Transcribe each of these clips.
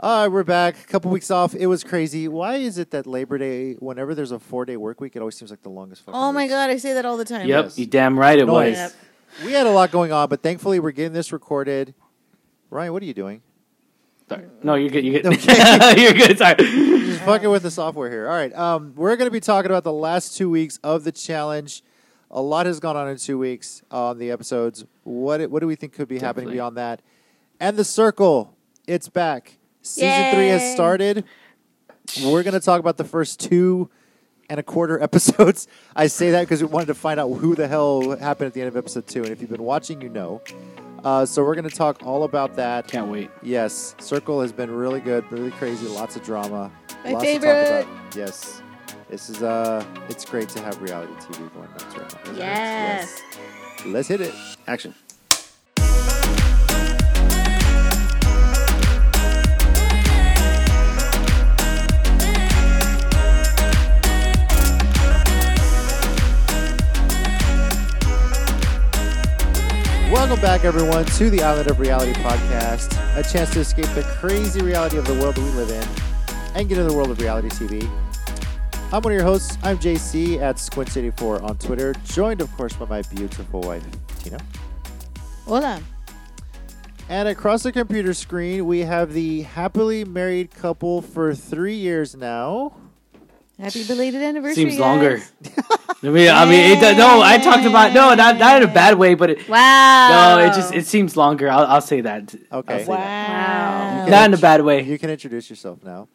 Uh, we're back. A couple weeks off. It was crazy. Why is it that Labor Day, whenever there's a four day work week, it always seems like the longest fucking Oh my week? god, I say that all the time. Yep, Yes. you damn right it Noise. was. Yep. We had a lot going on, but thankfully we're getting this recorded. Ryan, what are you doing? Sorry. No, you're good. You're good. Okay. you're good. Sorry. Just fucking with the software here. All right. Um, we're going to be talking about the last two weeks of the challenge. A lot has gone on in two weeks uh, on the episodes. What what do we think could be happening Definitely. beyond that? And the circle, it's back. Season three has Yay. started. We're going to talk about the first two and a quarter episodes. I say that because we wanted to find out who the hell happened at the end of episode two. And if you've been watching, you know. Uh, so we're going to talk all about that. Can't wait. Yes, Circle has been really good, really crazy, lots of drama. My lots To favorite. talk about. Yes, this is uh, it's great to have reality TV going on right now. Yes. Yes. let's hit it. Action. Welcome back, everyone, to the Island of Reality podcast, a chance to escape the crazy reality of the world that we live in and get into the world of reality TV. I'm one of your hosts. I'm JC at Squint84 on Twitter, joined, of course, by my beautiful wife, Tina. Hola. And across the computer screen, we have the happily married couple for three years now. Happy belated anniversary. Seems longer. guys. I mean, I mean, it, do- no, I talked about no, not not in a bad way, but it, Wow. no, Oh. it just it seems longer. I'll, I'll say that. Okay. I'll say that. Wow. Not in a bad way. You can introduce yourself now.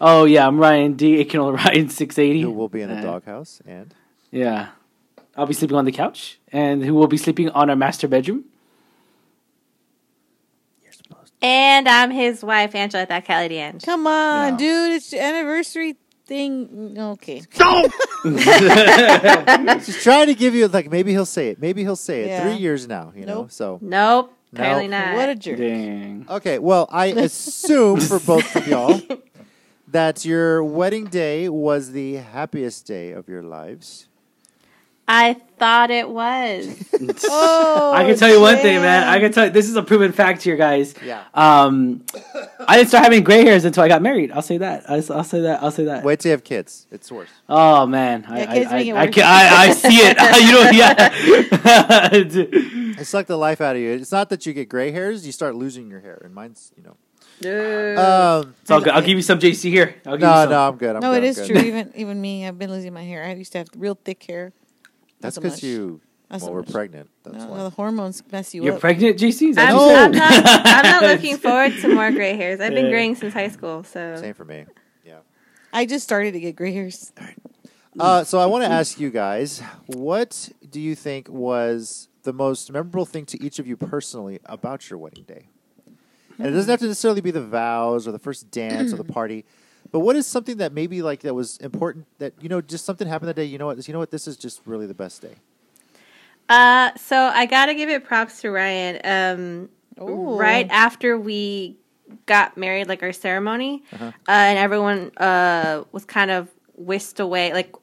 Oh yeah, I'm Ryan D. It can only Ryan six eighty. Who will be in the Uh, doghouse? And Yeah, I'll be sleeping on the couch, and who will be sleeping on our master bedroom? you're supposed. And I'm his wife, Angela That Kelly D'Ange. Come on, Yeah. dude. It's your anniversary thing. Okay. She's trying to give you like maybe he'll say it. Maybe he'll say it. Yeah. Three years now, you know. Nope. So Nope, No. apparently not. What a jerk. Dang. okay. Well, I assume for both of y'all that your wedding day was the happiest day of your lives. I thought it was. Oh, I can tell you one thing, man. damn. I can tell you this is a proven fact here, guys. Yeah. Um, I didn't start having gray hairs until I got married. I'll say that. I'll, I'll say that. I'll say that. Wait till you have kids. It's worse. Oh man, I, Yeah, I, kids I, make it I, worse. ca- I, I see it. you know, yeah. It sucked the life out of you. It's not that you get gray hairs; you start losing your hair. And mine's, you know. Um, it's all good. Uh, I'll give you some JC here. I'll give no, you some. no, I'm good. I'm no, good, I'm it is good. true. Even even me, I've been losing my hair. I used to have real thick hair. That's so because much. you. Not so well, we're much. pregnant. That's No, why. no, the hormones mess you You're up. pregnant, JC? Is that I'm, you? No. I'm not, I'm not looking forward to more gray hairs. I've been Yeah. graying since high school, so Same for me. I just started to get gray hairs. Uh, so I want to ask you guys, what do you think was the most memorable thing to each of you personally about your wedding day? And it doesn't have to necessarily be the vows or the first dance or the party, but what is something that maybe like that was important that you know just something happened that day? You know what? You know what? This is just really the best day. uh, so I gotta give it props to Ryan. Um, Ooh. right after we got married, like our ceremony, Uh-huh. uh and everyone uh, was kind of whisked away. Like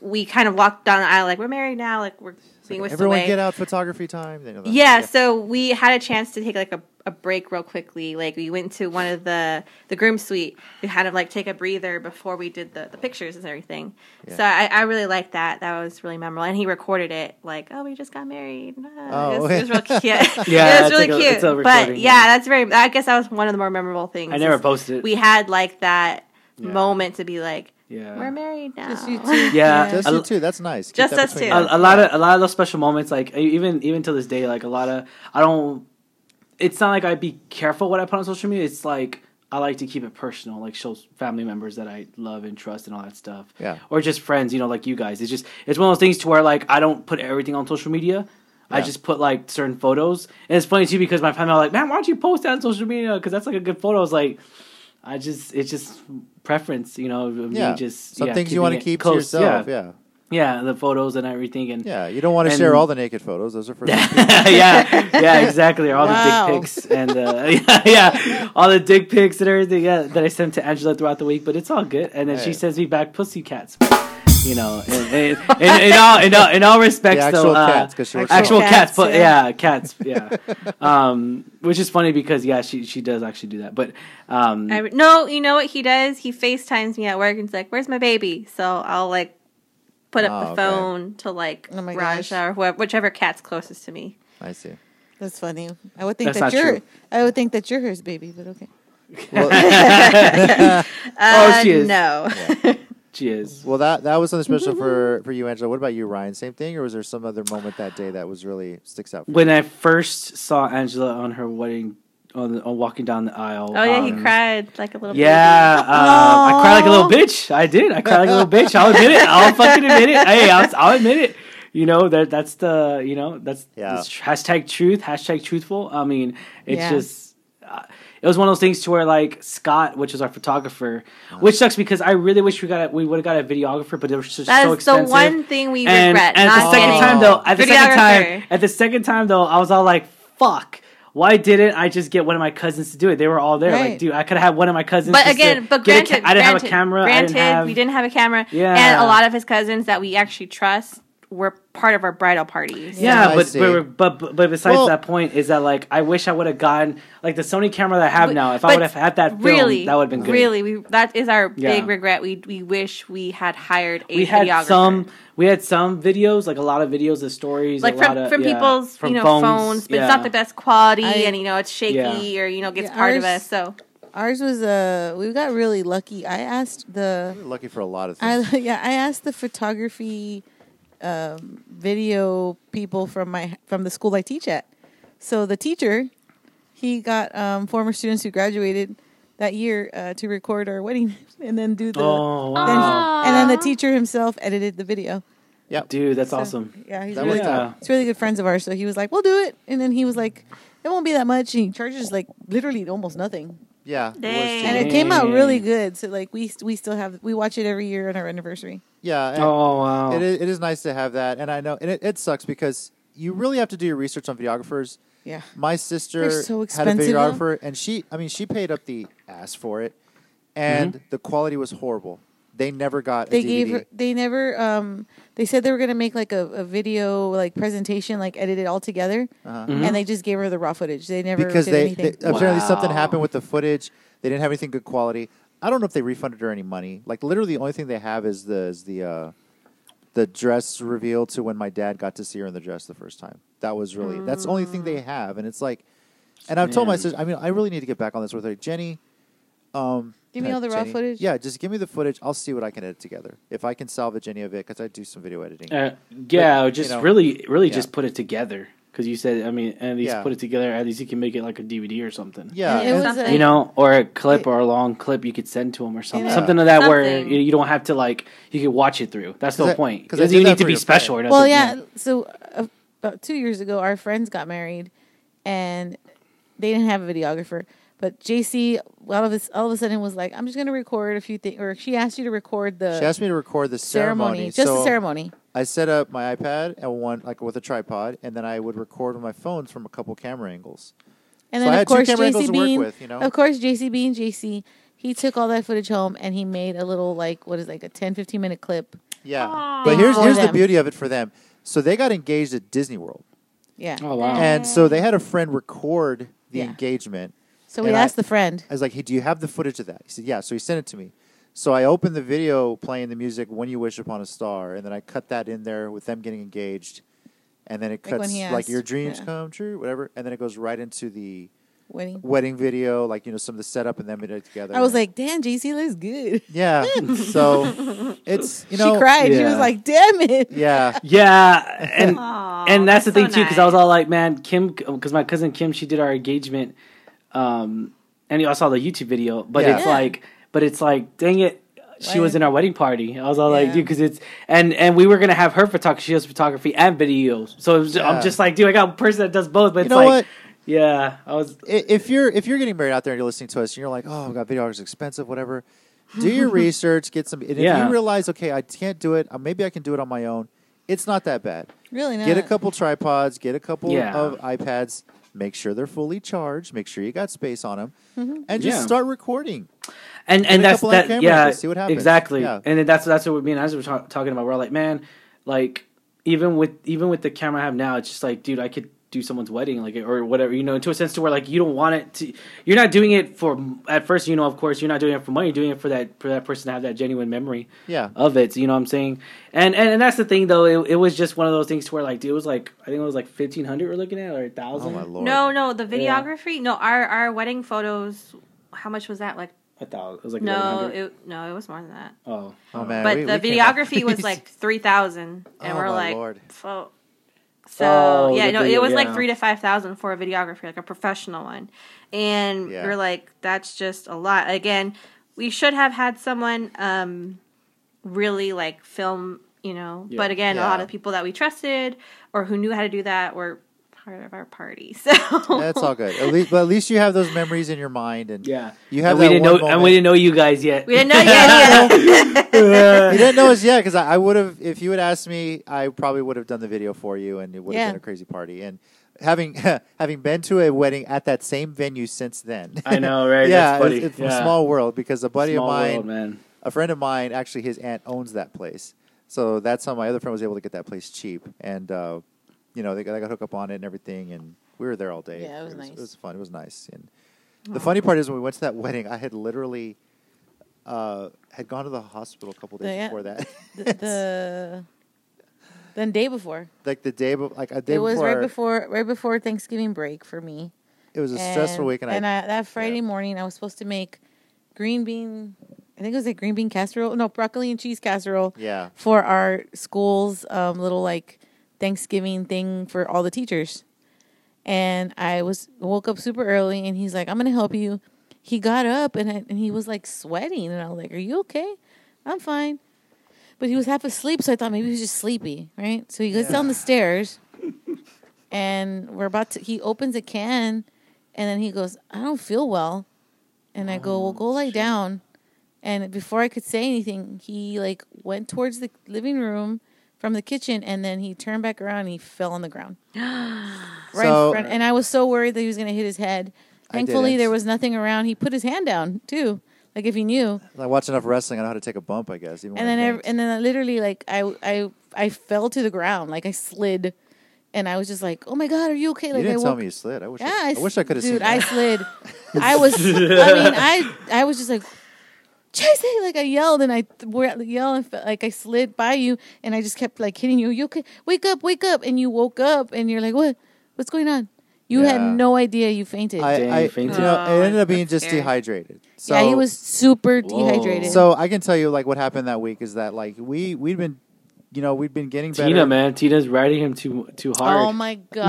we kind of walked down the aisle, like we're married now, like we're being whisked Everyone away. get out photography time. You know, that- yeah, so we had a chance to take like a, a break real quickly like we went to one of the the groom suite we had to like take a breather before we did the, the pictures and everything so I, I really liked that that was really memorable and he recorded it like oh we just got married Ah, Oh, it, was, it was real cute Yeah, it it's was really like a- cute it's a recording, but yeah. yeah that's very i guess that was one of the more memorable things I never is posted. we had like that Yeah. moment to be like we're yeah. married now Just you Ah. two. Yeah. just A you l- too. That's nice. Keep Just that us between two. you. A, a lot of a lot of those special moments, like e- even even till this day, like a lot of I don't. It's not like I'd be careful what I put on social media. It's like I like to keep it personal, like show family members that I love and trust and all that stuff. Yeah. Or just friends, you know, like you guys. It's just it's one of those things to where like I don't put everything on social media. I Yeah. just put like certain photos, and it's funny too because my family are like, "Man, why don't you post that on social media? Because that's like a good photo." I was like, I just it's just preference, you know. of me yeah. Just some yeah, things you keeping want to it keep to close, yourself. Yeah. Yeah, yeah, the photos and everything, and yeah. You don't want to And- share all the naked photos. Those are for yeah, yeah, exactly. All Wow. the dick pics and uh, yeah, yeah, all the dick pics and everything yeah, that I sent to Angela throughout the week. But it's all good. And then Hey. she sends me back pussy cats. you know, in, in, in, in all in all in all respects, The actual though, uh, cats, 'cause she works actual with cats, cats. but Cats, yeah, cats, yeah, um, which is funny because yeah, she she does actually do that, but um, I, no, you know what he does? He FaceTimes me at work and and's like, "Where's my baby?" So I'll like put up Oh, the okay. phone to like Oh my Raja gosh. or whoever, whichever cat's closest to me. I see. That's funny. I would think That's that not you're. true. I would think that you're hers, baby. But okay. Well, Uh, oh, she is. No, she is. well, that that was something special for for you, Angela. What about you, Ryan? Same thing, or was there some other moment that day that was really sticks out? For When I first saw Angela on her wedding, on, the, on walking down the aisle. oh yeah, he um, cried like a little Yeah, um, I cried like a little Aw. bitch. I did. I cried like a little bitch. I'll admit it. I'll fucking admit it. Hey, I'll, I'll admit it. You know that that's the you know that's Yeah. that's tr- hashtag truth hashtag truthful. I mean, it's Yeah. just uh, it was one of those things to where like Scott, which is our photographer, which sucks because I really wish we got a, we would have got a videographer, but they were just That so is expensive. the one thing we and, regret. and not at the second getting. time though, at the second time, Videographer. at the second time though, I was all like, "Fuck! Why didn't I just get one of my cousins to do it? They were all there. Like, Right. dude, I could have had one of my cousins. But just to again, but get a granted, ca- I didn't granted, have a camera. Granted, I didn't have, we didn't have a camera. Yeah. and a lot of his cousins that we actually trust were part of our bridal parties. Yeah, Yeah, I but, see. but but but but besides Well- that point is that like I wish I would have gotten like the Sony camera that I have But- now. If I but would have had that film, really, that would have been good. Really, we that is our Yeah. big regret. We we wish we had hired a we had videographer. some we had some videos like a lot of videos of stories like a from, lot of, from yeah, people's from you know phones, but yeah. it's not the best quality, I- and you know it's shaky Yeah. or you know gets Yeah, part of ours- us. So Ours was uh we got really lucky. I asked the you? Lucky for a lot of things. I yeah, I asked the photography um, video people from my from the school I teach at. So the teacher, he got um, former students who graduated that year uh, to record our wedding and then do the Oh then he- wow, and then the teacher himself edited the video. yeah, dude, that's So, awesome. Yeah, he's That really worked Yeah. out. he's really good friends of ours. So he was like, "We'll do it," and then he was like, "It won't be that much," and he charges like literally almost nothing. Yeah, it was Dang. too. And it came out really good. So like we we still have we watch it every year on our anniversary. yeah. and- Oh wow, It is, it is nice to have that, and I know, and it, it sucks because you really have to do your research on videographers. Yeah. My sister They're so had a expensive, though. videographer, and she, I mean, she paid up the ass for it, and the quality was horrible. They never got Mm-hmm. they a DVD. gave her they never um they said they were gonna make like a, a video like presentation like edit it all together Uh-huh. Mm-hmm. and they just gave her the raw footage they never because did they, anything they- uh, apparently something Wow. happened with the footage. They didn't have anything good quality. I don't know if they refunded her any money. Like literally, the only thing they have is the is the uh, the dress reveal to when my dad got to see her in the dress the first time. That was really that's the only thing Mm. they have, and it's like, and I've told my Man. sister. I mean, I really need to get back on this with her, Jenny. Um, Give me uh, all the raw Jenny, footage? Yeah, just give me the footage. I'll see what I can edit together. If I can salvage any of it, because I do some video editing. Uh, yeah, just know, really, really yeah. just put it together because you said. I mean, at least Yeah. put it together. At least you can make it like a DVD or something. yeah, And and- it was uh, something. a, you know, or a clip It- or a long clip you could send to them or something. Yeah. Something of that where Something. you you don't have to like you can watch it through. That's the 'Cause whole I- point. 'cause It I doesn't did need that to for be your special. friend. It well doesn't- yeah, so uh, about two years ago our friends got married and they didn't have a videographer but JC all of us all of a sudden was like I'm just gonna record a few things or she asked you to record the she asked me to record the ceremony, ceremony just the so- ceremony I set up my iPad and one like with a tripod, and then I would record with my phone from a couple camera angles. And So then I of had two course camera angles JC to work Bean, with, you know? of course JC Bean, JC, he took all that footage home and he made a little like what is it, like a 10, 15 minute clip. Yeah, Aw. but here's For here's the them. beauty of it for them. So they got engaged at Disney World, Yeah. Oh wow. and so they had a friend record the Yeah. engagement. so we and I- asked the friend. I was like, "Hey, do you have the footage of that?" He said, "Yeah." So he sent it to me. So I opened the video playing the music "When You Wish Upon a Star," and then I cut that in there with them getting engaged, and then it Like when cuts he like, asked, your dreams yeah. come true, whatever, and then it goes right into the Wedding. wedding video, like you know some of the setup and them together. I was like, damn, JC looks good. Yeah. so it's you know she cried. She Yeah. was like, damn it. Yeah. yeah, and Aw, and that's, the so thing too because I was nice. all like, man, Kim, because my cousin Kim, she did our engagement, um, and I saw the YouTube video, but Yeah. it's Yeah. like, but it's like, dang it. She Why- was in our wedding party. I was all like, Yeah. dude, because it's and and we were gonna have her photography. She does photography and videos, so it was, Yeah. I'm just like, dude, I got a person that does both. But You it's know like, what? yeah, I was I- If you're if you're getting married out there and you're listening to us and you're like, oh god, videographer's expensive, whatever. Do your research, get some. And if Yeah. you realize, okay, I can't do it, uh, maybe I can do it on my own. It's not that bad. Really not. Get a couple tripods, get a couple Yeah. of iPads. Mm-hmm. Make sure they're fully charged. Make sure you got space on them, and just Yeah. start recording. and and a that's couple on that camera, yeah just see what happens. exactly Yeah. and then that's that's what me and Isaac were ta- talking about we're like man like even with even with the camera I have now it's just like dude I could do someone's wedding like or whatever you know to a sense to where like you don't want it to you're not doing it for at first you know of course you're not doing it for money you're doing it for that for that person to have that genuine memory Yeah. of it you know what I'm saying and and, and that's the thing though it, it was just one of those things to where like dude, it was like I think it was like 1500 we're looking at or a Oh thousand my lord. No, no, the Yeah. videography. No, our our wedding photos. How much was that? Like a thousand it was like no, 1100 it no, it was more than that. oh Oh man. but we- the we cannot- videography was like three thousand, and Oh, we're my like, Lord. so, so Oh, yeah, the no, video- it was like yeah. three to five thousand for a videographer, like a professional one, and Yeah. we're like, that's just a lot. Again, we should have had someone um, really like film, you know. Yeah. But again, a lot Yeah. of people that we trusted or who knew how to do that were part of our party, so That's all good. At least, but at least you have those memories in your mind, and yeah you have and that we didn't know one and moment. we didn't know you guys yet we didn't know yet. You didn't know us yet because I, I would have. If you had asked me, I probably would have done the video for you, and it would have Yeah. been a crazy party. And having having been to a wedding at that same venue since then, I know, right? yeah, That's funny. it's, it's Yeah. a small world because a buddy Small of mine, world, man. a friend of mine, actually his aunt owns that place, so that's how my other friend was able to get that place cheap, and uh, you know they got, they got hooked up on it and everything, and we were there all day. Yeah, it was nice. It was fun. It was nice. And the funny part is when we went to that wedding, I had literally. Uh, had gone to the hospital a couple days Yeah. before that. The, the then day before. like the day, bef- like a day it was before, right before right before Thanksgiving break for me. It was a stressful week, and, and I, I, that Friday morning I was supposed to make green bean. I think it was a green bean casserole. No, broccoli and cheese casserole yeah, for our school's um, little like Thanksgiving thing for all the teachers. And I was woke up super early, and he's like, "I'm gonna help you." He got up and I- and he was like sweating, and I was like, "Are you okay?" I'm fine, but he was half asleep, so I thought maybe he was just sleepy, right? So he goes down the stairs, and we're about to. He opens a can, and then he goes, "I don't feel well," and I go, "Well, go lie down." And before I could say anything, he like went towards the living room from the kitchen, and then he turned back around and he fell on the ground. right So- in front, and I was so worried that he was going to hit his head. I Thankfully, didn't. there was nothing around. He put his hand down too, like if he knew. I watch enough wrestling. I know how to take a bump, I guess. Even And when then, I ev- can't. and then, I literally, like I, I, I fell to the ground. Like I slid, and I was just like, "Oh my god, are you okay?" you Like didn't I tell woke- me you slid. I wish. Yeah, I, I I, wish I could have seen. Dude, I that. slid. I was. I mean, I, I was just like, Chase, hey," like I yelled and I th- yelled and felt like I slid by you and I just kept like hitting you. You okay? Wake up, wake up! And you woke up and you're like, what? What's going on? You Yeah. had no idea you fainted. I, Dang, I- you fainted. know, Oh, it ended up being that's just scary. dehydrated. So, yeah, he was super Whoa. dehydrated. So I can tell you, like, what happened that week is that, like, we we'd been, you know, we'd been getting better. Tina, man, Tina's riding him too too hard. oh my god!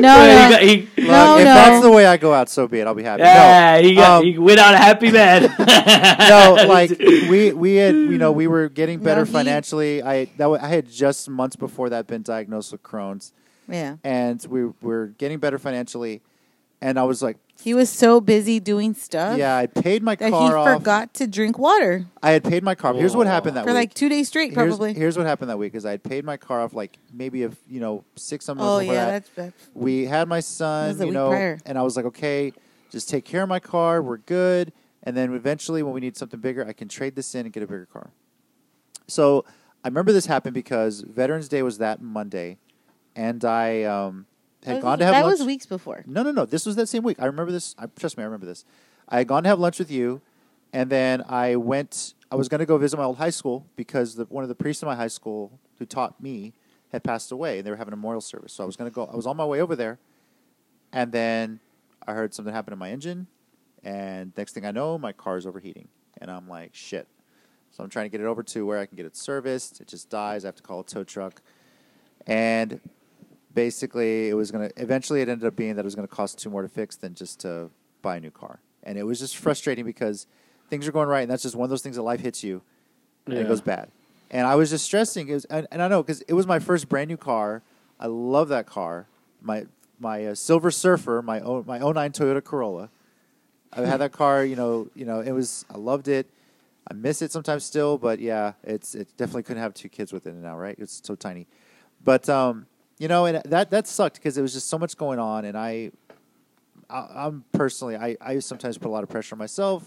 no, Yeah, no. he, got- he- Look, No, if no. that's the way I go out, so be it. I'll be happy. yeah, no, he, got, um, he went out a happy man. no, like we we had you know we were getting No, better he- financially. I that wa- I had just months before that been diagnosed with Crohn's, yeah, and we were getting better financially. And I was like, he was so busy doing stuff. yeah, I paid my that he car off. forgot to drink water I had paid my car. Here's what Whoa. happened that for week. like two days straight, Here's- probably. Here's, what happened that week is I had paid my car off like maybe a you know six months oh before yeah, that. that's bad. we had my son, was the you week know, prior. and I was like, okay, just take care of my car. We're good. And then eventually, when we need something bigger, I can trade this in and get a bigger car. So I remember this happened because Veterans Day was that Monday, and I um, had That was- gone to have that lunch. was weeks before. No, no, no. This was that same week. I remember this. I, trust me, I remember this. I had gone to have lunch with you, and then I went. I was going to go visit my old high school because the, one of the priests in my high school who taught me had passed away, and they were having a memorial service. So I was going to go. I was on my way over there, and then I heard something happen to my engine, and next thing I know, my car is overheating, and I'm like, shit. So I'm trying to get it over to where I can get it serviced. It just dies. I have to call a tow truck, and basically it was going to eventually it ended up being that it was going to cost two more to fix than just to buy a new car and it was just frustrating because things are going right and that's just one of those things that life hits you and it Yeah. goes bad and i was just stressing it was, and, and i know because it was my first brand new car i love that car my my uh, silver surfer my o, my 09 toyota corolla i had that car you know you know it was i loved it i miss it sometimes still but yeah it's it definitely couldn't have two kids with it now right it's so tiny but um, you know, and that that sucked because it was just so much going on, and I I, I'm personally, I, I sometimes put a lot of pressure on myself.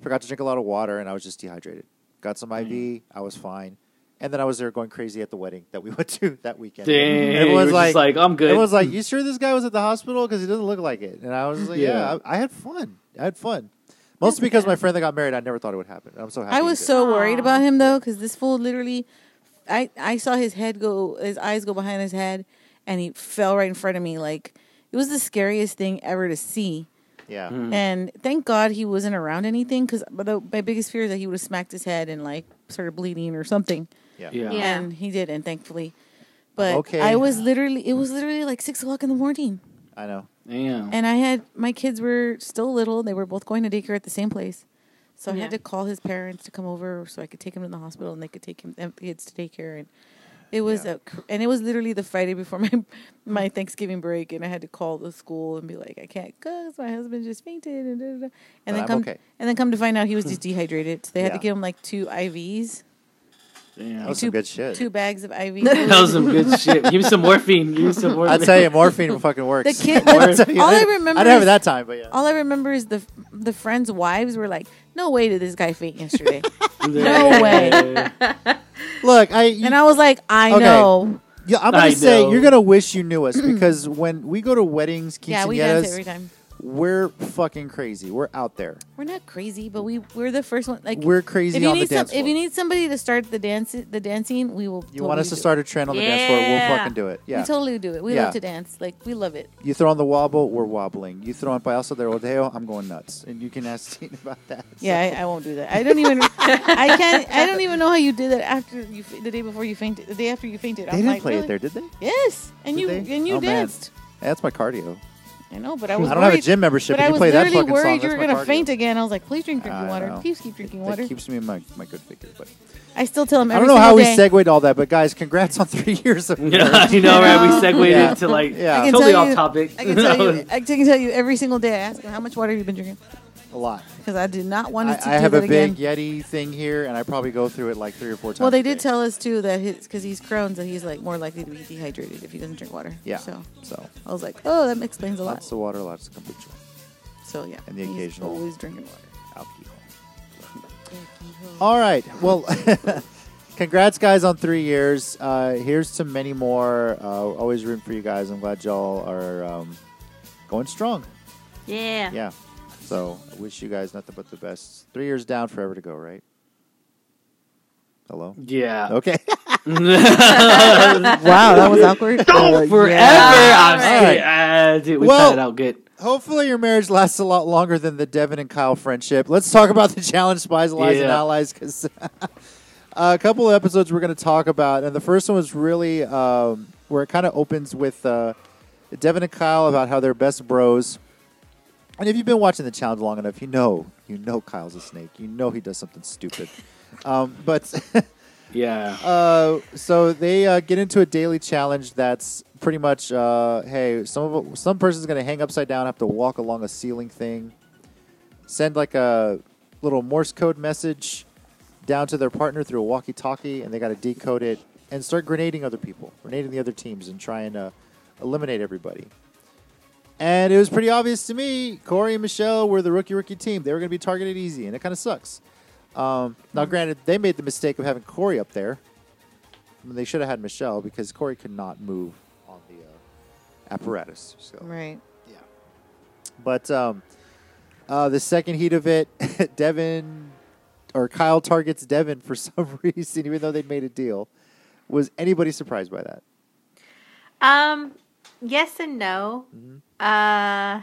Forgot to drink a lot of water, and I was just dehydrated. Got some IV. Mm. I was fine. And then I was there going crazy at the wedding that we went to that weekend. Dang, And everyone's you were just like, I'm good. Everyone's like, "You sure this guy was at the hospital? Because he doesn't look like it." And I was just like, "Yeah, Yeah. I, I had fun. I had fun." Mostly because my friend that got married, I never thought it would happen. I'm so happy. I it was did. so worried Aw. about him though, because this fool literally, I I saw his head go, his eyes go behind his head, and he fell right in front of me. Like it was the scariest thing ever to see. yeah. Mm. And thank God he wasn't around anything, because my biggest fear is that he would have smacked his head and like started bleeding or something. yeah, Yeah. Yeah. And he didn't, thankfully. But Okay. I was literally, it was literally like six o'clock in the morning, I know. Damn. and I had my kids were still little. They were both going to daycare at the same place, so I Yeah. had to call his parents to come over so I could take him to the hospital and they could take him the kids to daycare. And it was Yeah. a cr and it was literally the Friday before my my Thanksgiving break, and I had to call the school and be like, I can't cause my husband just fainted, and da, da, da. But and then I'm come okay. and then come to find out he was just dehydrated. So they had Yeah. to give him like two IVs, That Damn. was some good shit. two bags of IVs. That was some good shit. Give me some morphine. Give me some morphine. I tell you, morphine fucking works. The kid- I'll tell you all I that. remember I didn't have it is- that time, but yeah. All I remember is the the friends' wives were like, "No way did this guy faint yesterday," Yeah. way. Look, I you, and I was like, "I Okay. know." yeah, I'm gonna I say know. you're gonna wish you knew us because when we go to weddings, quinceañeras, Yeah, we dance every time. we're fucking crazy. We're out there. We're not crazy, but we we're the first one. Like We're crazy If you on the need some, dance if floor. you need somebody to start the dance, the dancing, we will. You totally want us to do it. start a trend on the dance floor? We'll Yeah. fucking do it. Yeah. We totally do it. We Yeah. love to dance. Like we love it. you throw on the wobble, we're wobbling. You throw on Payaso de Rodeo, I'm going nuts. And you can ask Tina about that. Yeah, I, I won't do that. I don't even. I can't. I don't even know how you did that after you fa- the day before you fainted. The day after you fainted, They I'm didn't like, play really? it there, did they? Yes, and Did you they? and you Oh, man. danced. That's my cardio. I know, but I I was. don't worried. have a gym membership, But but, I you was play that literally fucking worried song. you that's were my gonna cardio. faint again. I was like, please drink drinking I water. know. Please keep drinking That water. keeps me in my, my good figure. But I still tell him. I Every don't know how we single day, segued all that, but guys, congrats on three years of Yeah, you know, right? We segued Yeah. into like Yeah. I can totally tell off you- topic. I can tell you. I can tell you every single day. I ask him how much water have you been drinking a lot. because I did not want I, us to I do have a that again. big Yeti thing here, and I probably go through it like three or four times. well, they a did day. tell us too that his because he's Crohn's that he's like more likely to be dehydrated if he doesn't drink water. Yeah. So So I was like, oh, that explains a lot. lots of water, lots of kombucha, so yeah. and the he's occasional- always drinking water. alcohol. All right. Well, congrats, guys, on three years. Uh, here's to many more. Uh, always rooting for you guys. I'm glad y'all are um, going strong. Yeah. Yeah. So I wish you guys nothing but the best. Three years down, forever to go, right? Hello? Yeah. Okay. wow, that was awkward. Forever. I'm All saying, uh, dude, we well, Well- it out good. Hopefully, your marriage lasts a lot longer than the Devin and Kyle friendship. Let's talk about the challenge spies, lies, and Yeah. allies because a couple of episodes we're going to talk about, and the first one was really um, where it kind of opens with uh, Devin and Kyle about how they're best bros. And if you've been watching the challenge long enough, you know you know Kyle's a snake. You know he does something stupid. um, but Yeah. Uh, so they uh, get into a daily challenge that's pretty much uh, hey some of, some person's gonna hang upside down have to walk along a ceiling thing send like a little morse code message down to their partner through a walkie talkie and they gotta decode it and start grenading other people grenading the other teams and try and uh, eliminate everybody and it was pretty obvious to me corey and michelle were the rookie rookie team they were gonna be targeted easy and it kind of sucks um, now, granted, they made the mistake of having Corey up there. I mean, they should have had Michelle because Corey could not move on the uh, apparatus. So, right. yeah. But um, uh, the second heat of it, Devin or Kyle targets Devin for some reason, even though they made a deal. Was anybody surprised by that? Um, yes and no. Mm-hmm. Uh,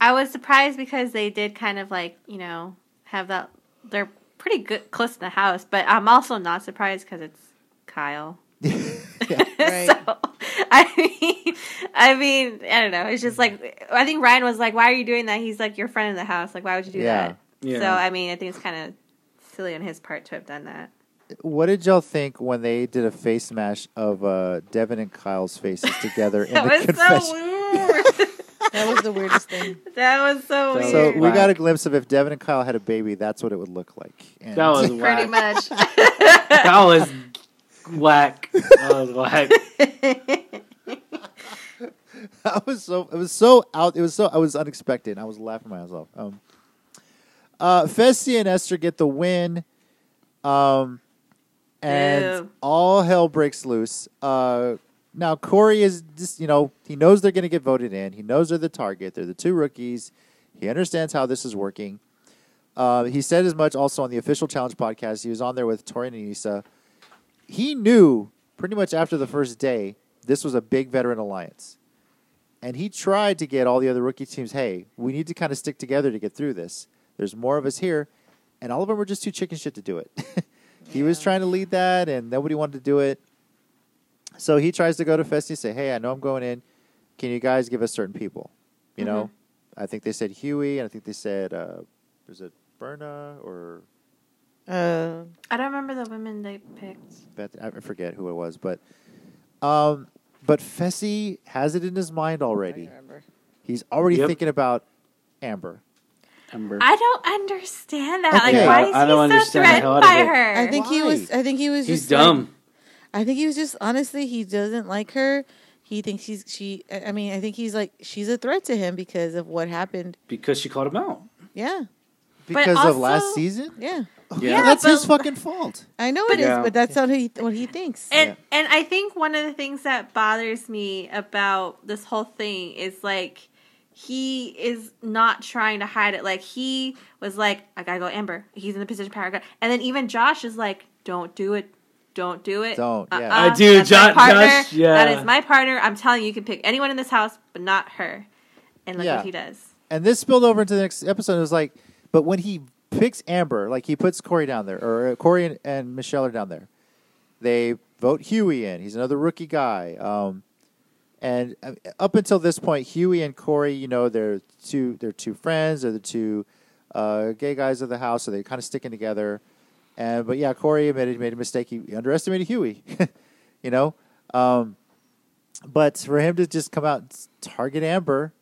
I was surprised because they did kind of like you know have that they're pretty good close to the house, but I'm also not surprised because it's Kyle. Right. So I mean, I mean, I don't know. It's just like I think Ryan was like, "Why are you doing that?" He's like, "Your friend in the house. Like, why would you do Yeah. that?" Yeah. So I mean, I think it's kind of silly on his part to have done that. What did y'all think when they did a face mash of uh, Devin and Kyle's faces together in That the was confession? so weird. That was the weirdest thing. that was so That was weird. So we Whack. got a glimpse of if Devin and Kyle had a baby, that's what it would look like. And That was pretty whack. much. That was whack. That was whack. I was so it was so out. It was so I was unexpected. and I was laughing my ass off. Um, uh, Fessy and Esther get the win, um, and Boo. all hell breaks loose. Uh, now Corey is just you know he knows they're going to get voted in. He knows they're the target. They're the two rookies. He understands how this is working. Uh, he said as much also on the official challenge podcast. He was on there with Tori and Anissa. He knew pretty much after the first day this was a big veteran alliance. And he tried to get all the other rookie teams, hey, we need to kind of stick together to get through this. There's more of us here. And all of them were just too chicken shit to do it. he was trying to lead that, and nobody wanted to do it. So he tries to go to Festi and say, hey, I know I'm going in. Can you guys give us certain people? You know, I think they said Huey, and I think they said, uh, was it Berna or Uh, I don't remember the women they picked. Beth, I forget who it was, but um, but Fessy has it in his mind already. remember. He's already Yep. thinking about Amber. Amber. I don't understand that. Okay. Like, why Yeah, is I he don't so understand the hell threatened out by of it. her? I think he Why? was. I think he was. He's just like- dumb. I think he was just honestly. He doesn't like her. He thinks she's she. I I mean, I think he's like she's a threat to him because of what happened. Because she called him out. Yeah, Because of also- last season? yeah. Yeah, that's but- his fucking fault. I know it is, Yeah. but that's not who he, what he thinks. And and I think one of the things that bothers me about this whole thing is like he is not trying to hide it. Like he was like, I gotta go Amber. He's in the position of power. I gotta-" And then even Josh is like, Don't do it. Don't do it. Uh-uh. Don't, yeah. I do, that's my Jo- partner. Josh, yeah. That is my partner. I'm telling you, you can pick anyone in this house, but not her. And look Yeah. what he does. And this spilled over into the next episode. It was like, but when he picks Amber, like he puts Corey down there, or uh, Corey and, and Michelle are down there. They vote Huey in. He's another rookie guy. Um, and uh, up until this point, Huey and Corey, you know, they're two they're two friends. They're the two uh, gay guys of the house, so they're kind of sticking together. And but yeah, Corey admitted he made a mistake. He underestimated Huey. you know, um, but for him to just come out and s- target Amber,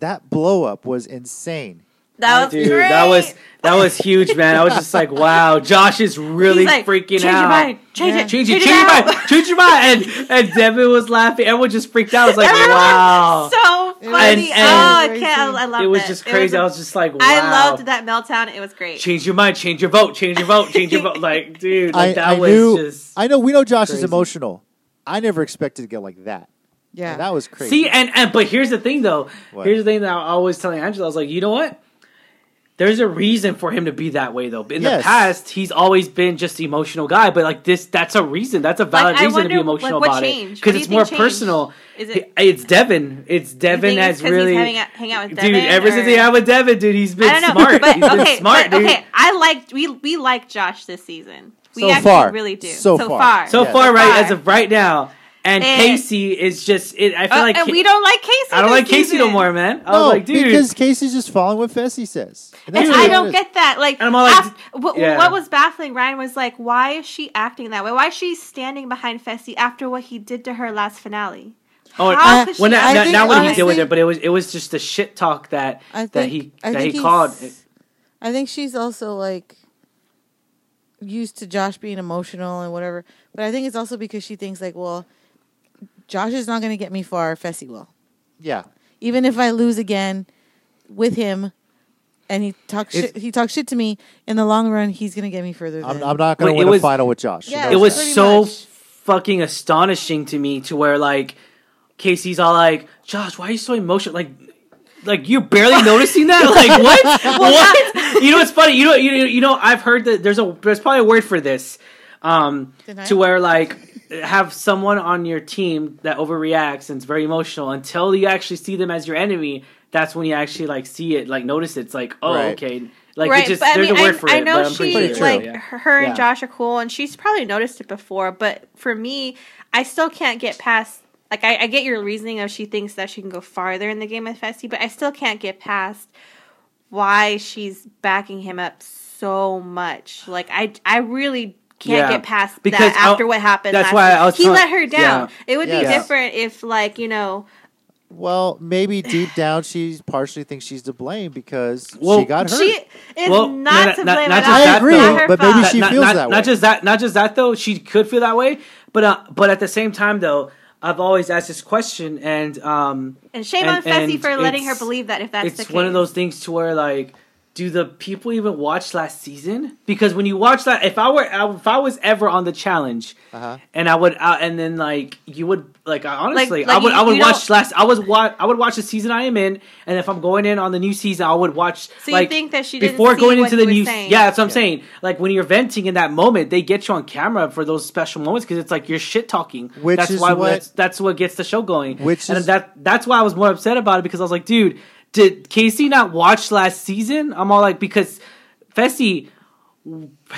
that blow up was insane. That was Dude, great. that was that was huge, man. I was just like, wow, Josh is really He's like, freaking change out. Your mind. Change Yeah. it. Change it, change it your out." mind, change your mind. And and Devin was laughing. Everyone just freaked out. I was like, Everyone wow. was so It was funny. so oh, I crazy. can't. I love it was just crazy. I I was just like, wow. loved that meltdown. It was great. Change your mind, change your vote, change your vote, change your vote. Like, dude, like, I, that I was knew. just. I know. We know Josh is crazy. emotional. I never expected to get like that. yeah, that was crazy. See, and, and but here's the thing though. What? Here's the thing that I always telling Angela. I was like, you know what? There's a reason for him to be that way though. In Yes. the past, he's always been just the emotional guy, but like this, that's a reason. That's a valid Like, I reason to be wonder, like, emotional what about it changed? because What do it's you more think changed? personal. Is it- It's Devin. It's You think Devin it's that's 'cause really he's having a, hang out with Devin, dude. Ever since or- he had with Devin, dude, he's been I don't know, smart. but he's okay, been smart, but, dude. okay. I liked we we like Josh this season. We So actually far. really do So far. far. So Yes. far, right far. as of right now, and And- Casey is just. It, I feel Uh, like and Ca- we don't like Casey. I don't this like Casey no season. more, man. I no, was like, dude, because Casey's just following what Fessy says. And And that's I really don't what it is. get that. Like, And I'm all like, af- what, yeah. what was baffling Ryan was like, why is she acting that way? Why is she standing behind Fessy after what he did to her last finale? Oh, How I- could well, she not, I not, think not what he did with honestly- it, but it was it was just the shit talk that I think, that he I that think he he's- called. I think she's also like used to Josh being emotional and whatever. But I think it's also because she thinks like, well, Josh is not going to get me far. Fessy will. Yeah, Even if I lose again with him, and he talks shit, he talks shit to me in the long run, he's going to get me further. Than I'm, I'm not going Wait, to it win a was- final with Josh. He Yeah, knows It was that. pretty so much. fucking astonishing to me to where like Casey's all like, "Josh, why are you so emotional?" Like. Like you're barely noticing that? Like what? what? You know it's funny. You know you know, you know I've heard that there's a there's probably a word for this. Um Denial? to where like have someone on your team that overreacts and it's very emotional until you actually see them as your enemy. That's when you actually like see it, like notice it. it's like, oh Right. okay. Like right, it just but I there's mean, a word I, for I it. know but I'm she pretty sure it's true, like yeah. her and Yeah. Josh are cool, and she's probably noticed it before. But for me, I still can't get past. Like I, I get your reasoning of she thinks that she can go farther in the game with Fessy, but I still can't get past why she's backing him up so much. Like I, I really can't Yeah, get past because that after I- what happened. that's last why week. I was he telling- let her down. It would be Yes. different if, like you know, Well, maybe deep down, she partially thinks she's to blame because Well, she got hurt. she is Well, not not- to not- blame not at just all. that, It's I agree, not her but maybe fault. she- feels not, that Not way. just that, not just that though. She could feel that way, but uh, but at the same time though, I've always asked this question, and um, And shame And- on Fessy and for letting her it's- believe that if that's the it's case. one of those things to where like, do the people even watch last season? Because when you watch that, if I were if I was ever on the challenge, Uh-huh. and I would I, and then like you would like I, honestly like, I would you- I would you watch don't- last I was watch I would watch the season I am in, and if I'm going in on the new season, I would watch. So you like, think that she didn't before see going what into you the were new saying. yeah that's what i'm Yeah. saying like when you're venting in that moment they get you on camera for those special moments because it's like you're shit talking Which that's is why what- that's, that's what gets the show going Which and is- that that's why i was more upset about it because i was like dude did casey not watch last season i'm all like because fessy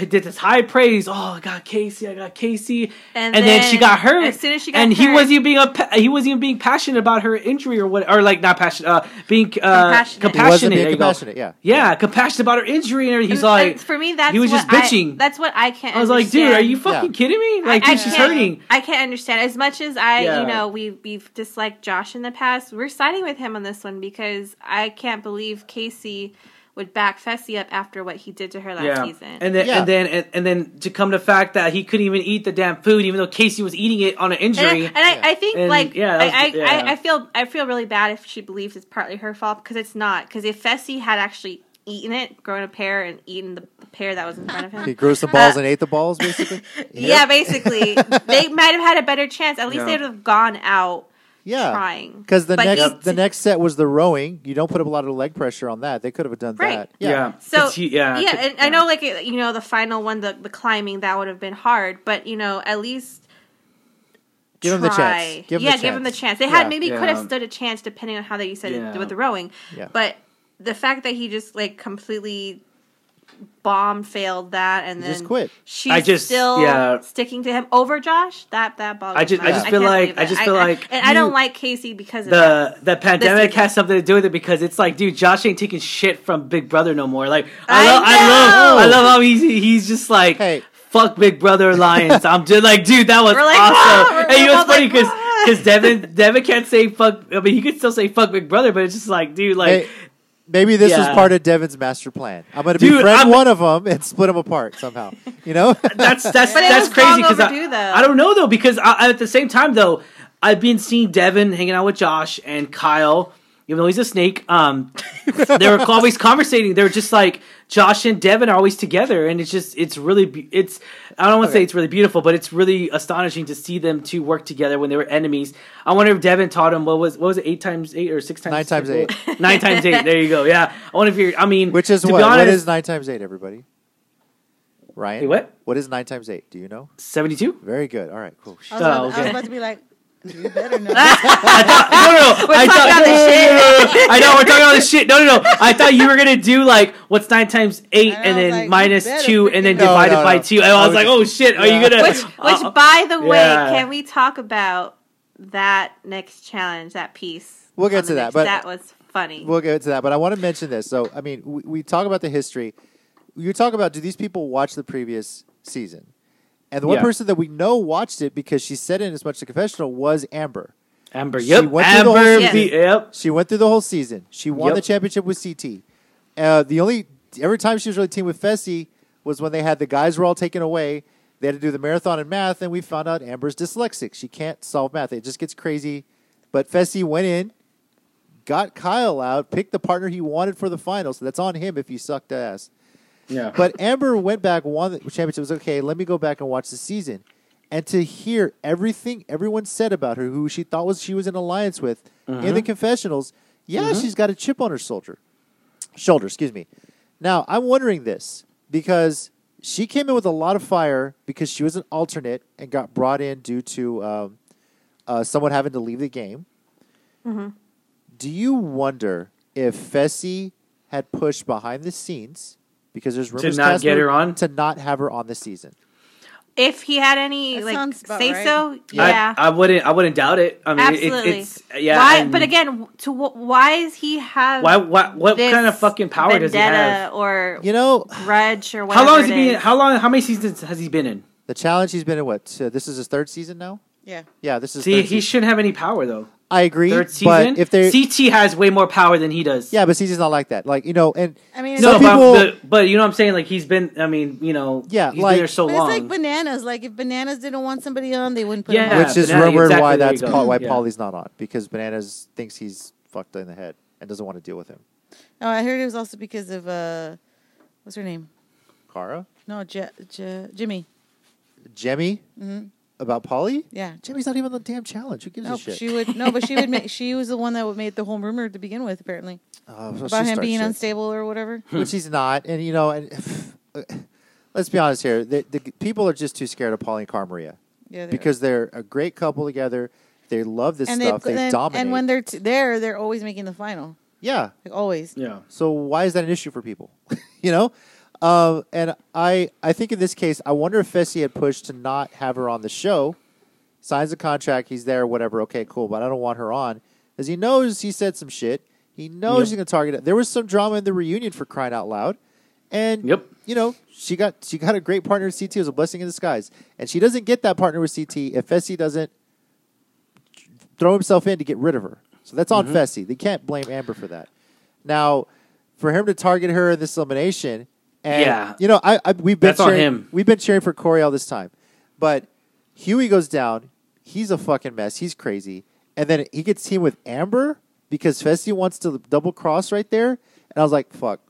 did this high praise. Oh, I got Casey, I got Casey, and, And then, she then got hurt. as soon as she got and he hurt- wasn't even being a, he wasn't even being passionate about her injury or what, or like not passionate, uh, being uh, compassionate. Compassionate. He wasn't He wasn't there being you go. compassionate. Yeah. Yeah, compassionate about her injury and everything. He's And- like, and for me, that's he was what just I- bitching. that's what I can't. I was like, dude, are you understand. fucking Yeah. kidding me? Like, I, I dude, she's can't- hurting. I can't understand. As much as I, Yeah. you know, we we've disliked Josh in the past. We're siding with him on this one because I can't believe Casey would back Fessy up after what he did to her last Yeah, season. and then Yeah. and then and, and then to come to fact that he couldn't even eat the damn food, even though Casey was eating it on an and I, injury. and I, I think And, like yeah, that I, was- I, yeah. I, I feel I feel really bad if she believes it's partly her fault because it's not because if Fessy had actually eaten it, grown a pear and eaten the pear that was in front of him, He grew some balls Uh, and ate the balls, basically. yeah, basically they might have had a better chance. At least Yeah. they would have gone out yeah. trying Because the But next he- the next set was the rowing. You don't put up a lot of leg pressure on that. They could have done Right. that. yeah. So It's hu- yeah, yeah, it's- and I know like it- you know the final one, the the climbing that would have been hard, but you know at least Give him the try. chance. Give him yeah, the give him the chance. chance. They had Yeah. maybe Yeah. could have stood a chance depending on how they said Yeah. it with the rowing, Yeah. but the fact that he just like completely bomb failed that and He then just quit. She's I just- still yeah. sticking to him over Josh. That that boggles I just- my I just mind. feel can't like- believe I it. just feel like and I you- don't like Casey because of that. the the pandemic season. has something to do with it because it's like, dude, Josh ain't taking shit from Big Brother no more. Like, I, I love, know! I love, I love how he's he's just like, Hey. fuck Big Brother Lions. I'm just like, dude, that was We're like, awesome. "Ah!" We're- and you we're know both it's funny like, because "Ah!" Devin Devin can't say fuck. I mean, he could still say fuck Big Brother, but it's just like, dude, like. Hey, maybe this was Yeah. part of Devin's master plan. I'm going to Dude, befriend I'm- one of them and split them apart somehow. You know? that's that's But it that's was crazy long because I, overdue, though. I don't know though because I, at the same time though I've been seeing Devin hanging out with Josh and Kyle even though he's a snake um they were always conversating they were just like Josh and Devin are always together and it's just it's really be- it's I don't want to say Okay. it's really beautiful but it's really astonishing to see them two work together when they were enemies I wonder if Devin taught him what was what was it eight times eight or six times Nine times eight. nine times eight there you go yeah I wonder if you're I mean Which is to be what? what honest, is 9 times 8, everybody? Ryan? Wait, what? What is 9 times 8? Do you know? seventy two Very good. All right, cool. I was, about, Oh, I okay. was about to be like, you better know. no, no, no. I talking thought, about no, no, no, the no, no. I know we're talking about this shit. No, no, no. I thought you were gonna do like what's nine times eight I know, and then like, minus better two and then freaking- No, divided no, by no. two. And I I was was like, just- oh shit, are Yeah. you gonna? which, which Uh, by the way, yeah. can we talk about that next challenge, that piece? We'll get on the to that, next- but- that was funny. We'll get to that, but I want to mention this. So, I mean, we, we talk about the history. You talk about do these people watch the previous season? And the one Yeah. person that we know watched it because she said it as much to confessional was Amber. Amber, She yep, went through the whole Amber, season. be- yep. She went through the whole season. She won Yep. the championship with CT. Uh, the only every time she was really teamed with Fessy was when they had the guys were all taken away. They had to do the marathon in math, and we found out Amber's dyslexic. She can't solve math. It just gets crazy. But Fessy went in, got Kyle out, picked the partner he wanted for the final. So that's on him if he sucked ass. Yeah, But Amber went back, won the championship. Was okay. Let me go back and watch the season, and to hear everything everyone said about her, who she thought was she was in alliance with, in the confessionals. Yeah, she's got a chip on her shoulder. Shoulder, excuse me. Now I'm wondering this because she came in with a lot of fire because she was an alternate and got brought in due to um, uh, someone having to leave the game. Do you wonder if Fessy had pushed behind the scenes because there's rumors not cast get member- her on? to not have her on the season? if he had any That like sounds about say so, I- yeah, I, wouldn't. I wouldn't doubt it. I mean, it, absolutely. it's yeah. why, and but again, to wh- why does he have? why? Why? What this kind of fucking power does he vendetta have? Or You know, grudge or How whatever. long has it he been? is. How long? How many seasons has he been in? the challenge he's been in what? Uh, this is his third season now. yeah. Yeah, this is. See, third he season. shouldn't have any power though. I agree. Third But season, if they CT has way more power than he does. yeah, but CJ's not like that. Like you know, and I mean, it's No, Some like- but, people- but but you know what I'm saying? Like he's been. I mean, you know. Yeah, he's like- been there so but long. it's like bananas. Like if bananas didn't want somebody on, they wouldn't put Yeah. them on. which is Banana- rumored exactly, why there that's you go. Paul, why Yeah. Polly's not on because Bananas thinks he's fucked in the head and doesn't want to deal with him. Oh, I heard it was also because of uh, what's her name? Kara, No, Je- Je- Jimmy. Jemmy, about Polly. Mm-hmm. Yeah. Oh, Jimmy's not even on the damn challenge. Who gives No, a shit? she would no, but she would make. She was the one that would made the whole rumor to begin with, apparently, Oh, so she about him starts being shit. unstable or whatever. which he's not. And you know, and let's be honest here: the, the people are just too scared of Paulie and Carmaria Yeah, they are. because they're a great couple together. They love this and stuff. They, then- dominate. And when they're t- there, they're always making the final, yeah, like always. yeah. so why is that an issue for people? you know, um, and I I think in this case, I wonder if Fessy had pushed to not have her on the show. Signs a contract, he's there, whatever. Okay, cool, but I don't want her on because he knows he said some shit. He knows Yep. he's gonna target it. There was some drama in the reunion for crying out loud, and Yep. you know she got she got a great partner with CT. It was a blessing in disguise, and she doesn't get that partner with CT if Fessy doesn't throw himself in to get rid of her. So that's Mm-hmm. on Fessy. They can't blame Amber for that. Now, for him to target her in this elimination, and Yeah. you know, I, I we've been That's on cheering, him. we've been cheering for Corey all this time, but Huey goes down. He's a fucking mess. He's crazy, and then he gets teamed with Amber because Fessy wants to double cross right there. And I was like, fuck,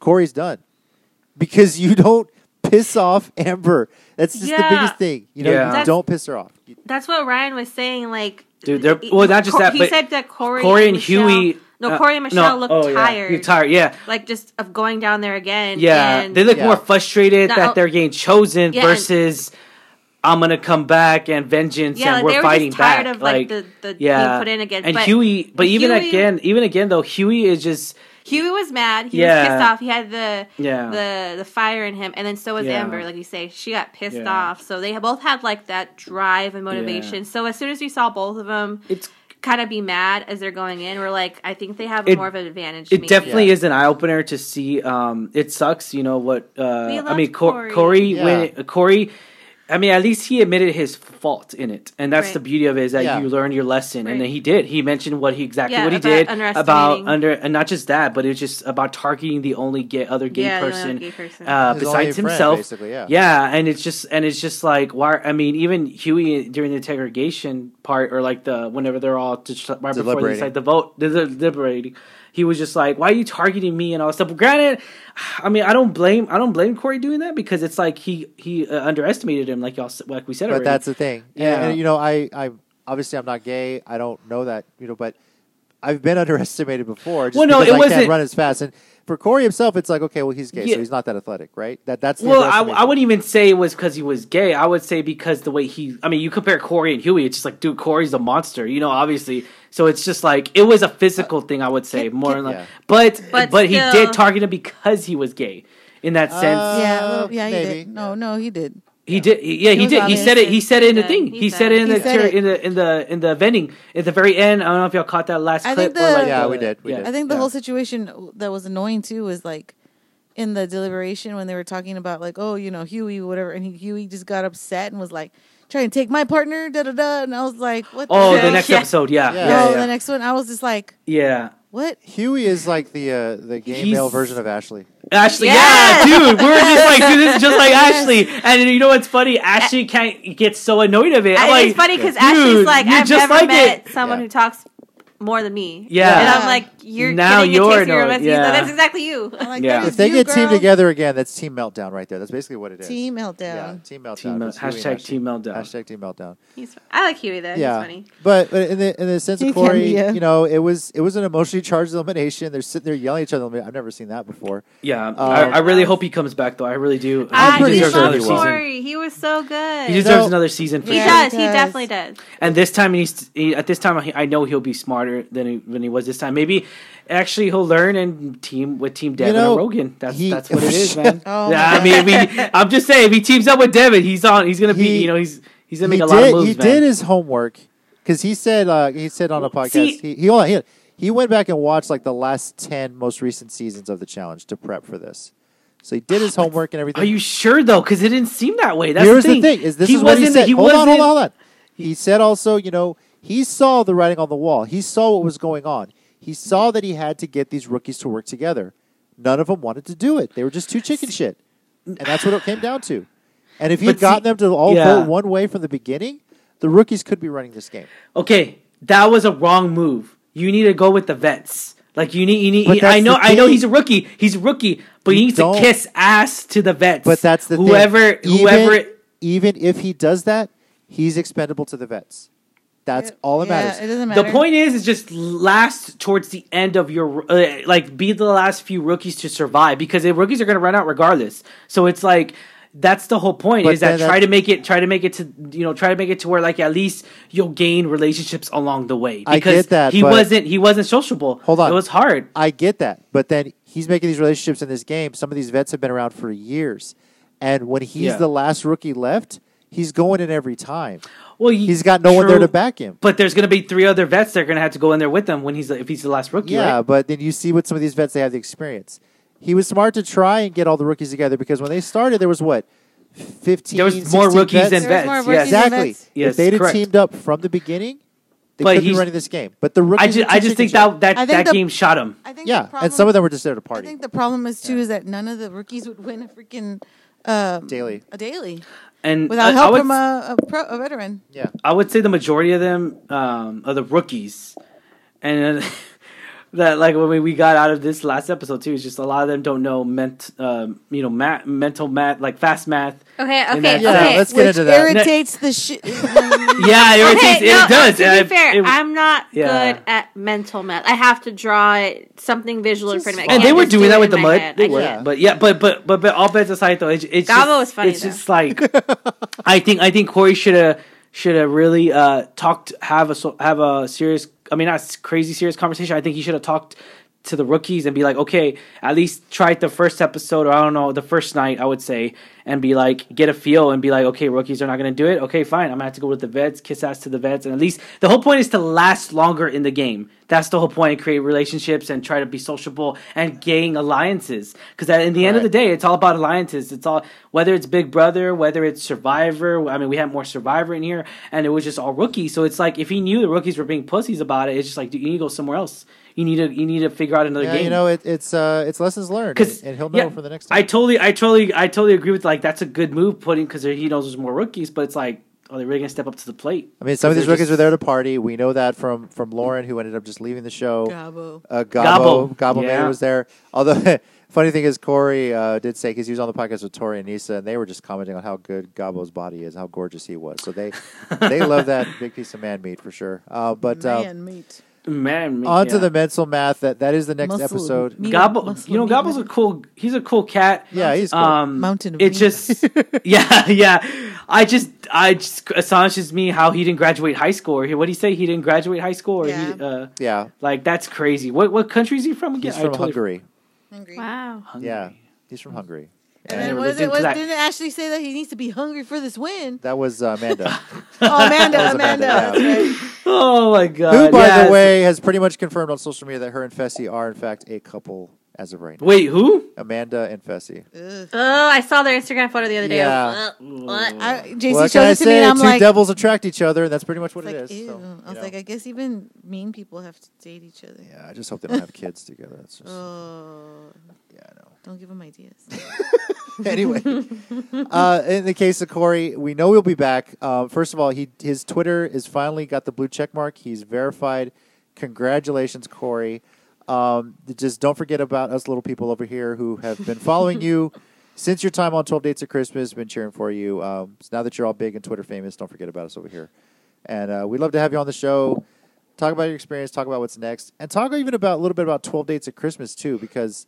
Corey's done because you don't piss off Amber. That's just Yeah. the biggest thing. You know, Yeah. you That's- don't piss her off. You- That's what Ryan was saying. Like, Dude, they're- he- well, not just Co- that, He but said that Corey, Corey and Michelle- Huey. No, uh, Corey and Michelle looked oh, yeah. tired. You're tired. Yeah. Like just of going down there again. Yeah, and- they look Yeah. more frustrated Now- that they're getting chosen Yeah, and- versus I'm gonna come back and vengeance yeah, and like, we're they were fighting just tired back. of like like, the, the yeah, being put in again. and but Huey. But even Huey- again, even again though, Huey is just Huey was mad. He Yeah. was pissed off. He had the Yeah. the the fire in him, and then so was Yeah. Amber. Like you say, she got pissed Yeah. off. So they both had like that drive and motivation. So as soon as we saw both of them it's kind of be mad as they're going in, we're like, I think they have It- more of an advantage. it maybe. definitely Yeah. is an eye opener to see. Um, it sucks, you know what? We Uh, I loved mean, Cor- Corey. Corey, when Yeah. Corey, I mean, at least he admitted his fault in it, and that's Right. the beauty of it is that Yeah. you learn your lesson, and then Right. he did. He mentioned what he exactly Yeah, what he about did about underestimating. under, and not just that, but it's just about targeting the only gay other gay Yeah, the only person, gay person. Uh, His only besides friend, himself. basically, yeah. yeah, and it's just and it's just like why? I mean, even Huey during the interrogation part, or like the whenever they're all just right before they Deliberating. decide the vote, they're deliberating. He was just like, "Why are you targeting me?" and all that stuff. Granted, I mean, I don't blame I don't blame Corey doing that because it's like he he uh, underestimated him, like y'all s- like we said. But already. that's the thing. And- Yeah. and, you know, I, I obviously I'm not gay. I don't know that, you know, but I've been underestimated before. Just Well, no, because it I can't wasn't- run as fast. And for Corey himself, it's like, okay, well, he's gay, Yeah. so he's not that athletic, right? That that's the well, I, I underestimation. wouldn't even say it was because he was gay. I would say because the way he, I mean, you compare Corey and Huey, it's just like, dude, Corey's a monster, you know, obviously. So it's just like it was a physical thing, I would say, more than like, yeah. but but, But he still- did target him because he was gay. In that sense, Uh, yeah, a little- yeah, maybe. he did. No, no, he did. He did. He, yeah, he, was did. He obvious. said it. He said it in the Yeah, thing. he He said said it in it. the He said ter- it. in the in the in the vending at the very end. I don't know if y'all caught that last I clip. think or the- like Yeah, the- we did, we yeah. did. I think the Yeah. whole situation that was annoying too was like in the deliberation when they were talking about like, oh, you know, Huey, whatever, and he, Huey just got upset and was like trying to take my partner, da da da, and I was like, what? Oh, the heck? next Yeah. episode. Yeah, Yeah. No, yeah, the yeah. next one, I was just like, Yeah. what? Huey is like the uh, the gay He's- male version of Ashley. Ashley. Yes! Yeah, dude, we were just like, dude, this is just like Ashley. And you know what's funny? Ashley can't gets so annoyed of it. I'm And like, it's funny because dude, Ashley's like, you're I've just never like met it. someone Yeah. who talks more than me. Yeah. and I'm like, you're Now getting you're a taste of your own annoyed, medicine. He's like, yeah. That's exactly you. I'm like, Yeah. that If If is they you, get girl. teamed together again, that's team meltdown right there. That's basically what it is. team meltdown. yeah, team meltdown. Team mel- That's Huey and hashtag Ashley. team meltdown. Hashtag team meltdown. He's, I like Huey though. yeah, He's funny. but but in the in the sense He of can be, Corey, yeah. you know, it was it was an emotionally charged elimination. They're sitting there yelling at each other. I've never seen that before. Yeah, I, Um, I really hope he comes back though. I really do. I I'm pretty sure he loved he will. Corey. He was so good. He deserves No. another season for he Yeah, sure. does. he He, does. definitely does. And this time, he's he, at this time. he- I know he'll be smarter than he, than he was this time. Maybe actually he'll learn and team with Team Devin know, or Rogan. That's he- that's what it is, man. Oh yeah, my I mean, we, I'm just saying, if he teams up with Devin, he's on. He's gonna be. He- You know, he's he's gonna make he a did. lot of moves. he man. did his homework because he said uh, he said on a podcast see- he he, hold on, he he went back and watched like the last ten most recent seasons of the challenge to prep for this. So he did his homework and everything. Are you sure though? Because it didn't seem that way. That's Here's the thing. is this he is what he wasn't- said. He hold on, wasn't. hold on, hold on. He said also, you know, He saw the writing on the wall. He saw what was going on. He saw that he had to get these rookies to work together. None of them wanted to do it. They were just too chicken shit, and that's what it came down to. And if he But had see- gotten them to all yeah. vote one way from the beginning, the rookies could be running this game. okay, that was a wrong move. You need to go with the vets. Like you need, you need. But I that's know, the I know. thing. He's a rookie. He's a rookie, but he You needs don't- to kiss ass to the vets. But that's the whoever, thing. Even- whoever. even if he does that, he's expendable to the vets. That's all that yeah, matters. It doesn't matter. The point is, is just last towards the end of your uh, like be the last few rookies to survive because the rookies are going to run out regardless. So it's like that's the whole point But is that then try that- to make it try to make it to you know try to make it to where like at least you'll gain relationships along the way. I Because get that, he but- wasn't he wasn't sociable. Hold on. it was hard. I get that, but then he's making these relationships in this game. Some of these vets have been around for years, and when he's Yeah. the last rookie left, he's going in every time. Well, you- He's got no one there true, to back him. But there's going to be three other vets that are going to have to go in there with him when he's if he's the last rookie. Yeah, right? but then you see with some of these vets, they have the experience. He was smart to try and get all the rookies together because when they started, there was what fifteen. there was more 16 rookies vets? than There was vets. more yes. rookies than Exactly. vets. Yes, if they'd have correct. teamed up from the beginning, they But could be he's- running this game. But the rookies, I just were I too just think chicken shit. that that, I think that the- game shot him. I think the yeah, and problem- some of them were just there to I party think the problem is too is that none of the rookies would win a freaking um, daily. a daily And uh, without I- I help would uh, from a, a, pro, a veteran. Yeah, I would say the majority of them um, are the rookies, and then that like when we, we got out of this last episode too, is just a lot of them don't know ment, um, you know, math, mental math, like fast math. Okay, And uh, okay, that- Yeah, okay. let's- get which into that. irritates the shit. Yeah, it, irritates, Mm-hmm. okay, no, it does. To I- be fair, it- I'm not Yeah. good at mental math. I have to draw it, something visual in front of me. I and can't they were just doing do that it with the in my mud. head. They I were, can't. but yeah, but but but but all bets aside though, it's it's just, Gabo was funny, It's though. just like I think I think Corey should have should have really uh talked have a so- have a serious I mean not s- crazy serious conversation. I think he should have talked to the rookies and be like, okay, at least try it the first episode or I don't know the first night I would say, and be like get a feel and be like, okay, rookies are not going to do it. Okay, fine, I'm gonna have to go with the vets, kiss ass to the vets, and at least the whole point is to last longer in the game. That's the whole point. and Create relationships and try to be sociable and gain alliances. Because in the end of the Right. day, it's all about alliances. It's all whether it's Big Brother, whether it's Survivor. I mean, we had more Survivor in here, and it was just all rookies. So it's like if he knew the rookies were being pussies about it, it's just like dude, you need to go somewhere else. You need to you need to figure out another yeah. game. You know, it, it's uh, it's lessons learned, and, 'Cause- and he'll know yeah, for the next time. I totally, I totally, I totally agree with like that's a good move putting because he knows there's more rookies, but it's like are they really gonna step up to the plate? I mean, some of They're these rookies just- are there to party. We know that from from Lauren, who ended up just leaving the show. Gabo. Uh, Gabo, Gabo. Gabo Mayer Yeah. was there. Although, funny thing is, Corey uh, did say because he was on the podcast with Tori and Nisa, and they were just commenting on how good Gabo's body is, how gorgeous he was. So they they love that big piece of man meat for sure. Uh, but um, Man, meat. Man, me- onto yeah. the mental math. That that is the next Muscle episode. meat. Gobble, Muscle you know, meat Gobble's a man. cool. He's a cool cat. Yeah, he's cool. Um, Mountain of It's meat. just, yeah, yeah. I just, I just astonishes me how he didn't graduate high school. Or he, what did he say? He didn't graduate high school, or he, Yeah. uh, Yeah, like that's crazy. What what country is he from again? he's I from totally- Hungary. Hungry. Wow. Hungary. Yeah, he's from Hungary. And Yeah, then we're what is looking it? to What, that. didn't Ashley say that he needs to be hungry for this win? That was uh, Amanda. Oh, Amanda, was Amanda, Amanda. yeah. That's right. Oh my Uh, god. Who, by yes. the way, has pretty much confirmed on social media that her and Fessy are, in fact, a couple as of right now. wait, who? Amanda and Fessy. Ugh. Oh, I saw their Instagram photo the other day. Yeah. Ugh, what? I, JC what can I shows it to me, say? and I'm Two like, devils attract each other, and that's pretty much what it's it like, is. ew. so, I you was know. like, I guess even mean people have to date each other. yeah, I just hope they don't have kids together. That's just, Oh, yeah, I know. don't give them ideas. anyway, uh, in the case of Corey, we know he'll be back. Uh, first of all, he his Twitter is finally got the blue check mark. He's verified. Congratulations, Corey. Um, just don't forget about us little people over here who have been following you since your time on 12 Dates of Christmas, been cheering for you. Um, so now that you're all big and Twitter famous, don't forget about us over here. And uh, we'd love to have you on the show. Talk about your experience, talk about what's next, and talk even about a little bit about 12 Dates of Christmas, too, because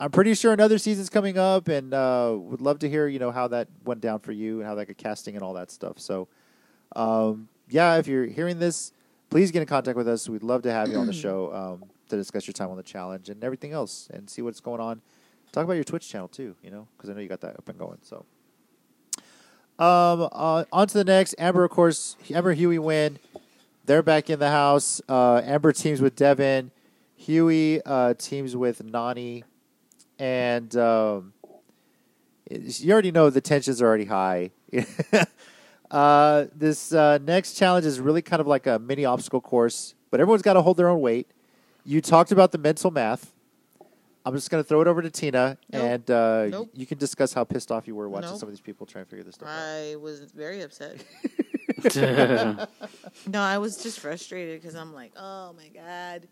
I'm pretty sure another season's coming up, and uh, would love to hear you know how that went down for you and how that got casting and all that stuff. So, um, yeah, if you're hearing this, please get in contact with us. We'd love to have you on the show um, to discuss your time on the challenge and everything else, and see what's going on. Talk about your Twitch channel too, you know, because I know you got that up and going. So, um, uh, on to the next. Amber, of course, Amber Huey win. They're back in the house. Uh, Amber teams with Devin. Huey uh, teams with Nani and um, it's- you already know the tensions are already high. Uh, this uh, next challenge is really kind of like a mini obstacle course, but everyone's got to hold their own weight. You talked about the mental math. I'm just going to throw it over to Tina, Nope. and uh, Nope. you can discuss how pissed off you were watching Nope. some of these people try and figure this stuff out. I was very upset. yeah, No, I was just frustrated because I'm like, oh my god,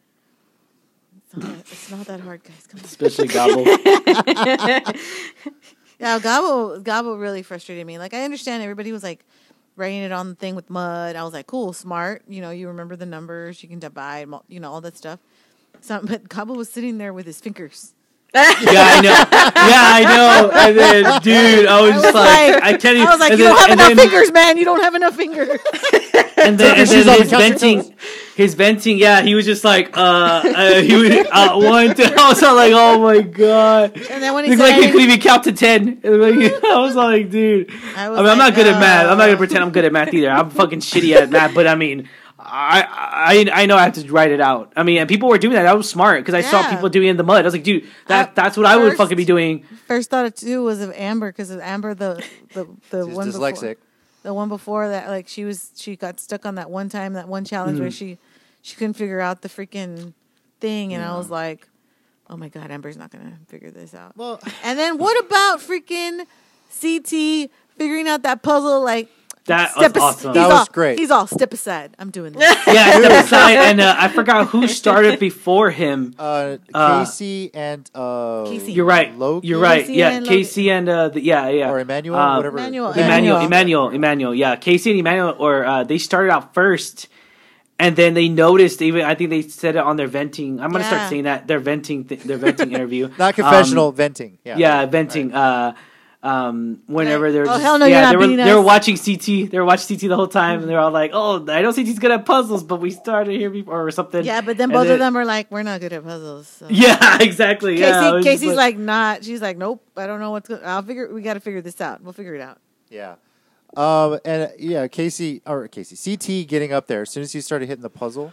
it's not that, it's not that hard, guys. Come on. especially gobble. Yeah, Gobble Gobble really frustrated me. Like I understand everybody was like writing it on the thing with mud. I was like, cool, smart. You know, you remember the numbers, you can divide, mul- you know, all that stuff. So, but Gobble was sitting there with his fingers. Yeah, I know. Yeah, I know. And then, dude, I was, was just like, like- I can't. I even- was like, and you then- don't have and enough then- fingers, man. You don't have enough fingers. And then, and She's then on his the couch. venting, his venting. Yeah, he was just like, uh, uh he was uh, one. Two, I was all like, oh my god. and then when he He's said, like, he anything- could even count to ten. And like, I was all like, dude. I I was mean, I'm like, not good uh, at math. I'm not gonna pretend I'm good at math either. I'm fucking shitty at math. But I mean, I I I know I have to write it out. I mean, and people were doing that. I was smart because I saw Yeah. people doing it in the mud. I was like, dude, Uh, that that's what I would first- fucking be doing. first thought it too was of Amber because of Amber the the the one She's before- dyslexic. the one before that like she was she got stuck on that one time that one challenge where Mm. she she couldn't figure out the freaking thing and i was like oh my god amber's not gonna figure this out Well, and then what about freaking ct figuring out that puzzle like That was step as- awesome. he's That was all- great. he's all step aside i'm doing this Yeah, step aside, and uh, I forgot who started before him. uh, Uh, Casey and uh, Casey. You're right. Logan? You're right. Casey yeah, and Logan. Casey and uh, the, yeah, yeah, or Emmanuel, Um, whatever. Emmanuel. Okay. Emmanuel, Emmanuel. Emmanuel, Emmanuel. Yeah, Casey and Emmanuel, or uh, they started out first, and then they noticed. Even I think they said it on their venting. I'm gonna Yeah. start saying that their venting, th- their venting interview, Not confessional venting. Yeah. Um, yeah, venting. Uh, um, whenever Right. they're Oh, just- hell no, you're yeah, not they were beating they were us. watching CT. They were watching CT the whole time, and they're all like, "Oh, I know CT's good at puzzles, but we started here before or something." yeah but then And both of them are like we're not good at puzzles so. Yeah, exactly. Casey, yeah, I was just Casey's like, not. She's like, nope. I don't know what's. Go- I'll figure. We got to figure this out. We'll figure it out. Yeah. Um, and uh, yeah, Casey or Casey CT getting up there as soon as he started hitting the puzzle,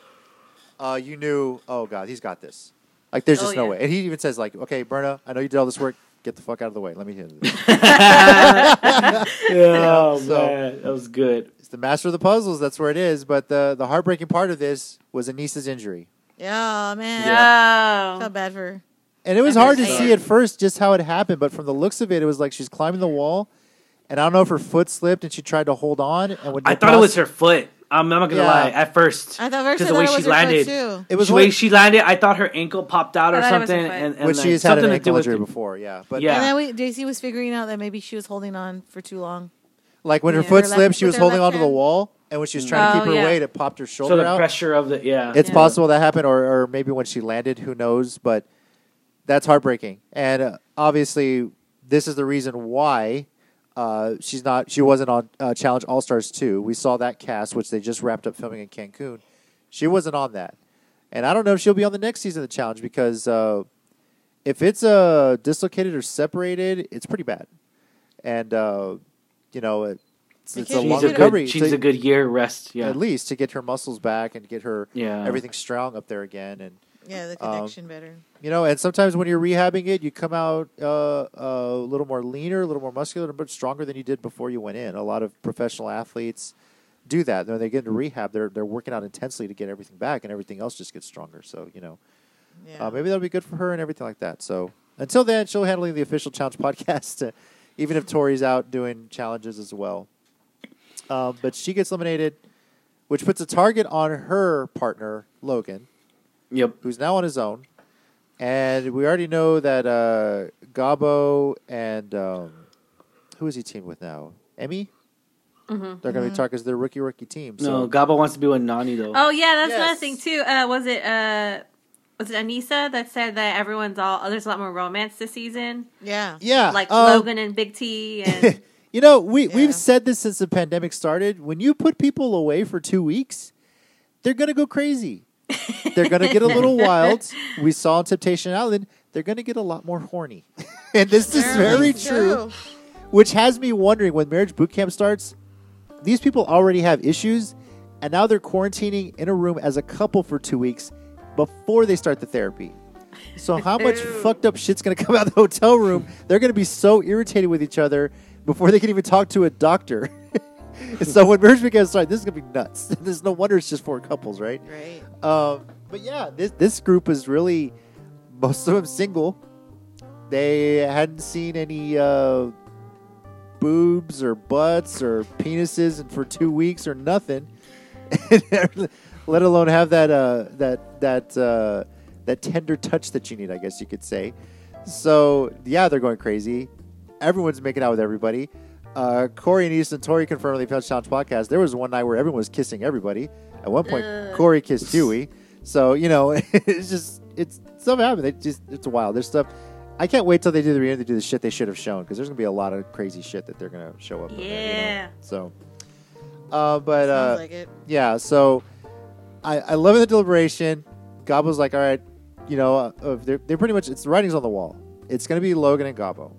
uh, you knew, oh god, he's got this. Like there's Oh, just no yeah. way. And he even says like, okay, Berna, I know you did all this work. Get the fuck out of the way. Let me hit it. Yeah, oh, so- man, that was good. it's the master of the puzzles. That's where it is. But the the heartbreaking part of this was Anissa's injury, Yeah, man. I No. felt bad for. her. and it was That hard to hurts. see at first just how it happened. But from the looks of it, it was like she's climbing the wall, and I don't know if her foot slipped and she tried to hold on. And when I the thought it cross- was her foot. I'm, I'm not gonna Yeah. lie. At first, I thought first I because thought the way it was she her foot, landed, too. It was the what- way she landed. I thought her ankle popped out I or thought it was something, her foot. and, and which like, she has had something an to do ankle with injury the- before. Yeah, but Yeah. And then we, JC was figuring out that maybe she was holding on for too long. Like when her Yeah. foot Her left- slipped, she with was her holding left onto the hand. wall, and when she was trying to Oh, keep her yeah. weight, it popped her shoulder So the out. pressure of the yeah, It's Yeah. possible that happened, or, or maybe when she landed, who knows? But that's heartbreaking, and uh, obviously, this is the reason why uh, she's not. She wasn't on uh, Challenge All Stars two. We saw that cast, which they just wrapped up filming in Cancun. She wasn't on that, and I don't know if she'll be on the next season of the Challenge because uh, if it's uh, dislocated or separated, it's pretty bad, and uh, you know it, it's, it's a Vacation. long she's a recovery. good It's she's a- a good year rest. Yeah, at least to get her muscles back and get her Yeah. everything strong up there again and Yeah, the Um, connection better. you know and sometimes when you're rehabbing it you come out uh, a little more leaner a little more muscular but stronger than you did before you went in a lot of professional athletes do that when they get into rehab they're, they're working out intensely to get everything back and everything else just gets stronger so you know Yeah. uh, maybe that'll be good for her and everything like that so until then she'll handling the official challenge podcast uh, even if tori's out doing challenges as well um, but she gets eliminated which puts a target on her partner logan yep. who's now on his own. And we already know that uh, Gabo and um, who is he teamed with now? Emmy? Mhm. They're going to be talking because they're rookie rookie team. So No, Gaba wants to be with Nani though. Oh yeah, that's another Yes. thing too. Uh, was it uh, was it Anissa that said that everyone's all oh, there's a lot more romance this season, yeah. yeah, like um, Logan and Big T and you know, we Yeah. we've said this since the pandemic started. When you put people away for two weeks, they're going to go crazy. they're going to get a little wild. We saw on Temptation Island. They're going to get a lot more horny, and this is very true. which has me wondering when marriage boot camp starts these people already have issues and now they're quarantining in a room as a couple for two weeks before they start the therapy so how much fucked up shit's gonna come out of the hotel room they're gonna be so irritated with each other before they can even talk to a doctor so when marriage began, sorry, this is gonna be nuts. There's no wonder it's just four couples, right? Right. Um, but yeah, this this group is really most of them single. They hadn't seen any uh, boobs or butts or penises and for two weeks or nothing, let alone have that uh, that that uh, that tender touch that you need. I guess you could say. So yeah, they're going crazy. Everyone's making out with everybody. Uh, Corey and Easton Tori confirmed on the Punch Challenge podcast. There was one night where everyone was kissing everybody. At one point, Ugh. Corey kissed Dewey. So you know, it's just it's stuff happened. It just it's wild. There's stuff. I can't wait till they do the reunion to do the shit they should have shown because there's gonna be a lot of crazy shit that they're gonna show up. on there, you know? Yeah. So, uh, but uh, Sounds like it. yeah, so I, I love the deliberation. Gobbo's like, all right, you know, uh, uh, they're, they're pretty much, it's the writing's on the wall. It's going to be Logan and Gobbo.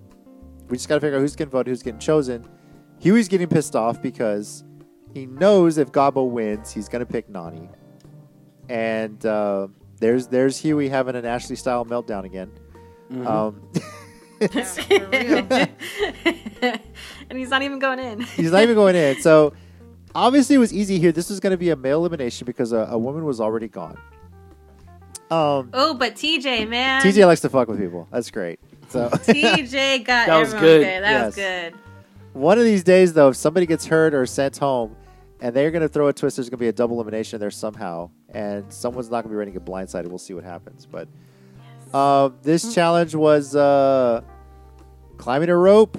We just got to figure out who's getting voted, who's getting chosen. Huey's getting pissed off because he knows if Gobbo wins, he's going to pick Nani. And uh, there's there's Huey having an Ashley style meltdown again. Mhm. Um, Yeah, and he's not even going in. He's not even going in. So obviously, it was easy here. This was going to be a male elimination because a, a woman was already gone. Um, oh, but TJ, man. TJ likes to fuck with people. That's great. So TJ got That was everyone good. That was Yes. good. one of these days, though, if somebody gets hurt or sent home, and they're going to throw a twist, there's going to be a double elimination there somehow, and someone's not going to be ready to get blindsided. We'll see what happens. But um, this challenge was uh, climbing a rope,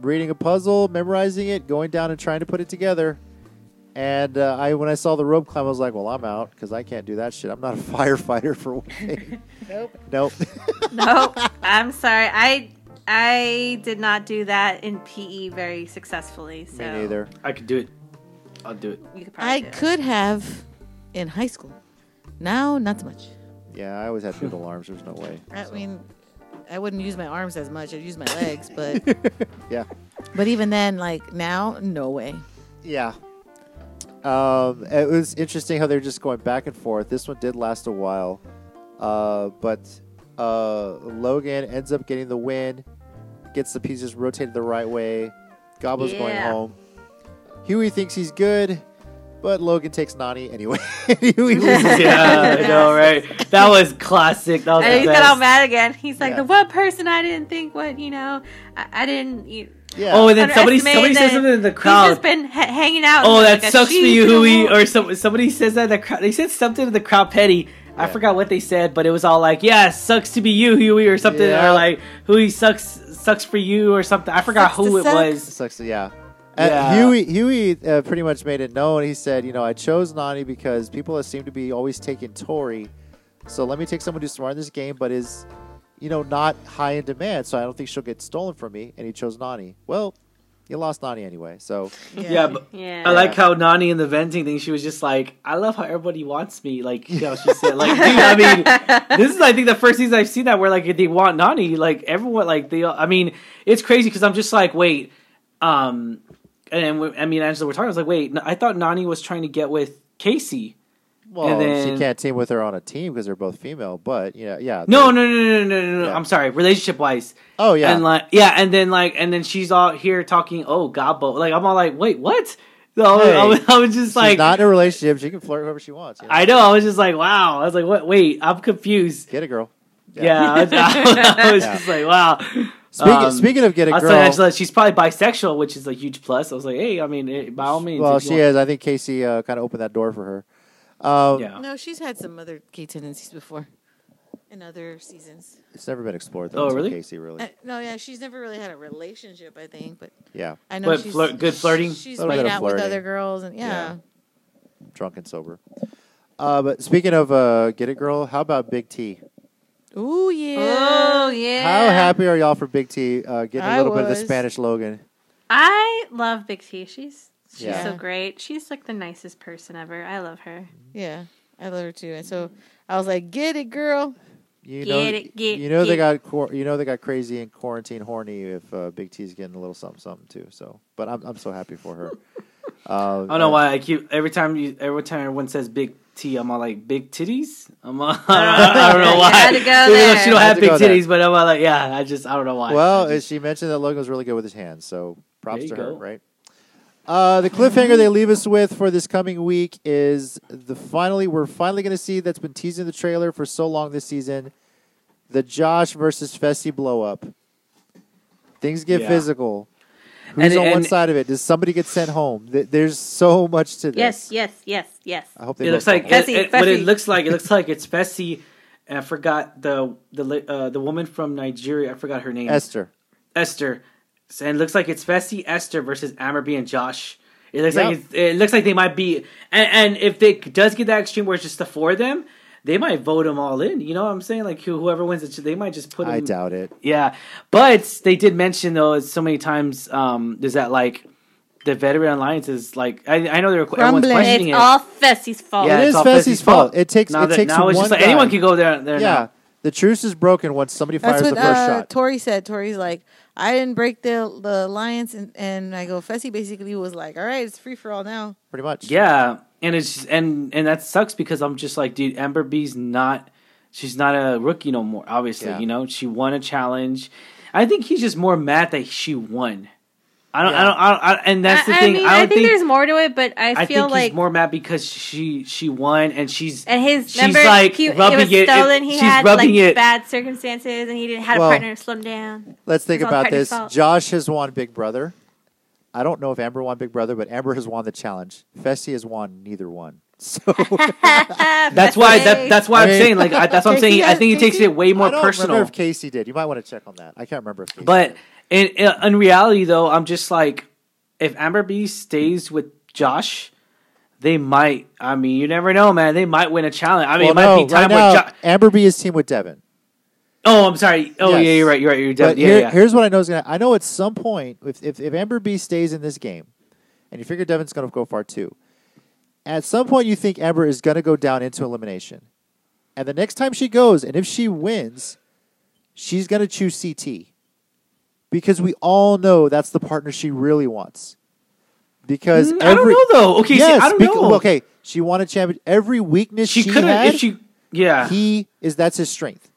reading a puzzle, memorizing it, going down and trying to put it together. And uh, I, when I saw the rope climb, I was like, "Well, I'm out because I can't do that shit. I'm not a firefighter for one thing." Nope. nope. Nope. I'm sorry. I I did not do that in PE very successfully. So Me neither. I could do it. I'll do it. You could probably I do it. could have in high school. Now, not so much. Yeah, I always had to do the alarms. There's no way. I so. mean, I wouldn't use my arms as much. I'd use my legs, but yeah, but even then, like now, no way. yeah. Um, it was interesting how they're just going back and forth. This one did last a while, uh, but uh, Logan ends up getting the win, gets the pieces rotated the right way. Gobbo's going Yeah. home. Huey thinks he's good, but Logan takes Nani anyway. Huey loses. yeah, I know, right? That was classic. That was And the he got all best. mad again. He's like, Yeah. the one person I didn't think what you know, I, I didn't. You, Yeah. Oh, and then somebody underestimate somebody says that something in the He's crowd. just been ha- hanging out. Oh, in, that like, a sucks for sheet you, in a Huey. wall. Or some, somebody says that in the crowd. They said something to the crowd petty. I Yeah. forgot what they said, but it was all like, "Yeah, sucks to be you, Huey," or something, Yeah. or like, "Huey sucks, sucks for you," or something. I forgot Sucks to who it suck. was. Sucks. Yeah. Yeah. Uh, Huey Huey uh, pretty much made it known. He said, you know, I chose Nani because people seem to be always taking Tori, so let me take someone who's smart in this game, but is, you know, not high in demand. So I don't think she'll get stolen from me. And he chose Nani. Well, you lost Nani anyway. So Yeah, but Yeah. I like how Nani in the venting thing. She was just like, "I love how everybody wants me." Like, you know, she said, "Like, dude, I mean, this is I think the first season I've seen that where like they want Nani, like everyone, like they. I mean, it's crazy because I'm just like, wait, um, and we, I mean, Angela, we're talking. I was like, wait, I thought Nani was trying to get with Casey. well, then- she can't team with her on a team because they're both female. But you know, yeah. No, they- no, no, no, no, no, no. no. Yeah. I'm sorry, relationship wise. Oh yeah. And like, yeah, and then like, and then she's all here talking. Oh, Gobbo. Like, I'm all like, wait, what? So I was- I, Hey, was, I was just She's like, not in a relationship. She can flirt whoever she wants. You know? I know. I was just like, wow. I was like, what? Wait, I'm confused. get a girl. Yeah, I was, I was Yeah. just like, wow. Speaking, Um, speaking of get a I was girl, telling Angela she's probably bisexual, which is a huge plus. I was like, hey, I mean, it, by all means. well, if you she want- is. I think Casey uh, kind of opened that door for her. Um, Yeah. No, she's had some other gay tendencies before in other seasons. It's never been explored. Oh, Though, until really? Casey, really? Uh, no, yeah, she's never really had a relationship, I think, but Yeah, I know But she's flirt- good flirting? She's Little bit made of out with flirting. other girls, and yeah, drunk and sober. Uh, but speaking of uh, get it, girl, how about Big T? ooh yeah, Uh. Oh yeah. How happy are y'all for Big T uh, getting a I little bit of the was. Spanish Logan? I love Big T. She's she's Yeah. so great. She's like the nicest person ever. I love her. yeah. I love her too, and so I was like, "Get it, girl." You Get know, it, get- you know they got get quar- you know they got crazy and quarantine horny if uh, Big T's getting a little something something too. So, but I'm I'm so happy for her. Uh, I don't know why I keep every time you every time everyone says big T, I'm all like big titties. I'm all, I don't know why. You had to go Even though there. She don't Had have to big go there. titties, but I'm all like, yeah. I just I don't know why. Well, I just- she mentioned that Logan was really good with his hands, so props There to you her, go. right? Uh, the cliffhanger they leave us with for this coming week is the finally we're finally going to see that's been teasing the trailer for so long this season, the Josh versus Fessy blow up. Things get Yeah. physical. Who's And- on one and- side of it? Does somebody get sent home? Th- There's so much to this. Yes, yes, yes, yes. I hope they. It both looks like go home. it, Fessy, it- what it Fessy. looks like. It looks like it's Fessy. And I forgot the the li- uh, the woman from Nigeria. I forgot her name. Esther. Esther. So it looks like it's Fessy Esther versus Amerby and Josh. It looks Yep. like it's, it looks like they might be, and, and if they does get that extreme where it's just the four of them, they might vote them all in. You know what I'm saying? Like who- whoever wins it, they might just put. I them- doubt it. Yeah, but they did mention though it's so many times um, is that like the veteran alliance is like I, I know they're everyone's Crumbling. questioning It's it. all Fessy's fault. Yeah. It is all Fessy's fault. It takes- now it takes now it's one just like guy. anyone can go there. there Yeah, now. the truce is broken once somebody fires That's what the first uh, shot. Tori said. Tori's like, I didn't break the the alliance, and, and I go. Fessy basically was like, all right, it's free for all now. pretty much. Yeah, and it's just- and and that sucks because I'm just like, dude, Amber B's not, she's not a rookie no more. Obviously, Yeah. you know, she won a challenge. I think he's just more mad that she won. I don't, Yeah. I don't, I don't, I, and that's the I, thing. I mean, I I, don't think, there's more to it, but I I feel think like he's more mad because she she won and she's and his she's number like he, it rubbing was it- it- stolen. he she's had like rubbing it. bad circumstances, and he didn't had Well- a partner to slow him down. Let's think It's all about Partner's this. fault. Josh has won Big Brother. I don't know if Amber won Big Brother, but Amber has won the challenge. Fessy has won neither one. So that's why that, that's why I I'm mean- saying like I, that's what I'm Casey saying. I has- think he takes Casey- it way more I don't personal. remember if Casey did. You might want to check on that. I can't remember if Casey But did. in, in in reality, though, I'm just like, if Amber B stays with Josh, they might. I mean, you never know, man. They might win a challenge. I mean, Well, it might no, be time right now, with Josh. Amber B is team with Devin. Oh, I'm sorry. Oh, yeah, Yes. you're right. You're right. You're But definitely. here, yeah, yeah. here's what I know is going to I know at some point, if, if, if Amber B stays in this game, and you figure Devin's going to go far too, at some point you think Amber is going to go down into elimination. And the next time she goes, and if she wins, she's going to choose CT. Because we all know that's the partner she really wants. Because Mm, every, I don't know though. Okay, see, yes, I don't bec- know. okay, she won a champion. Every weakness she, she, could had, have if she. Yeah. he is that's his strength.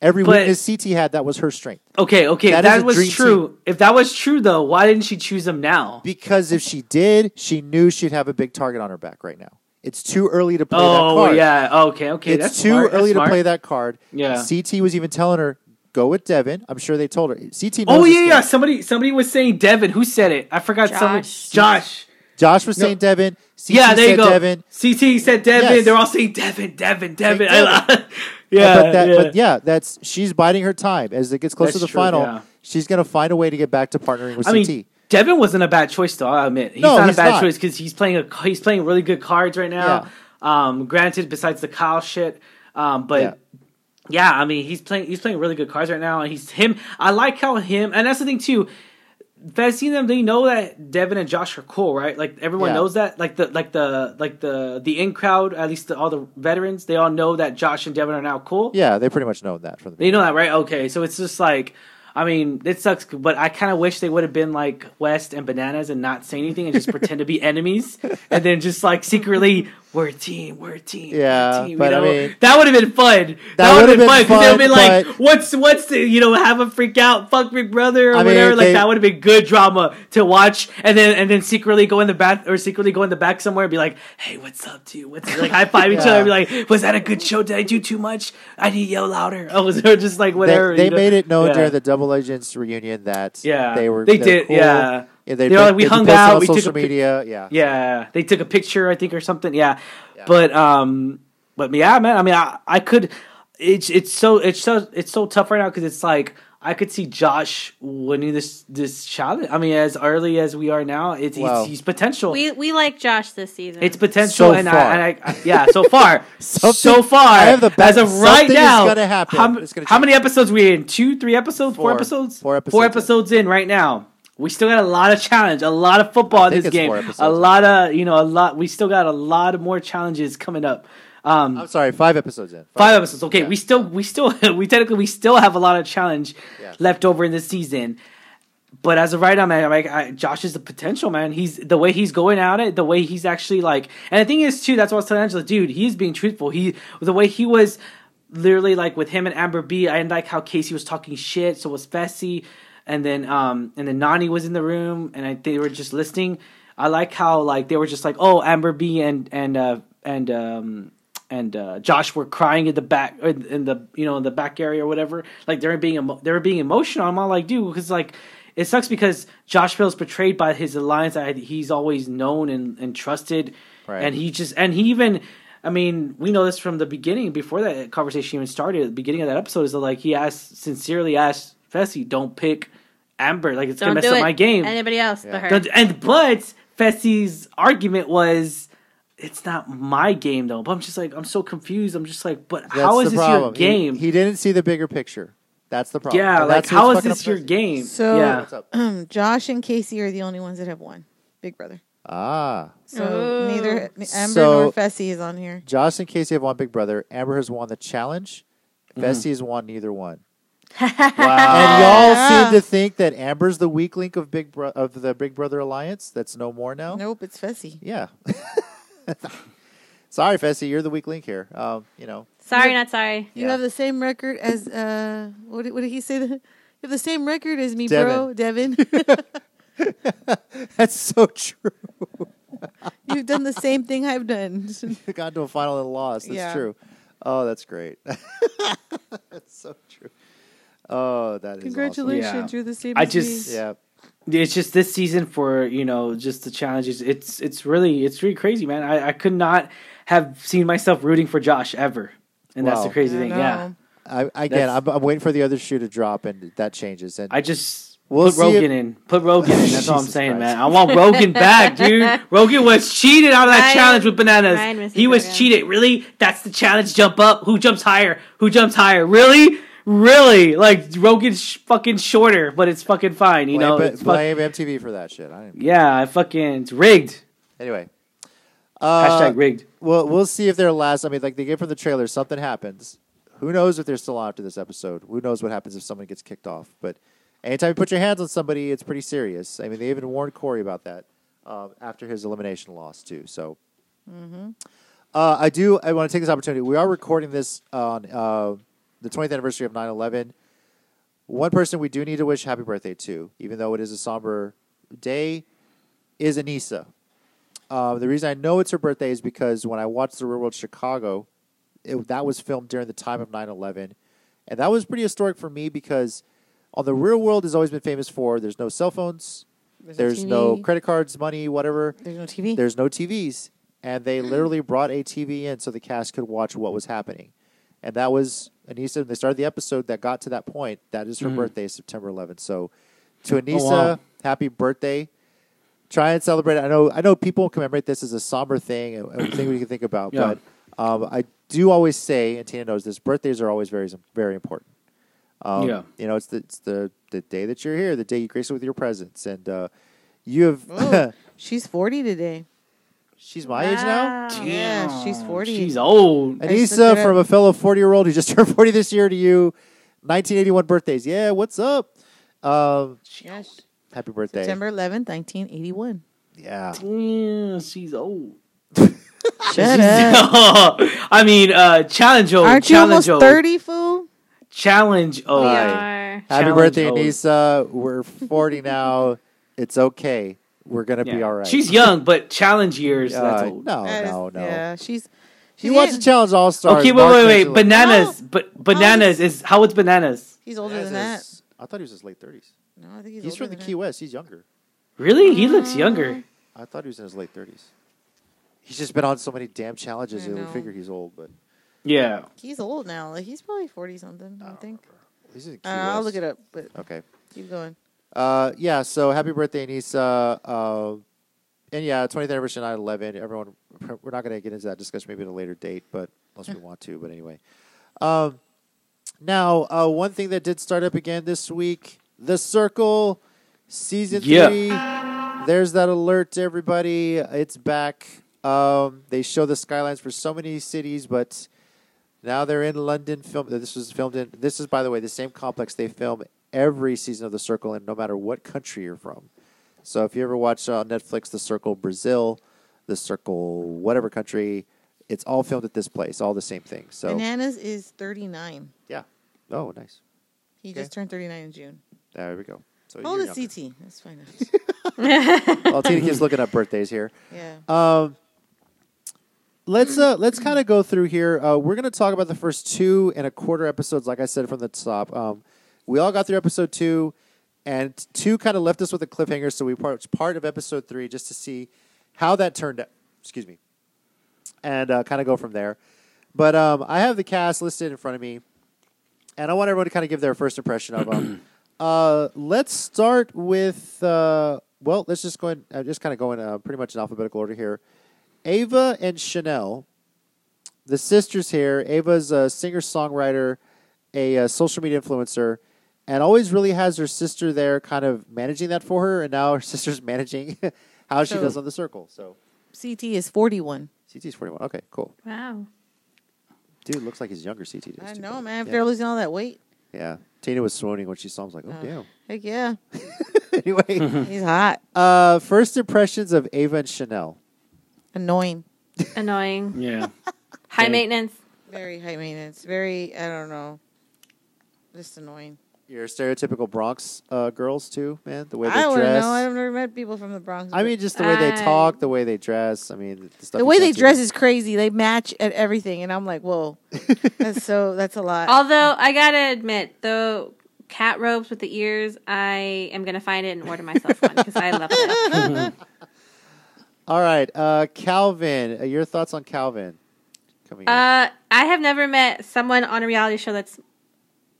Every But- weakness CT had, that was her strength. okay. Okay. That That, is that a was dream true. If that was true, though, why didn't she choose him now? Because if she did, she knew she'd have a big target on her back right now. It's too early to play that Oh card. yeah. Okay. Okay. it's that's too smart, that's early to smart. play that card. Yeah. CT was even telling her, go with Devin. I'm sure they told her. CT knows Oh this yeah, game. yeah. Somebody, somebody was saying Devin. Who said it? I forgot. Someone. Josh. Josh. Josh was No. saying Devin. CT yeah, there said you go. Devin. CT said Devin. Yes. They're all saying Devin, Devin, Devin. Devin. I lo- yeah, but that, yeah. but yeah, that's she's biding her time as it gets close That's to the true, final. yeah. She's gonna find a way to get back to partnering with I CT. mean, Devin wasn't a bad choice, though. I admit he's No, not he's a bad not. choice because he's playing a he's playing really good cards right now. Um, granted, besides the Kyle shit, um, but. Yeah. Yeah. I mean he's playing he's playing really good cards right now, and he's him. I like how him, and that's the thing too. Fessy and them, they know that Devin and Josh are cool, right? Like everyone Yeah. knows that. Like the like the like the the in crowd, at least the, all the veterans, they all know that Josh and Devin are now cool. yeah, they pretty much know that from the You know that, right? Okay, so it's just like, I mean, it sucks, but I kind of wish they would have been like West and Bananas and not say anything and just pretend to be enemies, and then just like secretly, we're a team, we're a team, we're a Yeah, team," but I mean- that would have been fun. That, would have been fun because they'd have been but- like, what's what's the, you know have a freak out, fuck Big Brother or I mean, whatever. like they- that would have been good drama to watch, and then and then secretly go in the bath or secretly go in the back somewhere and be like, hey, what's up, dude? What's like high five each Yeah. other and be like like, was that a good show? Did I do too much? I need to yell louder. Oh, was there just like whatever? They, they you know? made it known Yeah. during the Double Legends reunion that Yeah. they were They they're did, yeah. they, They were like, "We they hung posted out, on we took social a pic- media. Yeah, Yeah, they took a picture, I think, or something. Yeah, Yeah. but um, but yeah, man. I mean, I I could. It's it's so it's so it's so tough right now because it's like I could see Josh winning this this challenge. I mean, as early as we are now, it's Wow. he's, he's potential. We we like Josh this season. it's So potential, and, far. I, and I, I- yeah, so far, so Something- far, I have the as bet- of right something is now, gonna happen. How, m- It's gonna how change. many episodes we in? Two, three episodes, four, Four. episodes, Four four episodes episodes in right now. We still got a lot of challenge, a lot of football I in think this it's game, four episodes. a lot of you know, a lot. We still got a lot of more challenges coming up. Um, I'm sorry, five episodes in. five episodes. Okay, Yeah. we still, we still, we technically, we still have a lot of challenge Yeah. left over in this season. But as of right now, man, I'm like I, Josh is the potential man. He's the way he's going at it, the way he's actually like. And the thing is, too, that's what I was telling Angela, dude. He's being truthful. He the way he was literally like with him and Amber B. I didn't like how Casey was talking shit. So was Fessy, and then um and then Nani was in the room, and I they were just listening. I like how like they were just like, oh, Amber B and and uh, and um, and uh, Josh were crying in the back in, in the you know in the back area or whatever. Like they were being emo- they were being emotional. I'm all like, dude, because like it sucks because Josh feels betrayed by his alliance that he's always known and, and trusted, Right. and he just and he even. I mean, we know this from the beginning. Before that conversation even started, at the beginning of that episode is that, like he asked, sincerely asked Fessy, "Don't pick Amber. Like it's Don't gonna mess do up it. my game." Anybody else but her? Don't- and but Fessy's argument was it's not my game though. But I'm just like I'm so confused. I'm just like, but That's how the is this your problem. He- game? He, didn't see the bigger picture. That's the problem. yeah, And like that's what's how is fucking this your upsetting. game? So- yeah, What's up? Josh and Casey are the only ones that have won Big Brother. Ah, So Uh. Ooh. neither Amber So- nor Fessy is on here. Josh and Casey have won Big Brother. Amber has won the challenge. Mm-hmm. Bessie has won neither one. And y'all Yeah. seem to think that Amber's the weak link of Big Bro- of the Big Brother alliance. That's no more now. Nope, it's Fessy. Yeah. Sorry, Fessy, you're the weak link here. Um, you know, Sorry, not sorry. You Yeah. have the same record as uh, what did, what did he say? you have the same record as me, bro, Devin. that's so true. You've done the same thing I've done. Got to a final and lost. That's Yeah. true. Oh, that's great. that's so true. Oh, that is awesome. Congratulations, Yeah. you're the same. I as me. just- Yeah. it's just this season for you know just the challenges. It's it's really it's really crazy, man. I, I could not have seen myself rooting for Josh ever, and that's the Wow. crazy I thing. know. Yeah, I, again, That's- I'm, I'm waiting for the other shoe to drop, and that changes. And I just. We'll put see if- Rogan in. Put Rogan in. That's all I'm Jesus saying, Christ. man. I want Rogan back, dude. Rogan was cheated out of that Ryan- challenge with bananas. Ryan misses he was Rogan. cheated. Really? That's the challenge. Jump up. Who jumps higher? Who jumps higher? Really? Really? Like Rogan's sh- fucking shorter, but it's fucking fine. You blame, know? but- It's fuck- blame MTV for that shit. I didn't, yeah, I fucking it's rigged. anyway, Hashtag uh, rigged. we'll we'll see if they're last. I mean, like they get from the trailer, something happens. Who knows if they're still on after this episode? Who knows what happens if someone gets kicked off? But anytime you put your hands on somebody, it's pretty serious. I mean, they even warned Corey about that um, after his elimination loss too. So. Uh, I do. I want to take this opportunity. We are recording this on uh, the 20th anniversary of 9 11. One person we do need to wish happy birthday to, even though it is a somber day, is Anissa. Um, the reason I know it's her birthday is because when I watched The Real World Chicago, it, that was filmed during the time of 9 11. And that was pretty historic for me because on The Real World has always been famous for there's no cell phones, There's there's, no no TV. credit cards, money, whatever. There's no TV. There's no TVs, and they literally brought a TV in so the cast could watch what was happening. And that was Anissa. They started the episode that got to that point. That is her birthday, September 11th. So, to Anissa, wow. happy birthday! Try and celebrate. it. I know. I know people commemorate this as a somber thing, and and a thing we can think about. Yeah. But um, I do always say, and Tina knows this: birthdays are always very, very important. Um, Yeah. You know, it's the it's the the day that you're here, the day you grace it with your presence, and uh, you have. Oh, she's forty today. she's my age now. Wow. Yeah, she's forty. She's old. I just looked Anissa it from up. a fellow 40 year old who just turned 40 this year to you. 1981 birthdays. Yeah, what's up? Um, Yes. happy birthday. September eleventh, nineteen eighty-one. Yeah. Yeah, she's old. Shut up. I mean, uh, challenge old. Aren't you challenge almost old. thirty, fool? Challenge oh, old. We Hi. are. Happy Challenge birthday, old. Anissa. We're 40 now. It's okay. We're going to be Yeah. all right. She's young, but challenge years. Uh, that's old. No, That is- no, no. Yeah, she's. she's You watch the Challenge All Stars. Okay, wait, wait, wait. Bananas, Oh, but bananas How is how it's bananas. He's older than that. I thought he was his late 30s. No, I think he's, He's older from the than Key West. He's younger. Really, he looks Uh, younger. I thought he was in his late 30s. He's just been on so many damn challenges. I You know. would figure he's old, but Yeah, that. He's old now. Like he's probably forty something. Oh, I think. he's in Key Uh, I'll look it up, but Okay. keep going. Uh, yeah, so happy birthday, Anissa. Uh, and yeah, 20th anniversary 9 11. Everyone, we're not going to get into that discussion maybe at a later date, but unless we want to. But anyway. Um, now, uh, one thing that did start up again this week The Circle, season Yeah. three. There's that alert, everybody. It's back. Um, they show the skylines for so many cities, but now they're in London. Film. This was filmed in. This is, by the way, the same complex they film every season of The Circle in, no matter what country you're from. So if you ever watch on Netflix The Circle Brazil, The Circle whatever country, it's all filmed at this place, all the same thing. So Bananas is thirty-nine. yeah. Oh, nice. He Okay. just turned thirty-nine in June. Oh, There we go. So How old you're is younger. CT? That's fine. Well, Tina keeps looking up birthdays here. yeah. Um, let's uh, let's kind of go through here. Uh, we're going to talk about the first two and a quarter episodes, like I said from the top. Um, we all got through episode two, and two kind of left us with a cliffhanger, so we part part of episode three just to see how that turned out. Excuse me, and uh, kind of go from there. But um, I have the cast listed in front of me, and I want everyone to kind of give their first impression of them. uh, let's start with uh, well, let's just go ahead, uh, just kind of go in uh, pretty much in alphabetical order here. Ava and Chanel, the sisters here. Ava's a singer songwriter, a uh, social media influencer, and always really has her sister there, kind of managing that for her. And now her sister's managing how she So- does on the circle. So CT is 41. CT's forty-one. Okay, cool. Wow. Dude looks like he's younger. CT. does, I too, know, doesn't man. If he? they're losing all that weight, Yeah. yeah. Tina was swooning when she saw him. I was like, Uh. oh, heck yeah. damn. anyway, He's hot. uh, first impressions of Ava and Chanel. Annoying. Annoying. Yeah. High Dang. maintenance. Very high maintenance. Very, I don't know. Just annoying. Your stereotypical Bronx uh, girls, too, man. The way they I don't dress. know. I've never met people from the Bronx. I but- mean, just the way they I- talk, the way they dress. I mean, the, stuff the you way said they too. dress is crazy. They match at everything, and I'm like, whoa, that's so that's a lot. Although I gotta admit, the cat robes with the ears, I am gonna find it and order myself one because I love it. All right, uh, Calvin. Uh, your thoughts on Calvin coming? up. Uh, I have never met someone on a reality show that's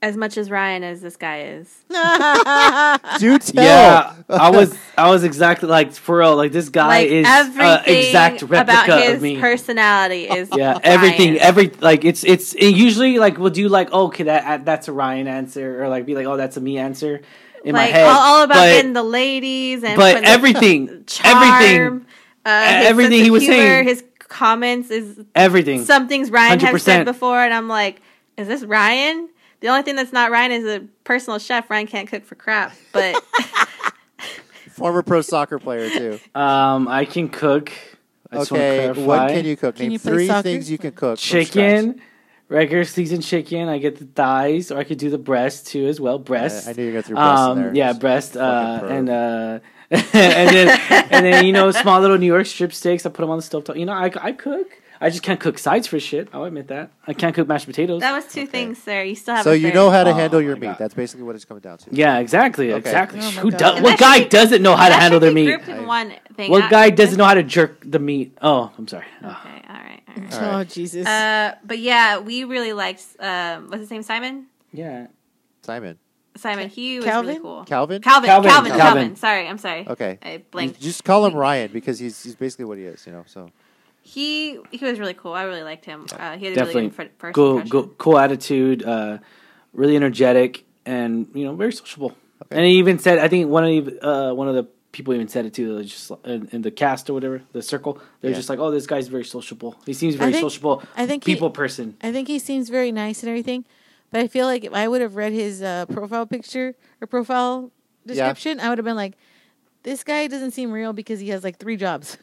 as much as Ryan as this guy is. Uh, Do tell. Yeah, I was I was exactly like for real. Like this guy like is everything uh, exact replica about his of me. personality is yeah, everything, Ryan. every like it's it's and usually like we'll do like oh, okay that uh, that's a Ryan answer or like be like oh that's a me answer in my like head. all, all about but, getting the ladies and but putting the everything, charm, uh, his sense everything of he was humor, saying. his comments is everything, everything. some things Ryan has said 100%. before, and I'm like, is this Ryan? The only thing that's not Ryan is a personal chef. Ryan can't cook for crap, but Former pro soccer player too. Um, I can cook. I just okay, want to what can you cook? Can Name you play three soccer? things you can cook. from scratch. chicken? Regular season chicken. I get the thighs, or I could do the breast too as well. Breast. I, I knew you were going to throw breast in um, there. yeah, breast, uh, Fucking perv. and uh, and then and then you know small little New York strip steaks. I put them on the stove top. You know, I I cook. I just can't cook sides for shit. I'll admit that. I can't cook mashed potatoes. that was two things, sir. You still have. So a you third. know how to Oh handle your my meat. God. That's basically what it's coming down to. yeah, exactly, Okay. exactly. Oh my Who God. does? And What that guy should be- doesn't know how to That should handle their be meat? grouped in one thing. What not- guy doesn't know how to jerk the meat? Oh, I'm sorry. Oh. Okay, all right. All right. All oh right. Jesus, Uh, but yeah, we really liked. Um, what's his name? Simon. Yeah. Simon, Simon. He was Calvin? really cool. Calvin, Calvin. Calvin, Calvin. Calvin. Calvin. Sorry, I'm sorry. Okay. I You blanked. just call him Ryan because he's he's basically what he is, you know. So He he was really cool. I really liked him. Uh, he had a Definitely. really good fir- first Cool, impression. cool, cool attitude. Uh, really energetic, and you know, very sociable. And he even said, I think one of the, uh, one of the people even said it too. they Just uh, in, in the cast or whatever, the circle, they're Yeah. just like, "Oh, this guy's very sociable. He seems very think- sociable. I think he- people person." I think he seems very nice and everything, but I feel like if I would have read his uh, profile picture or profile description, I would have been like, this guy doesn't seem real because he has like three jobs.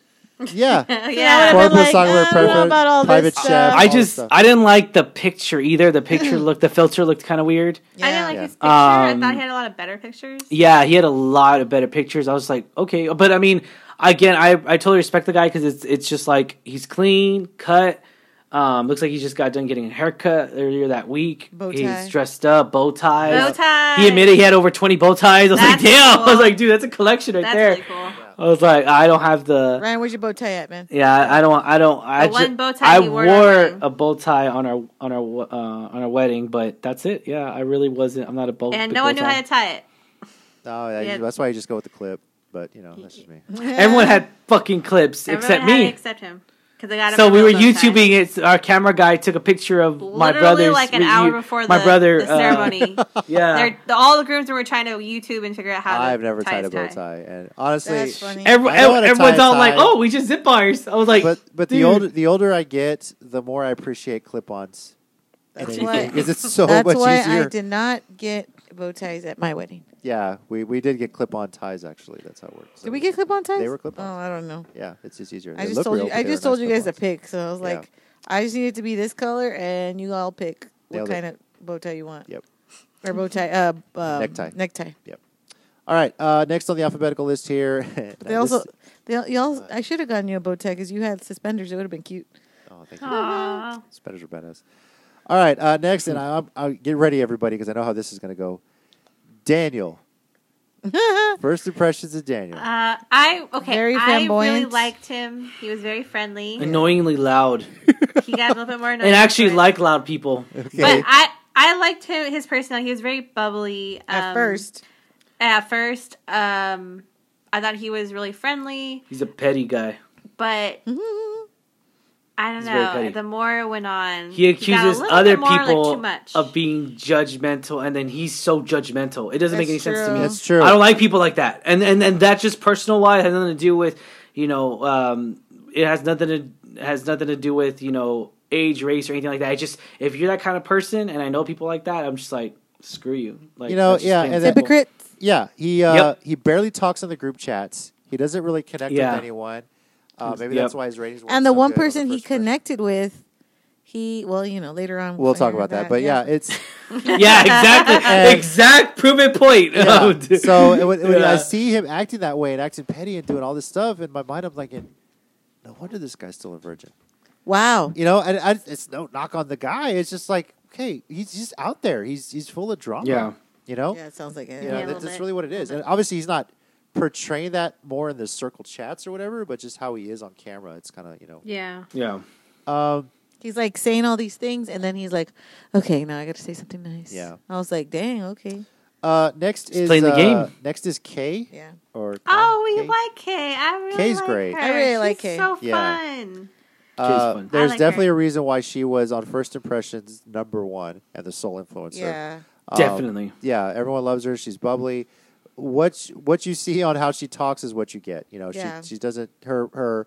yeah, yeah. I've been Corporate like, "Oh, soccer, I don't know private- about all this private stuff. chef. I all this just stuff. I didn't like the picture either. The picture looked, the filter looked kind of weird. I didn't like Yeah. his picture. I Um, thought he had a lot of better pictures. Yeah, he had a lot of better pictures. I was like, okay, but I mean, again, I, I totally respect the guy because it's it's just like he's clean, cut. Um, looks like he just got done getting a haircut earlier that week. Bow tie. He's dressed up, bow ties. Bow tie. He admitted he had over twenty bow ties. I was That's like, damn. cool. I was like, dude, that's a collection right That's there. really cool. I was like, I don't have the. Ryan, where's your bow tie at, man? Yeah, I- I don't. I don't. I The one ju- bow tie I he wore wore, on wedding. a bow tie on our on our w- uh, on our wedding, but that's it. Yeah, I really wasn't. I'm not a bow. And big no one bow knew tie. how to tie it. No, I- Yeah. that's why you just go with the clip. But you know, that's just me. Everyone had fucking clips Everyone except had to me. Except him. Because I got him so a we were real bow tie. YouTubing it. Our camera guy took a picture of my Literally brother's like an review- hour before my the, brother the uh, ceremony. yeah, They're, the, all the grooms were trying to YouTube and figure out how. I've to never tie tied a bow his tie, and honestly, That's funny. Every, I know how to tie everyone's a all like, tie. "Oh, we just zip wires." I was like, but but the dude. older the older I get, the more I appreciate clip-ons. That's than why- anything, 'cause it's so That's much why easier. I did not get bow ties at my wedding. Yeah, we, we did get clip-on ties actually. That's how it works. Did we get clip on ties? They were clip-ons. Oh, I don't know. Yeah, it's just easier. They I just look told real, you. but I they just were told nice you guys to clip-ons. pick. So I was like, I just need it to be this color, and you all pick what Nailed it. kind of bow tie you want. Yep. Or bow tie. Uh, um, Necktie. Necktie. All right. Uh, next on the alphabetical list here. But they also, they al- y'all. I should have gotten you a bow tie because you had suspenders. It would have been cute. oh, thank you. Aww. Spiders are badass. All right, uh, next, and I, I'm, i get ready, everybody, because I know how this is going to go. Daniel. First impressions of Daniel. Uh, I okay. Very I really flamboyant. liked him. He was very friendly. Annoyingly loud. He got a little bit more. and actually annoying. like loud people. okay. But I I liked him his personality. He was very bubbly um, At first, At first, um, I thought he was really friendly, He's a petty guy. but Hmm. I don't He's very petty. know. The more it went on, He got a accuses little other bit more, like, people too much. of being judgmental, and then he's so judgmental. It doesn't make any That's sense to me. true. That's true. I don't like people like that, and and and that's just personal wise. It has nothing to do with you know. Um, it has nothing to it has nothing to do with you know age, race, or anything like that. I just if you're that kind of person, and I know people like that, I'm just like screw you. Like You know, that's just yeah, plain and simple. hypocrite. yeah, he uh, Yep. he barely talks in the group chats. He doesn't really connect Yeah. with anyone. Uh, maybe Yep. that's why his ratings. weren't And the so one good on the person he first impression. connected with, he well, you know, later on We'll find talk out about that, but yeah, it's yeah, exactly, And- exact proven point. Oh, yeah. dude. so it- when, when I Yeah. see him acting that way and acting petty and doing all this stuff in my mind, I'm thinking, no wonder this guy's still a virgin. wow. You know, and I, it's no knock on the guy. It's just like, okay, he's just out there. He's he's full of drama. Yeah. You know, Yeah, it sounds like it. you know Yeah, a that- little that's bit. really what it is. Little And obviously, he's not portraying that more in the circle chats or whatever, but just how he is on camera. It's kind of you know. yeah. yeah. Um, He's like saying all these things, and then he's like, "Okay, now I got to say something nice." Yeah. I was like, "Dang, okay, uh, next He's is playing the uh, game. Next is K. yeah." Or Oh, we K. like Kay. I really Kay's like great. Her. I really like She's Kay. So Yeah. fun. Uh, K's fun. there's I like definitely her. a reason why she was on first impressions number one and the sole influencer. Yeah, Um, Definitely. yeah, everyone loves her. She's bubbly. What you- what you see on how she talks is what you get. You know, Yeah. she she doesn't her her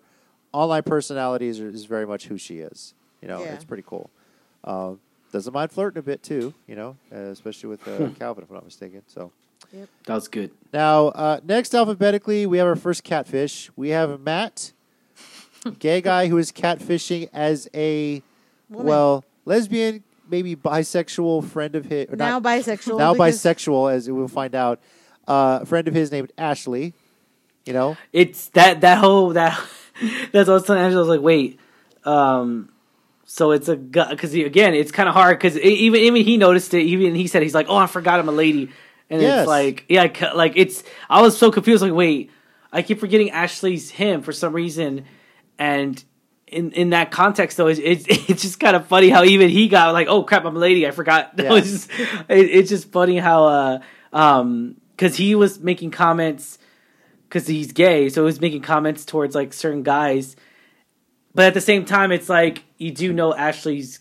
online personality is, is very much who she is. You know, Yeah. it's pretty cool. Um, doesn't mind flirting a bit too. You know, uh, especially with uh, Calvin, if I'm not mistaken. So That was good. now uh, next alphabetically, we have our first catfish. We have Matt, gay guy who is catfishing as a Woman. well lesbian, maybe bisexual friend of his. Or now not, bisexual. now because- bisexual, as we'll find out. Uh, a friend of his named Ashley. You know, it's that that whole that that's what I was telling Angela. I was like, wait, um, so it's a guy because again, it's kind of hard because even even he noticed it. Even he said he's like, oh, I forgot I'm a lady, and Yes. it's like yeah, c- like it's. I was so confused. Like, wait, I keep forgetting Ashley's him for some reason, and. In, in that context though, it's it's, it's just kind of funny how even he got like, oh crap, I'm a lady, I forgot. That Yeah. was just- it, it's just funny how uh um because he was making comments because he's gay, so he's making comments towards like certain guys. But at the same time, it's like you do know Ashley's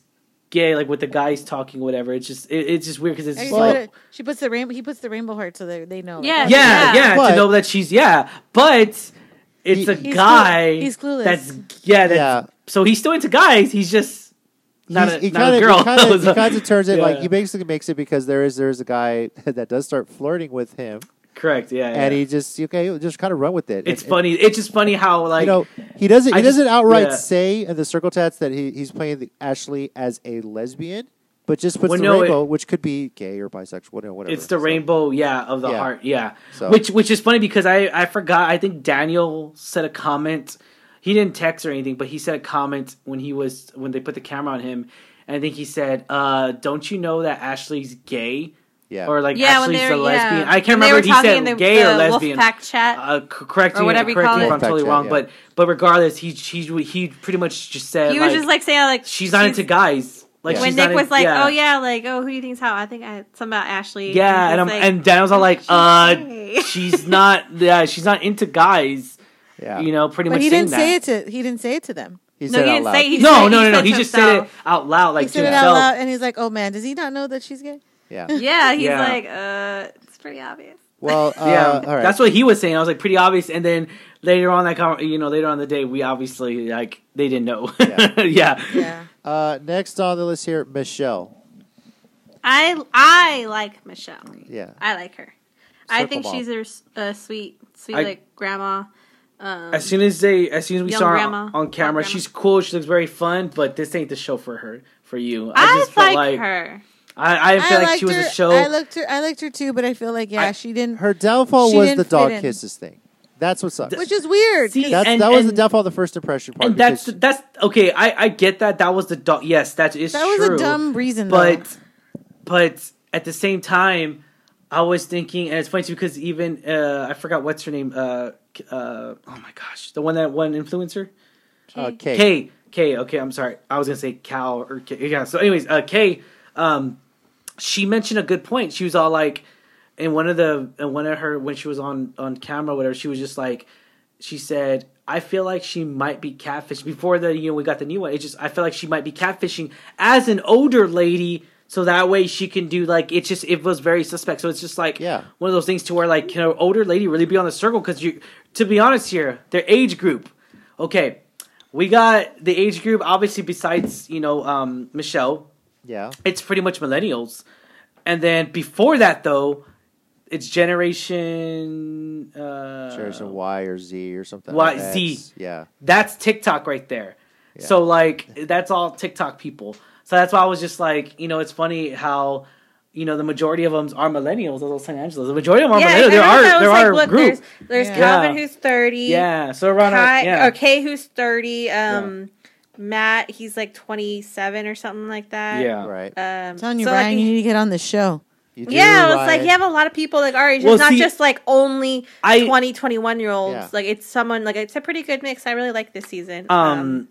gay, like with the guys talking, whatever. It's just it, it's just weird because it's I just just Well- put like it- she puts the rainbow. He puts the rainbow heart so they they know. Yeah. Like, yeah, yeah, But- to know that she's yeah, but it's He- a He's guy. clue- he's clueless. That's yeah, that's, Yeah. So he's still into guys. He's just not He's- a he not kinda, a girl. He kind of, So- turns it like Yeah. he basically makes it because there is there is a guy that does start flirting with him, correct. Yeah, and yeah. he just okay, he'll just kind of run with it. It's And- funny. It's just funny how like you know, he doesn't. I He just- doesn't outright yeah. say in the circle tats that he, he's playing the, Ashley as a lesbian, but just puts Well, the no, it- rainbow, which could be gay or bisexual, whatever. whatever. It's the So, rainbow, yeah, of the Yeah. heart, yeah. So- Which which is funny because I I forgot. I think Daniel said a comment. He didn't text or anything, but he said a comment when he was when they put the camera on him. And I think he said, uh, "Don't you know that Ashley's gay?" Yeah. Or like yeah, when Ashley's they a were, lesbian. yeah. I can't When they remember were if he talking said in the, gay the or lesbian. Wolfpack chat. Uh, c- correct or me, whatever you correct call me if it. I'm totally Wolfpack chat, wrong, yeah. but but regardless, he he he pretty much just said he was like, just like saying like she's not into guys. Like Yeah. when she's Nick not was in- like, "Oh yeah, like oh, who do you think's hot?" I think I something about Ashley. Yeah, and I'm, he's like, and Daniel's all like, she's uh, gay. she's not, yeah, she's not into guys. Yeah. You know, pretty But much. he didn't saying say that. it to he didn't say it to them. He no, said he out didn't loud. say. He no, said, no, he no, no. said He to just said it himself. out loud, like He said to it out himself. loud, and he's like, "Oh man, does he not know that she's gay?" Yeah. Yeah, he's Yeah. like, uh, it's pretty obvious. Well, uh, yeah, all right. that's what he was saying. I was like, pretty obvious. And then later on that, con- you know, later on in the day, we obviously like they didn't know. Yeah. Yeah, yeah. Yeah, Uh, next on the list here, Michelle. I I like Michelle. Yeah. I like her. I Circle think mom. she's a, s- a sweet, sweet I- like grandma. Um, As soon as they, as soon as we Young saw her grandma. on- on camera, Young she's cool. She looks very fun, but this ain't the show for her, for you. I, just felt like, like her. I, I feel like she was her. a show. I liked her. I liked her too, but I feel like yeah, I- she didn't. Her downfall She was didn't the fit dog in. kisses thing. That's what sucks. which is weird. See, 'cause- That's, And- that was the and- downfall of the first impression part. and that's because that's okay. I I get that. That was the dog. Yes, that is that was true. a dumb reason, though. but but at the same time i was thinking and it's funny too because even uh i forgot what's her name uh K- uh oh my gosh the one that one influencer uh, Kay. K K okay i'm sorry i was gonna say cal or K, yeah so anyways uh K um she mentioned a good point she was all like in one of the in one of her when she was on on camera or whatever she was just like she said I feel like she might be catfish before the you know we got the new one. It just I feel like she might be catfishing as an older lady, so that way she can do like it's just it was very suspect. So it's just like Yeah. one of those things to where like can an older lady really be on the circle? Because you to be honest here, their age group. Okay, we got the age group obviously besides you know um, Michelle, Yeah. it's pretty much millennials, and then before that though, it's generation. Uh, Generation Y or Z or something. Y- like Z. X. Yeah. that's TikTok right there. So like that's all TikTok people. So that's why I was just like, you know, it's funny how you know the majority of them are millennials of Los Angeles. The majority of them are Yeah, I millennials. There remember are that was there like, are what, groups. There's, there's Yeah. Calvin Yeah. who's 30. Yeah, so around Kai, our, yeah. or Kay who's 30. Um, Matt, he's like 27 or something like that. Yeah. Right. Um, I'm telling you, so, Ryan, like, you need to get on the show. You do yeah, it's like right. you have a lot of people like our age. Well, it's not see, just like only I- twenty, twenty-one 20, 21 year olds. Yeah. Like it's someone like it's a pretty good mix. I really like this season. Um,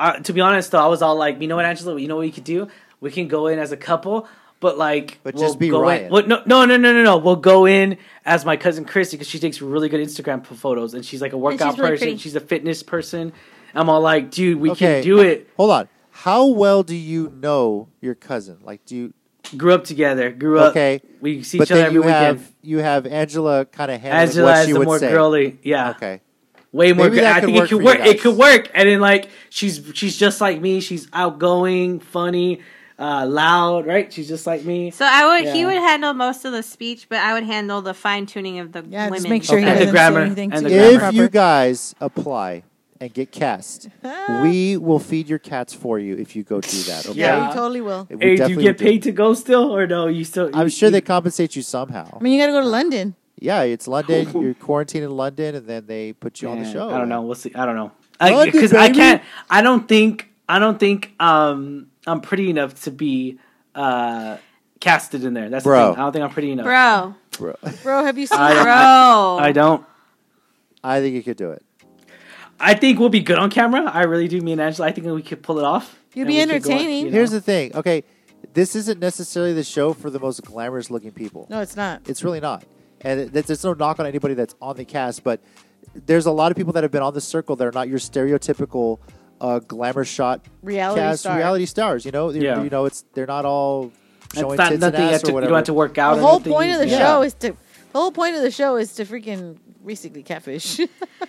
I, to be honest, though, I was all like, you know what, Angela, you know what we could do? We can go in as a couple, but like, But just be go Ryan. In. Well, no, no, no, no, no, no. We'll go in as my cousin Christy because she takes really good Instagram p- photos and she's like a workout really person. pretty. She's a fitness person. I'm all like, dude, we Okay. can do it. Hold on. How well do you know your cousin? Like, do you? Grew up together. Grew up. Okay. We see but each other then every you weekend. have you have Angela kind of handling Angela what is she the would more say. girly. Yeah. Okay. way more. Maybe good. that I could think it work for could you work. It guys. could work. And then like she's she's just like me. She's outgoing, funny, uh, loud. Right? She's just like me. so I would he yeah. would handle most of the speech, but I would handle the fine tuning of the Yeah, women. just make sure Okay. he And the doesn't grammar, say anything and too the If improper. you guys apply and get cast, we will feed your cats for you if you go do that. Okay. yeah, Yeah. you totally will. We Hey, do you definitely get do. paid to go still, or no? You still? I'm you- sure they you- compensate you somehow. I mean, you got to go to London. Yeah, it's London. You're quarantined in London, and then they put you on the Man, show. I don't know. We'll see. I don't know. Love you, Because I, baby. can't. I don't think. I don't think. Um, I'm pretty enough to be uh casted in there. That's the Bro. thing. I don't think I'm pretty enough. bro, Bro, Bro, have you seen I- her? bro. I don't. I think you could do it. I think we'll be good on camera. I really do. Me and Angela. I think we could pull it off. You'd and be we could go on, entertaining. you know. Here's the thing. Okay, this isn't necessarily the show for the most glamorous looking people. No, it's not. It's really not. And it- there's no knock on anybody that's on the cast, but there's a lot of people that have been on the circle that are not your stereotypical uh, glamour shot Reality cast star. reality stars. You know, They're- Yeah. you know, it's they're not all It's showing not tits nothing. and You, have ass to, or you whatever. don't have to work out. The or whole nothing. point of the Yeah. show is to. The whole point of the show is to freaking basically catfish. for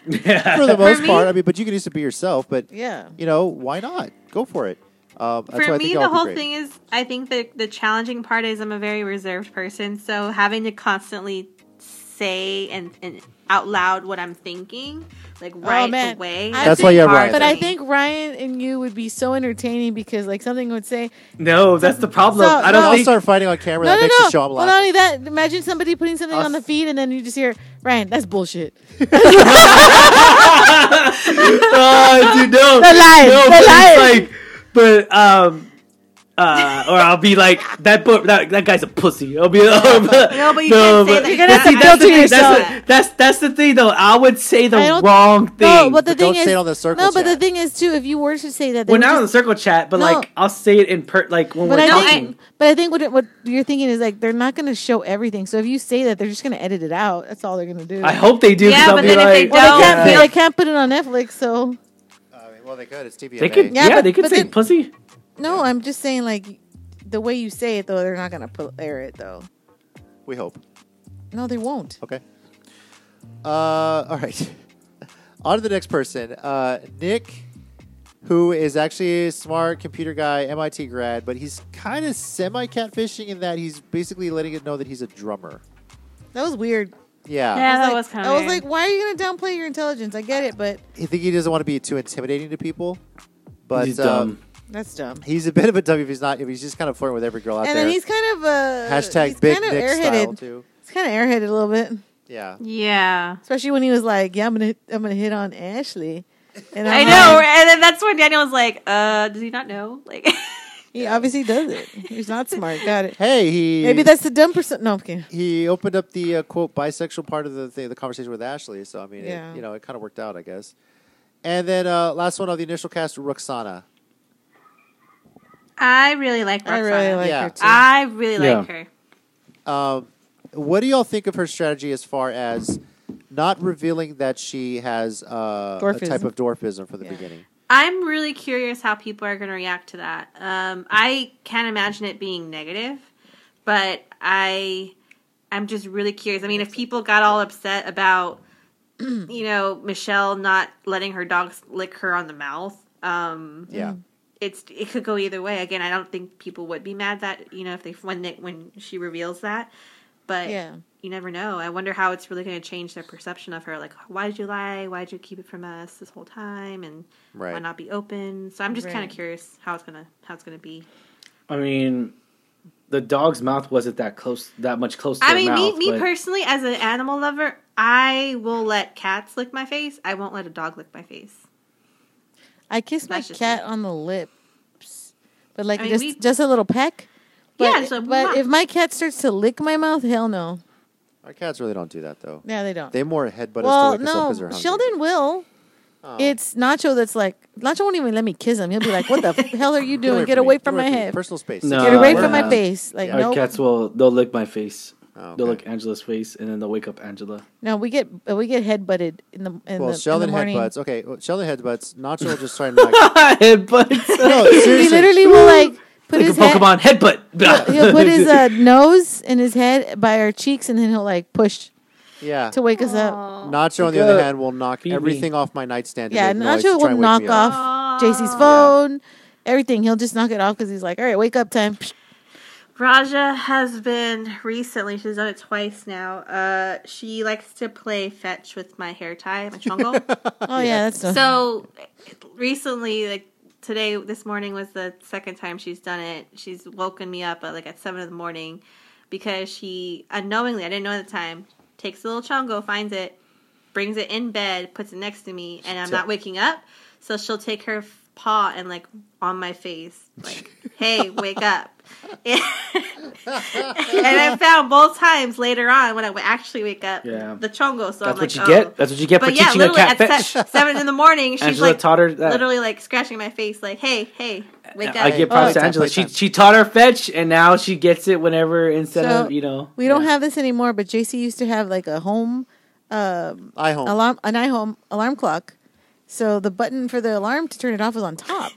the most me- part. I mean, but you can just be yourself. But yeah. you know, why not? Go for it. Um, that's why for I think me, y'all the would be whole great. thing is, I think that the challenging part is I'm a very reserved person, so having to constantly say and, and out loud what I'm thinking, like right Oh, man. away. I That's why you have hard Ryan. for But I me. think Ryan and you would be so entertaining because like something would say, No, that's the problem. So- I I'll don't no. think. start fighting on camera. no, that no, makes no. the show. I'm well, laughing. not only that, imagine somebody putting something I'll on the s- feed, and then you just hear Ryan, "That's bullshit." Ah, dude, no. They're lying. They're No, but lying. it's like, but um, uh, or I'll be like that. But that, that guy's a pussy. I'll be. Um, No, but you can't say that. You're gonna have that's to the filter thing, That's yourself. the, that's that's the thing, though. I would say I the don't- wrong thing. No, but the But don't thing is, say it on the circle no, but the chat. thing is too, if you were to say that, they we're would not on just- the circle chat, but No. like I'll say it in per like when But we're I No, think, talking. but I think what it- what you're thinking is like they're not going to show everything. So if you say that, they're just going to edit it out. That's all they're going to do. I, hope they do. 'cause Yeah, I'll but be then like, if they Well, don't, they can't, Yeah. they can't put it on Netflix. So I mean, well, they could. It's TVMA. they could. Yeah, Yeah, but- they could but say then- pussy. no, I'm just saying like the way you say it though, they're not going to put air it though. We hope. No, they won't. Okay. Uh, all right. On to the next person. Uh, Nick, who is actually a smart computer guy, MIT grad, but he's kind of semi catfishing in that he's basically letting it know that he's a drummer. That was weird. Yeah. Yeah. I that was was like, kinda I was weird. like, why are you going to downplay your intelligence? I get it, but I think he doesn't want to be too intimidating to people. But He's um, dumb. That's dumb. He's a bit of a dummy if he's not. If he's just kind of flirting with every girl out and there. then he's kind of uh, Hashtag he's big kind of dick airheaded. style too. He's kind of airheaded a little bit, Yeah. Yeah. especially when he was like, "Yeah, I'm gonna I'm gonna hit on Ashley." And I I'm know, like, and then that's when Daniel was like, "Uh, does he not know?" Like, He obviously does it. He's not smart. Got it. Hey, he Maybe that's the dumb person. No, I'm kidding. he opened up the uh, quote bisexual part of the thing, the conversation with Ashley. So I mean, Yeah. it, you know, it kind of worked out, I guess. And then uh, last one on the initial cast, Roxana. I really like Roxana. I really like Yeah. her too. I really like Yeah. her. Um, what do y'all think of her strategy as far as not revealing that she has uh, a Dwarfism. type of dwarfism from the Yeah. beginning? I'm really curious how people are going to react to that. Um, I can't imagine it being negative, but I, I'm just really curious. I mean, if people got all upset about, you know, Michelle not letting her dogs lick her on the mouth, um, Mm-hmm. Yeah. it's it could go either way. Again, I don't think people would be mad that you know if they when they, when she reveals that, but Yeah. you never know. I wonder how it's really going to change their perception of her. Like, why did you lie? Why did you keep it from us this whole time? And Right. why not be open? So I'm just kind Right. of curious how it's gonna how it's gonna be. I mean, the dog's mouth wasn't that close, that much close. to I her mean, mouth, me me but- personally, as an animal lover, I will let cats lick my face. I won't let a dog lick my face. I kissed my That's just cat on the lips, but like I mean, just we- just a little peck. But, Yeah, just a but mwah. if my cat starts to lick my mouth, hell no. Our cats really don't do that though. Yeah, they don't. They more headbutt well, us to wake us up no, because they're hungry. Sheldon will. Oh. It's Nacho that's like Nacho won't even let me kiss him. He'll be like, "What the f- hell are you doing? Get me. away from Get my me. head. Personal space. No. Get away Uh, from my yeah. face!" Like, Our no, cats will they'll lick my face. Oh, okay. They'll lick Angela's face, and then they'll wake up Angela. no, we get uh, we get head butted in the in well, the, Sheldon in the morning. headbutts. Okay, well, Sheldon headbutts. Nacho will just trying to like. Headbutt. no, He seriously. literally will like put like a his head. Pokemon headbutt. He'll put his uh, nose and his head by our cheeks, and then he'll like push Yeah. to wake us up. Aw. Nacho, on the Good. other hand, will knock Feed me. everything off my nightstand. and Yeah, make noise to Nacho try will and wake me knock up. off JC's Aw. phone, everything. He'll just knock it off because he's like, "All right, wake up time." Raja has been recently, she's done it twice now. Uh, she likes to play fetch with my hair tie, my chongo. Oh yeah, that's dumb. so recently, like today, this morning was the second time she's done it. She's woken me up at like at seven in the morning because she unknowingly, I didn't know at the time, takes the little chongo, finds it, brings it in bed, puts it next to me, and I'm not waking up. So she'll take her f- paw and like on my face, like, "Hey, wake up." and I found both times later on when I would actually wake up Yeah. the chongo. So I'm That's like, what you oh. get. That's what you get for But yeah, teaching a literally cat at fetch. se- seven in the morning, she's Angela like taught her that. literally like scratching my face, like, "Hey, hey, wake I up!" give props Oh. to Angela. She Playtime. she taught her fetch, and now she gets it whenever instead So, of you know. We don't yeah. have this anymore, but JC used to have like a home um, I home. alarm, an iHome alarm clock. So the button for the alarm to turn it off was on top.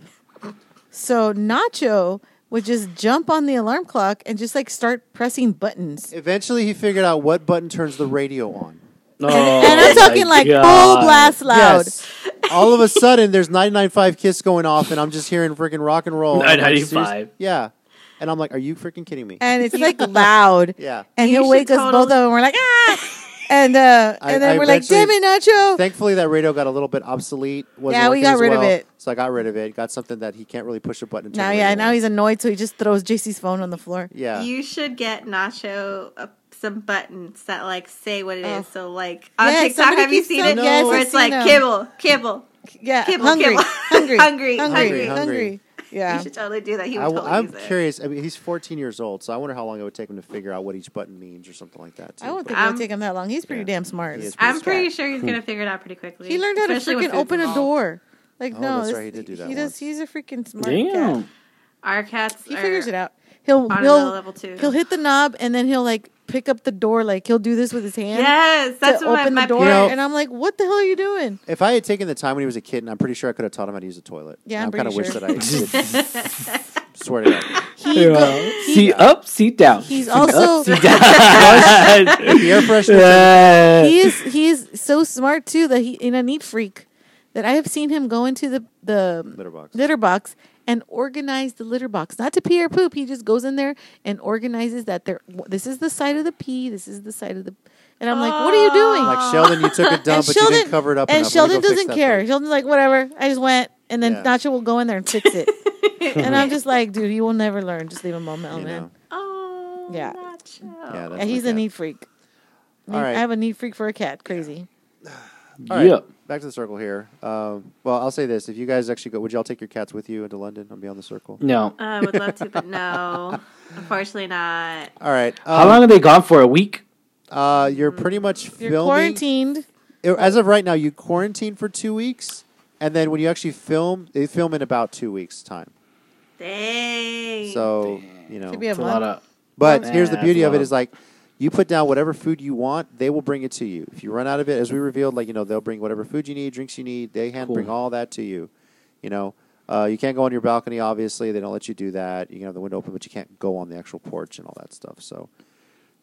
So Nacho would just jump on the alarm clock and just like start pressing buttons. Eventually, he figured out what button turns the radio on. Oh, and I'm my talking like God. full blast loud. Yes. All of a sudden, there's 99.5 Kiss going off, and I'm just hearing freaking rock and roll. And I'm like, 995. "Serious?" Yeah. And I'm like, are you freaking kidding me? And it's like loud. Yeah. And You he'll wake should us both up totally- and we're like, ah! And, uh, I- and then I we're like, damn eventually- it, Nacho. Thankfully, that radio got a little bit obsolete. Wasn't Yeah, we working got as rid of well, it. So I got rid of it. Got something that he can't really push a button. and turn now, the yeah, radio now on. he's annoyed, so he just throws JC's phone on the floor. Yeah. You should get Nacho uh, some buttons that like say what it is. Oh. So like on Yeah, TikTok, somebody have you keeps seen saying- it? yes, Where I've it's like seen 'em. kibble, kibble. Yeah, Kibble, hungry, kibble. hungry, Hungry, hungry, hungry. hungry. You Yeah, should totally do that. He would I, totally am use it. curious. I mean, he's 14 years old, so I wonder how long it would take him to figure out what each button means or something like that. Too. I don't think But- it would I'm- take him that long. He's pretty Yeah. damn smart. He is pretty I'm pretty sure he's gonna figure it out pretty quickly. He learned how to especially freaking when food's open a involved. door. Like Oh, no, that's this- right, he did do that He once. does. He's a freaking smart cat. Damn. Our cats. He figures it out. out. He'll On he'll another level too. he'll hit the knob and then he'll like pick up the door. Like he'll do this with his hand. Yes, that's to what my, open my the door, You know- and I'm like, "What the hell are you doing?" If I had taken the time when he was a kid, and I'm pretty sure I could have taught him how to use a toilet. Yeah, And I'm I kind of pretty wish sure. that I did. swear to God. He go- he- Seat up, seat down. he's Seat up, also- seat down. The air freshener. Yeah. he is he is so smart too that he in a neat freak that I have seen him go into the the Litter box. litter box and organize the litter box not to pee or poop he just goes in there and organizes that there this is the side of the pee this is the side of the and I'm like what are you doing Like Sheldon, you took a dump, but you didn't cover it up. and enough. Let me Sheldon go fix doesn't that care thing. Sheldon's like whatever I just went and then Yeah. Nacho will go in there and fix it and I'm just like, dude, you will never learn. Just leave him on my you own, man. know? Oh, Yeah. Nacho. Yeah, that's And he's my a cat. need freak. All right. I have a need freak for a cat. Crazy. All right, Yeah. Back to the circle here. Um, well, I'll say this: if you guys actually go, would y'all take your cats with you into London and be on the circle? No. I would love to, but no, unfortunately not. All right. Um, How long are they gone for? A week? Uh, you're pretty much You're filming. quarantined. it- as of right now, you quarantine for two weeks, and then when you actually film, they film in about two weeks' time. Dang. So you know, Could be a It's a lot month. of. but Man, here's the that's beauty of it: wild. is like you put down whatever food you want, they will bring it to you. If you run out of it, as we revealed, like you know, they'll bring whatever food you need, drinks you need. They hand Cool. bring all that to you. You know, uh, you can't go on your balcony. Obviously, they don't let you do that. You can have the window open, but you can't go on the actual porch and all that stuff. So.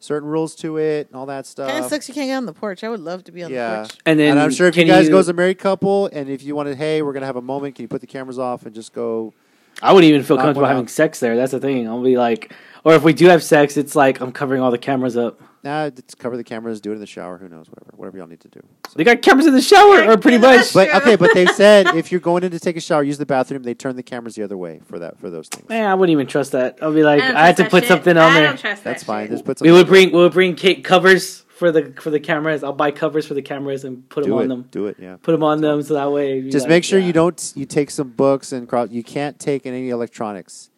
Certain rules to it and all that stuff. Kind of sucks you can't get on the porch. I would love to be on Yeah. the porch. And then and I'm sure if you can guys go as a married couple, and if you wanted, hey, we're gonna have a moment. Can you put the cameras off and just go? I wouldn't even feel Knock comfortable one out. having sex there. That's the thing. I'll be like, or if we do have sex, it's like I'm covering all the cameras up. Nah, just cover the cameras. Do it in the shower. Who knows? Whatever. Whatever y'all need to do. So- They got cameras in the shower, or pretty much. but okay, but they said if you're going in to take a shower, use the bathroom. They turn the cameras the other way for that for those things. Man, I wouldn't even trust that. I'll be like, don't I, had to trust put that something shit. on I there. don't trust That's that fine. shit. Just put We something. would bring, we would bring cake covers for the for the cameras. I'll buy covers for the cameras and put them do on it. them. Do it. Yeah. Put them on them so that way. you'd be Just like, make sure yeah. you don't. You take some books and cross. You can't take any electronics.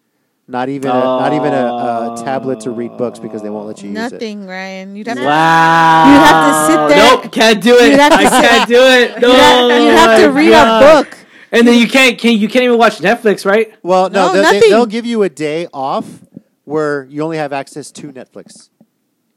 Not even a, not even a, a tablet to read books because they won't let you use it. Nothing, Ryan. You'd have to. Wow. You'd have to sit there. Nope, can't do it. You'd have to I sit- can't do it. No, You'd have, you'd have to Oh my read God. a book. And then you can't can you can't even watch Netflix, right? Well, no, No, they'll- they, nothing. they'll give you a day off where you only have access to Netflix.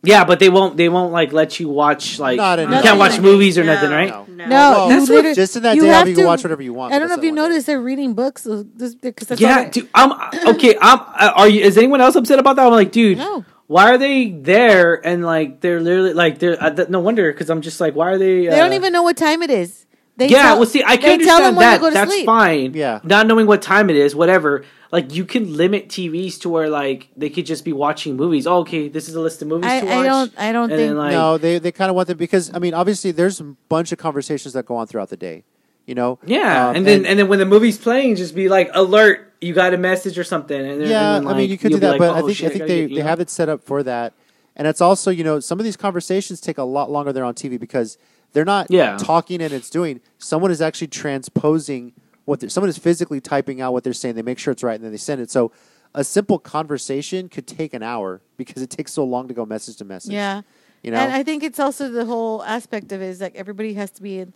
Yeah, but they won't they won't like let you watch like Not you in can't Netflix. watch movies or nothing, right? No. No. No, Well, you literally- just in that you day off, have you can to- watch whatever you want. I but don't know that's if you not one day. noticed they're reading books. Because that's all Yeah, they- dude. I'm okay. I'm. uh, Are you? Is anyone else upset about that? I'm like, dude. No. Why are they there? And like, they're literally like, they're uh, th- no wonder because I'm just like, why are they? Uh, They don't even know what time it is. They yeah, tell- well, see, I they can understand tell them when that. to go to That's sleep. fine. Yeah. Not knowing what time it is, whatever. Like, you can limit TVs to where like they could just be watching movies. Oh, okay, this is a list of movies I, to watch. I don't. I don't And then, think. like- no, they they kind of want them because I mean, obviously, there's a bunch of conversations that go on throughout the day. You know. Yeah, Um, and then and, then when the movie's playing, just be like, alert! You got a message or something. And then, yeah, and then, I mean, like, you could do you'll be that, like, but I oh, think shit, I think gotta they, get- they have it set up for that, and it's also you know some of these conversations take a lot longer than on TV because they're not Yeah. talking and it's doing. Someone is actually transposing what they're, someone is physically typing out what they're saying. They make sure it's right and then they send it. So a simple conversation could take an hour because it takes so long to go message to message. yeah, you know. and I think it's also the whole aspect of it is like everybody has to be in,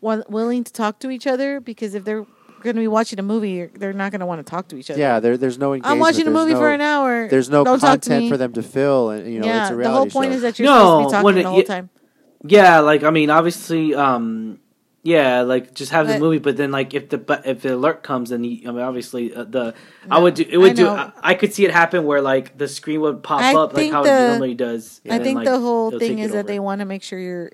wa- willing to talk to each other because if they're going to be watching a movie, you're- they're not going to want to talk to each other. yeah, there, there's no. Engagement. I'm watching a there's movie no- for an hour. There's no Don't talk to content me. for them to fill, and you know yeah, it's a the whole reality point show. is that you're No, supposed to be when talking it- the whole you- time. Yeah, like I mean, obviously, um, yeah, like just have the But- movie, but then like if the but if the alert comes, then you, I mean, obviously uh, the I would do it would I do know. I, I could see it happen where like the screen would pop I up like think how the- it normally does. and I then, think like, the whole they'll thing take is it that over. they want to make sure you're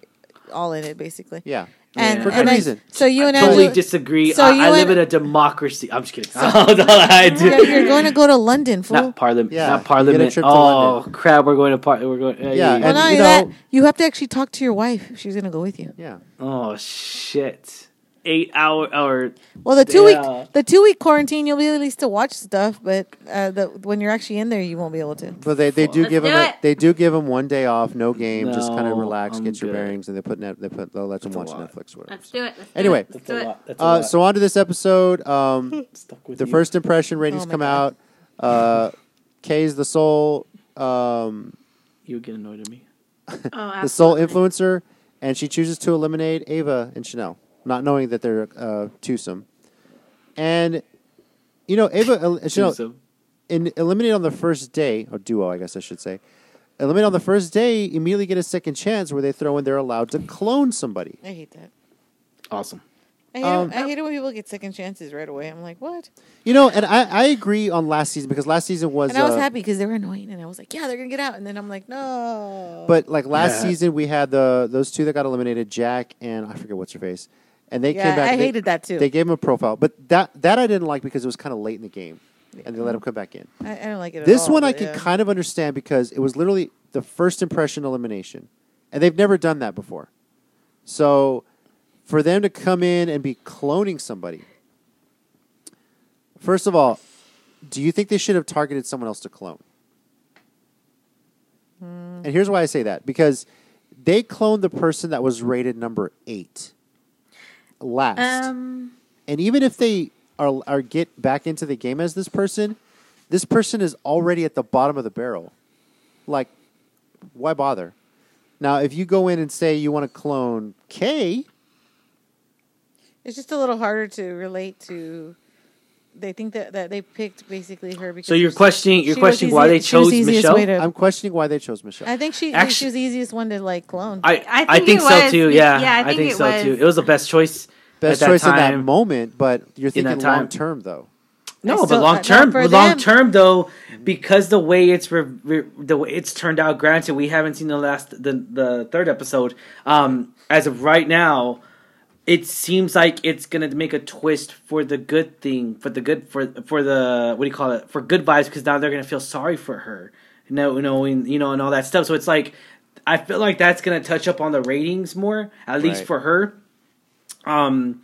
all in it, basically. yeah, And, For and good I- reason. So you and totally Angela, disagree. so I, you I live and- in a democracy. I'm just kidding. That's all I do. you're, you're going to go to London, fool. Not parliament. Yeah, you Not get a parliament. trip to Oh London. crap! We're going to par. We're going. uh, Yeah, and- well, not you only that, know- you have to actually talk to your wife. if She's going to go with you. yeah. oh shit! Eight hour or Well, the two Yeah. week the two week quarantine, you'll be able to watch stuff, but uh, the, when you're actually in there, you won't be able to. But they, they do Let's give do him a, it. they do give him one day off, no game, just kind No, of relax, I'm get your good. bearings, and they put net, they put they'll let them That's a watch lot. Netflix or whatever. Let's do it. Let's do Anyway. it. that's Let's do a it. lot. That's a Uh, lot. so on to this episode. Um, Stuck with the you. first impression ratings Oh my come God. out. Uh, Kay's the sole um, you get annoyed at me. Oh, the sole absolutely. influencer, and she chooses to eliminate Ava and Chanel, not knowing that they're uh, twosome. And you know, Ava and Chanel So- in eliminate on the first day or duo, I guess I should say. Eliminate on the first day, immediately get a second chance where they throw in they're allowed to clone somebody. I hate that. Awesome. I hate, Um, it, I hate it when people get second chances right away. I'm like, what? You know, and I, I agree on last season because last season was, And I was uh, happy because they were annoying, and I was like, yeah, they're gonna get out. And then I'm like, no. but like last Yeah. season we had the those two that got eliminated, Jack and I forget what's her face, and they yeah, came back. I they, hated that too. They gave him a profile, but that that I didn't like because it was kind of late in the game, and Mm-hmm. they let him come back in. I, I don't like it. at This all, one I but can yeah. kind of understand because it was literally the first impression elimination, and they've never done that before. So, for them to come in and be cloning somebody, first of all, Do you think they should have targeted someone else to clone? Hmm. And here's why I say that because they cloned the person that was rated number eight last. Um, and even if they are, are get back into the game as this person, this person is already at the bottom of the barrel. Like, why bother? Now, if you go in and say you want to clone K, It's just a little harder to relate to. They think that, that they picked basically her because. So you're she was- questioning she you're was questioning why easy- they she was chose easiest Michelle. way to- I'm questioning why they chose Michelle. I think she like, she Actu- was the easiest one to like clone. I, I I, think think it so was- too. it- Yeah, yeah, I I think think it so was- too. It was the best choice. Best at choice that in that time. moment, but you're In that thinking time. long term though. I No, still- but uh, long term, for long them- term though, because the way it's re- re- the way it's turned out. Granted, we haven't seen the last the the third episode. Um, as of right now, it seems like it's gonna make a twist for the good thing, for the good for for the what do you call it for good vibes. Because now they're gonna feel sorry for her, no, knowing you know and all that stuff. So it's like I feel like that's gonna touch up on the ratings more, at least Right. for her. Um.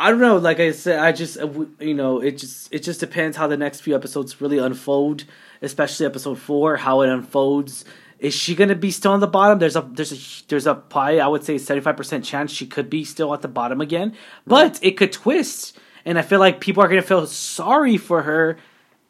I don't know. Like I said, I just uh, w- you know it just it just depends how the next few episodes really unfold, especially episode four, how it unfolds. Is she gonna be still on the bottom? There's a there's a h- there's a probably I would say seventy five percent chance she could be still at the bottom again, but it could twist, and I feel like people are gonna feel sorry for her,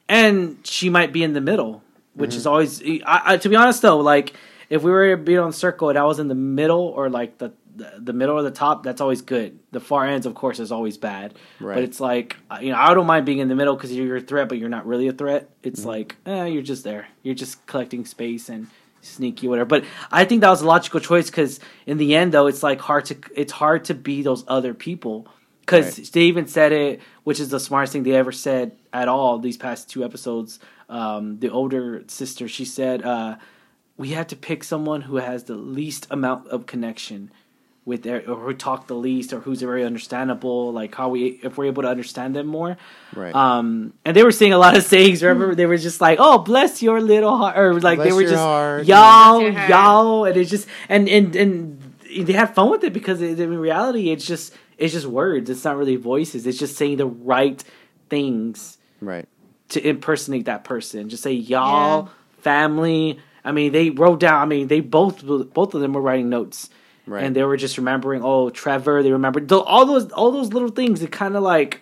and she might be in the middle, which Mm-hmm. is always. I, I, to be honest though, like if we were being on circle and I was in the middle or like the the, the middle or the top, that's always good. The far ends, of course, is always bad. Right. But it's like uh, you know, I don't mind being in the middle because you're a threat, but you're not really a threat. It's Mm-hmm. like eh, you're just there. You're just collecting space and sneaky whatever. But I think that was a logical choice because in the end, though, it's like hard to it's hard to be those other people because Right. they even said it, which is the smartest thing they ever said at all these past two episodes. Um, the older sister, she said, uh, "We have to pick someone who has the least amount of connection with their, or who talk the least, or who's very understandable. Like how we, if we're able to understand them more, Right. um, and they were saying a lot of sayings. Remember, they were just like, "Oh, bless your little heart," or like Bless they were your just heart. y'all, Bless your heart. y'all, and it's just and and and they had fun with it because it, in reality, it's just it's just words. It's not really voices. It's just saying the right things right. to impersonate that person. Just say y'all, family. I mean, they wrote down. I mean, they both both of them were writing notes, Right. and they were just remembering. Oh, Trevor. They remembered tho- all those all those little things. It kind of like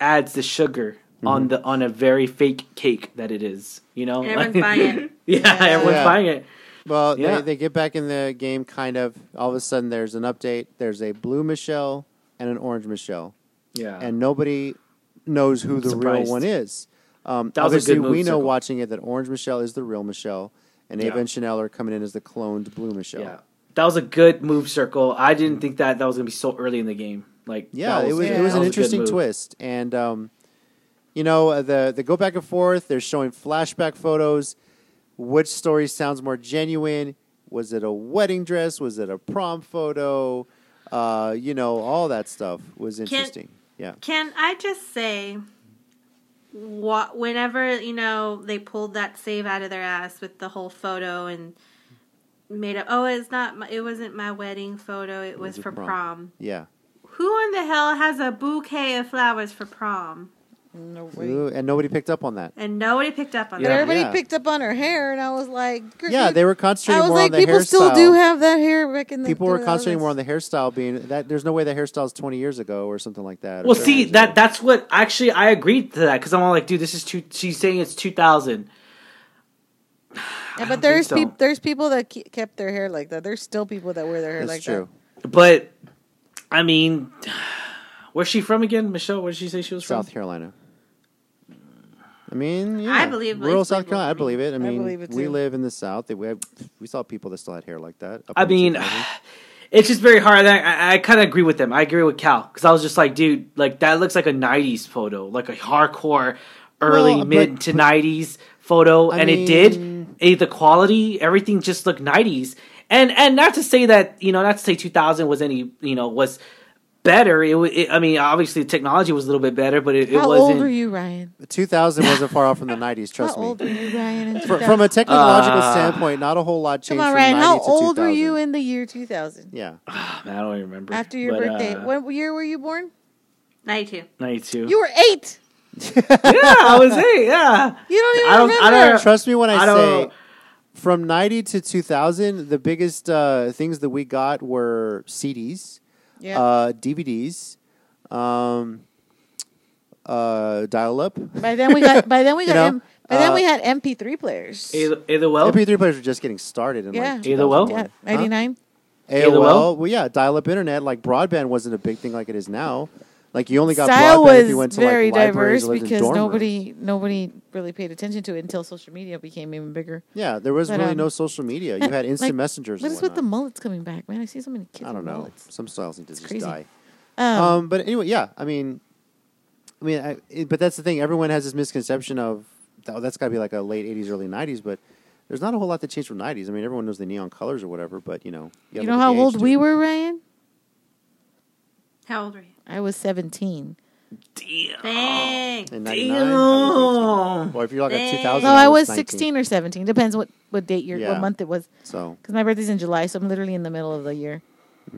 adds the sugar Mm-hmm. on the on a very fake cake that it is. You know, and everyone's buying it. yeah, everyone's Yeah. buying it. Well, Yeah. they, they get back in the game kind of. All of a sudden, there's an update. There's a blue Michelle and an orange Michelle, Yeah, and nobody knows who the Surprised. real one is. Um, That was a obviously, good move, we know Circle. watching it that orange Michelle is the real Michelle, and Ava Yeah. and Chanel are coming in as the cloned blue Michelle. yeah, that was a good move, circle. I didn't think that that was gonna be so early in the game. Like, Yeah, that it was yeah. it was that an a good interesting move. twist, and um, you know uh, the the go back and forth. They're showing flashback photos. Which story sounds more genuine? Was it a wedding dress? Was it a prom photo? Uh, you know, all that stuff was interesting. yeah, Can I just say, what whenever you know they pulled that save out of their ass with the whole photo and made up. Oh, it's not. My, it wasn't my wedding photo. It was, was a for prom." prom. yeah. Who in the hell has a bouquet of flowers for prom? no way. Ooh, and nobody picked up on that. And nobody picked up on But that. everybody Yeah. picked up on her hair, and I was like, Yeah, they were I concentrating was more on like, the people hairstyle. still do have that hair back in the. people were 2000s. concentrating more on the hairstyle being that. There's no way the hairstyle's 20 years ago or something like that. or Well, something see like that that's what actually I agreed to that because I'm all like, dude, this is two. She's saying it's 2000. Yeah, don't but there's think so. people. There's people that ke- kept their hair like that. There's still people that wear their hair That's like true. But I mean, where's she from again, Michelle? Where did she say she was from? South Carolina. I mean, yeah. I believe rural it's South legal. Carolina. I believe it. I mean, believe it we too. live in the South. We have, we saw people that still had hair like that. up I in the mean, 2000s. it's just very hard. I, I, I kind of agree with them. I agree with Cal because I was just like, dude, like that looks like a '90s photo, like a hardcore early Well, but- mid to '90s photo, I and it mean- did. Eh, The quality, everything just looked '90s, and and not to say that you know, not to say 2000 was any you know was better. It, wa- it I mean, obviously technology was a little bit better, but it, it that. How wasn't. old were you, Ryan? 2000 wasn't far off from the 90s. How Trust old me. were you, Ryan? in Fr- 2000? from a technological Uh, standpoint, not a whole lot changed. come on, from Ryan. 90 How to old were 2000. you in the year 2000? Yeah, Ah, man, I don't even remember After your But, birthday, uh, what year were you born? Ninety-two. '92. You were eight. yeah, I was eight. Yeah. You don't even I don't- I remember. don't- Trust me when I, I say don't- from 90 to 2000, the biggest uh, things that we got were CDs, yeah. uh, DVDs, um, uh, dial up. by then we got. By then we you got. know, M- by then uh, we had MP3 players. Either, either well. MP3 players were just getting started. In Yeah. Like Either well? yeah, 2001. Huh? ninety nine. AOL. AOL? Well, yeah, dial-up internet. Like broadband wasn't a big thing like it is now. Like you only got Style broadband was if you went to very like libraries diverse or lived in because dorm rooms. nobody nobody really paid attention to it until social media became even bigger. Yeah, there was But, really um, no social media. You had instant like, messengers. What and is with the whatnot. mullets coming back, man? I see so many kids. I don't with know. Mullets. Some styles need to just crazy. die. Um, Um, but anyway, yeah. I mean, I mean, I, it, but that's the thing. Everyone has this misconception of oh, that's got to be like a late '80s, early '90s. But there's not a whole lot that changed from '90s. I mean, everyone knows the neon colors or whatever. But you know, you gotta know look at how the old age, we too. were, Ryan? How old were you? I was seventeen. Damn. Dang. In '99, Damn. or if you're like a Dang. 2000, No, Oh, I was 19. sixteen or seventeen. Depends what what date your Yeah. what month it was. So, Because my birthday's in July, so I'm literally in the middle of the year.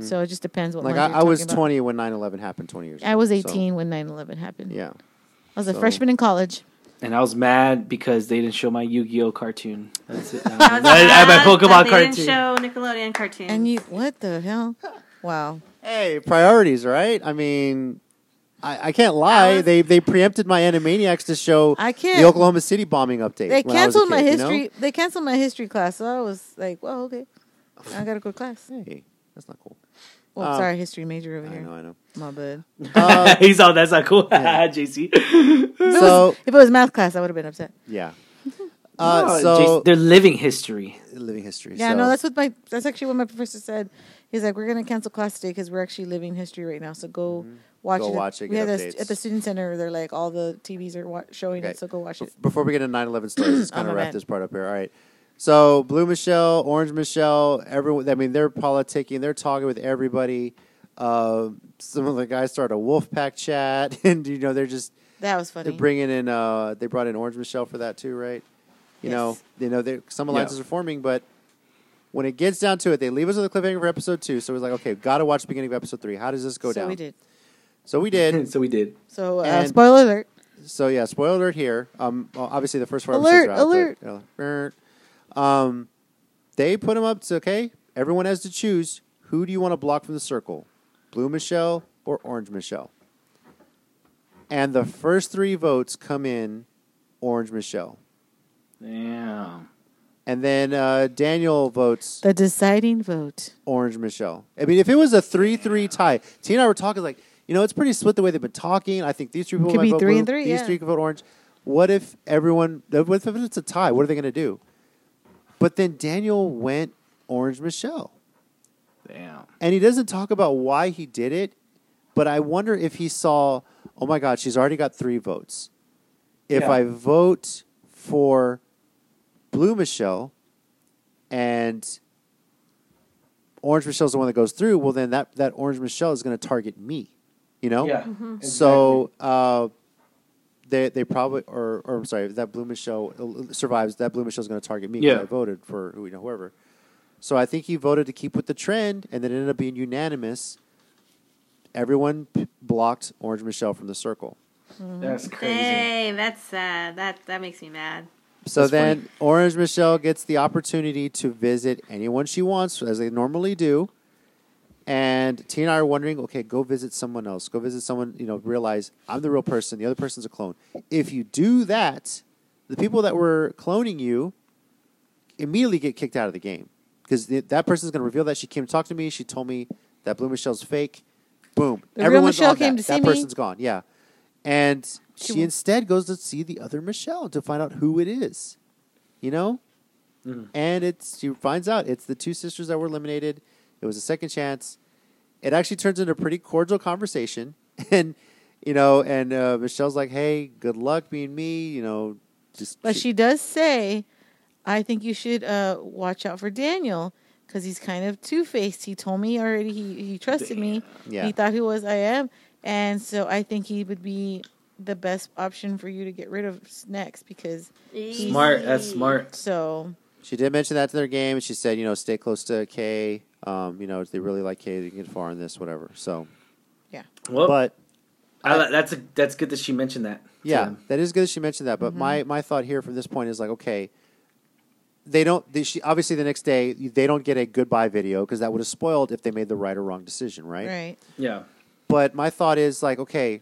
So it just depends what. Mm. like, month I, you're I was talking about. 20 when 9/11 happened. 20 years. I was ago, so, 18 when 9/11 happened. yeah. I was a so- freshman in college. And I was mad because they didn't show my Yu-Gi-Oh cartoon. That's it. I was I had my glad that Pokemon they cartoon. didn't show Nickelodeon cartoon. And you, what the hell? Wow. Hey, priorities, right? I mean, I, I can't lie. I was- they they preempted my Animaniacs to show I can't- the Oklahoma City bombing update. They when I was a canceled my kid, you know? history. They canceled my history class, so I was like, "Well, okay, I gotta go to class." Hey, that's not cool. Well, Um, sorry, history major over I here. know, I know. My bad. Uh, He's all that's not cool. Yeah. JC. Uh, so If it was math class, I would have been upset. yeah. Uh, No, so JC Oh, they're living history. living history. Yeah, so. no, that's what my that's actually what my professor said. He's like, "We're gonna cancel class today because we're actually living history right now. So go watch Mm-hmm. Go it. watch it, We get had a st- updates. at the student center. They're like, all the TVs are wa- showing Okay. it, so go watch it. Bef- Before we get into 9/11 stories, let's Oh, kind of my wrap bad. this part up here. All right. So Blue Michelle, Orange Michelle, everyone. I mean, they're politicking. They're talking with everybody. Uh, some of the guys started a Wolfpack chat, and you know they're just That was funny. they're bringing in. Uh, they brought in Orange Michelle for that too, right? You know, Yes. you know, there- some alliances are forming, but when it gets down to it, they leave us with a cliffhanger for episode two. So it was like, okay, got to watch the beginning of episode three. How does this go so down? we did. So we did. so we did. So uh, And- spoiler alert. so yeah, spoiler alert here. Um, well, obviously the first four episodes Alert, are out, alert. but, you know, er, um, they put them up to okay. Everyone has to choose who do you want to block from the circle, blue Michelle or orange Michelle. And the first three votes come in, orange Michelle, Damn. and then uh, Daniel votes The deciding vote. Orange Michelle. I mean, if it was a three-three tie, T and I were talking like, you know, it's pretty split the way they've been talking. I think these three people Could might be vote three blue, and three, These yeah. three could vote orange. What if everyone? What if it's a tie? What are they going to do? But then Daniel went Orange Michelle, Damn. and he doesn't talk about why he did it. But I wonder if he saw, oh my God, she's already got three votes. If Yeah. I vote for Blue Michelle, and Orange Michelle's the one that goes through, well then that that Orange Michelle is going to target me, you know. Yeah. Mm-hmm. So uh, they they probably or or I'm sorry, if that Blue Michelle uh, survives. That Blue Michelle's going to target me because Yeah. I voted for who you know whoever. So I think he voted to keep with the trend, and then it ended up being unanimous. Everyone p- blocked Orange Michelle from the circle. Exactly. that's crazy. Dang, that's sad. That that makes me mad. So That's then funny. Orange Michelle gets the opportunity to visit anyone she wants, as they normally do. And T and I are wondering, okay, go visit someone else. Go visit someone, you know, realize I'm the real person, the other person's a clone. If you do that, the people that were cloning you immediately get kicked out of the game. Because that person's going to reveal that she came to talk to me. She told me that Blue Michelle's fake. Boom. The real Michelle on came that. to That see me. person's gone. Yeah. And she, won't. instead goes to see the other Michelle to find out who it is. You know? And it's she finds out it's the two sisters that were eliminated. It was a second chance. It actually turns into a pretty cordial conversation. And you know, and uh, Michelle's like, Hey, good luck being me, you know, just But she does say, I think you should uh, watch out for Daniel because he's kind of two faced. He told me already he, he trusted me. Yeah. He thought who was I am. And so I think he would be the best option for you to get rid of next because Smart. That's smart. so She did mention that to their game, and she said, you know, stay close to Kay. Um, you know, they really like Kay. They can get far in this, whatever. So, Well, but I, li- that's a, that's good that she mentioned that. to Yeah, them. that is good that she mentioned that. But my, Mm-hmm. my thought here from this point is like, okay, they don't. They, she, obviously, the next day they don't get a goodbye video because that would have spoiled if they made the right or wrong decision, right? Right. yeah. But my thought is like, okay,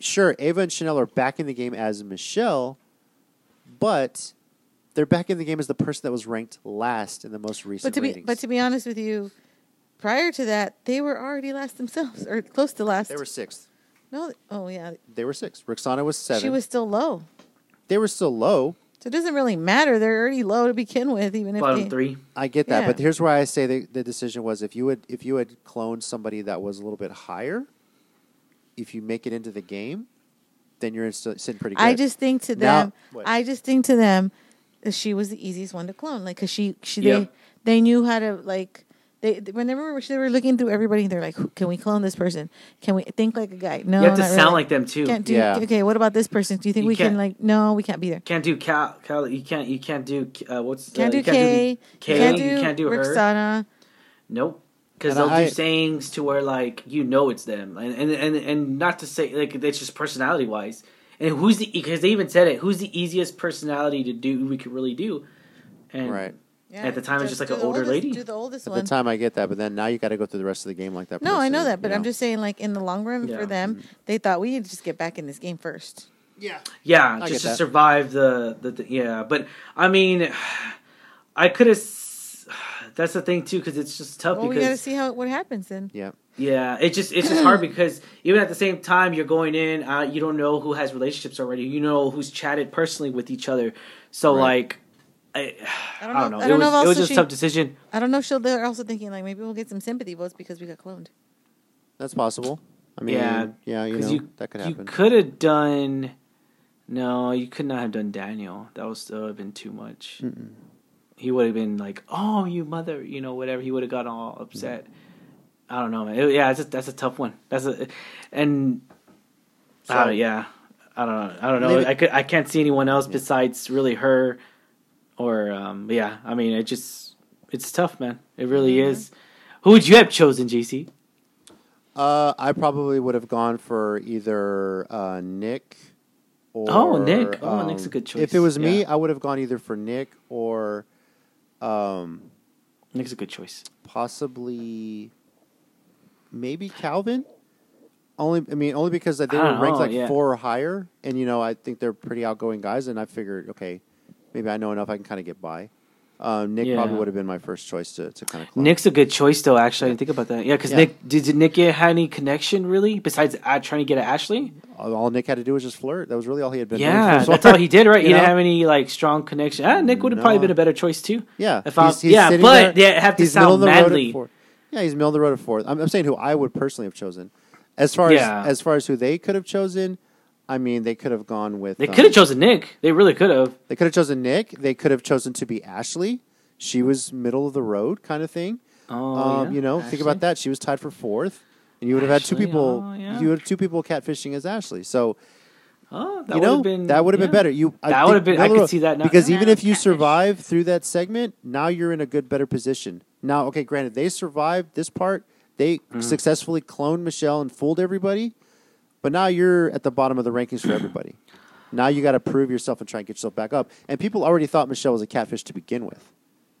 sure, Ava and Chanel are back in the game as Michelle, but they're back in the game as the person that was ranked last in the most recent But to be ratings. but to be honest with you, prior to that, they were already last themselves or close to last. they were sixth. no. Oh yeah, They were sixth. Roxana was seven. she was still low. they were still low. So it doesn't really matter. They're already low to begin with, even if Bottom they, three. I get that, Yeah. but here's where I say the, the decision was: if you had if you had cloned somebody that was a little bit higher, if you make it into the game, then you're in, sitting pretty good. I just think to Now- them, What? I just think to them, that she was the easiest one to clone. Like, cause she, she, Yeah. they, they knew how to like. They they- whenever they were looking through everybody, they're like, "Who- "Can we clone this person? Can we think like a guy? No, you have to not sound really. like them too. Can't Can't do. Yeah. Okay, what about this person? Do you think You we can can't- like? No, we can't be there. do Cal, Cal. You can't. You can't do. Uh, what's the- Can't do you K. K. Can't do, you can't do her. Roxana. Nope. Because And they'll I- do sayings to where like you know it's them, and and and, and not to say like it's just personality wise. And who's the because they even said it? Who's the easiest personality to do we could really do? And right Yeah, At the time, it's just like do an the older oldest- lady. Do the oldest at one. the time, I get that, but then now you got to go through the rest of the game like that. no, I person, know that, but you I'm just saying, like in the long run Yeah. for them, they thought we need to just get back in this game first. Yeah, I get just to that. survive the, the, the yeah. But I mean, I could have. That's the thing too, because it's just tough. Well, we got to because see how what happens then. yeah, yeah, it just it's just hard because even at the same time you're going in, uh, you don't know who has relationships already. You know who's chatted personally with each other. So Right. like, I, I don't know. I don't it know if was it was also just she- a tough decision. I don't know if she'll. They're also thinking like maybe we'll get some sympathy votes because we got cloned. that's possible. I mean, yeah, Yeah, you 'cause know you- that could You happen. could have done. No, you could not have done Daniel. That would still have been too much. He would have been like, "Oh, you mother," you know, whatever. He would have got all upset. I don't know, man. It- yeah, it's a, that's a tough one. That's a, and I don't- So- yeah, I don't, know. I don't know. Leave it- I could, I can't see anyone else besides really her, or um, yeah. I mean, it just, it's tough, man. It really Mm-hmm. is. Who would you have chosen, JC? Uh, I probably would have gone for either uh, Nick. Or, um, Oh, Nick. Oh, Nick's a good If choice. it was me, Yeah. I would have gone either for Nick or um, Nick's a good choice. possibly maybe Calvin. Only I mean only because they I were don't ranked know, like yeah. four or higher, and you know I think they're pretty outgoing guys, and I figured okay, maybe I know enough I can kind of get by. Um, Nick probably Yeah. would have been my first choice to, to kind of Nick's a good choice though. Actually, I didn't think about that. Yeah, because Yeah. Nick did, did Nick get, had any connection really besides uh, trying to get at Ashley? all, all Nick had to do was just flirt. That was really all he had been. doing yeah, for so that's far. all he did, right? He You didn't know? have any like strong connection. Ah, Nick would have probably No. been a better choice too. Yeah, if I, yeah, sitting but they have to he's middle of sound the road at manly. fourth. Yeah, he's middle of the road at fourth. I'm, I'm saying who I would personally have chosen. As far Yeah. as as far as who they could have chosen, I mean they could have gone with They um, could have chosen Nick. They really could have. They could have chosen Nick. They could have chosen to be Ashley. She was middle of the road kind of thing. Oh, um, yeah, you know, think about Ashley. that. She was tied for fourth, and you would have had two Ashley, people. oh, yeah. You would have two people catfishing as Ashley. So Oh, that you would know have been that would have been yeah. better. You I That think would have been- I middle of could the road- see that now. because Yeah. even if you Catfish. survive through that segment, now you're in a good better position. Now, okay, granted they survived this part. They Mm-hmm. successfully cloned Michelle and fooled everybody, but now you're at the bottom of the rankings for everybody. Now you got to prove yourself and try and get yourself back up. And people already thought Michelle was a catfish to begin with,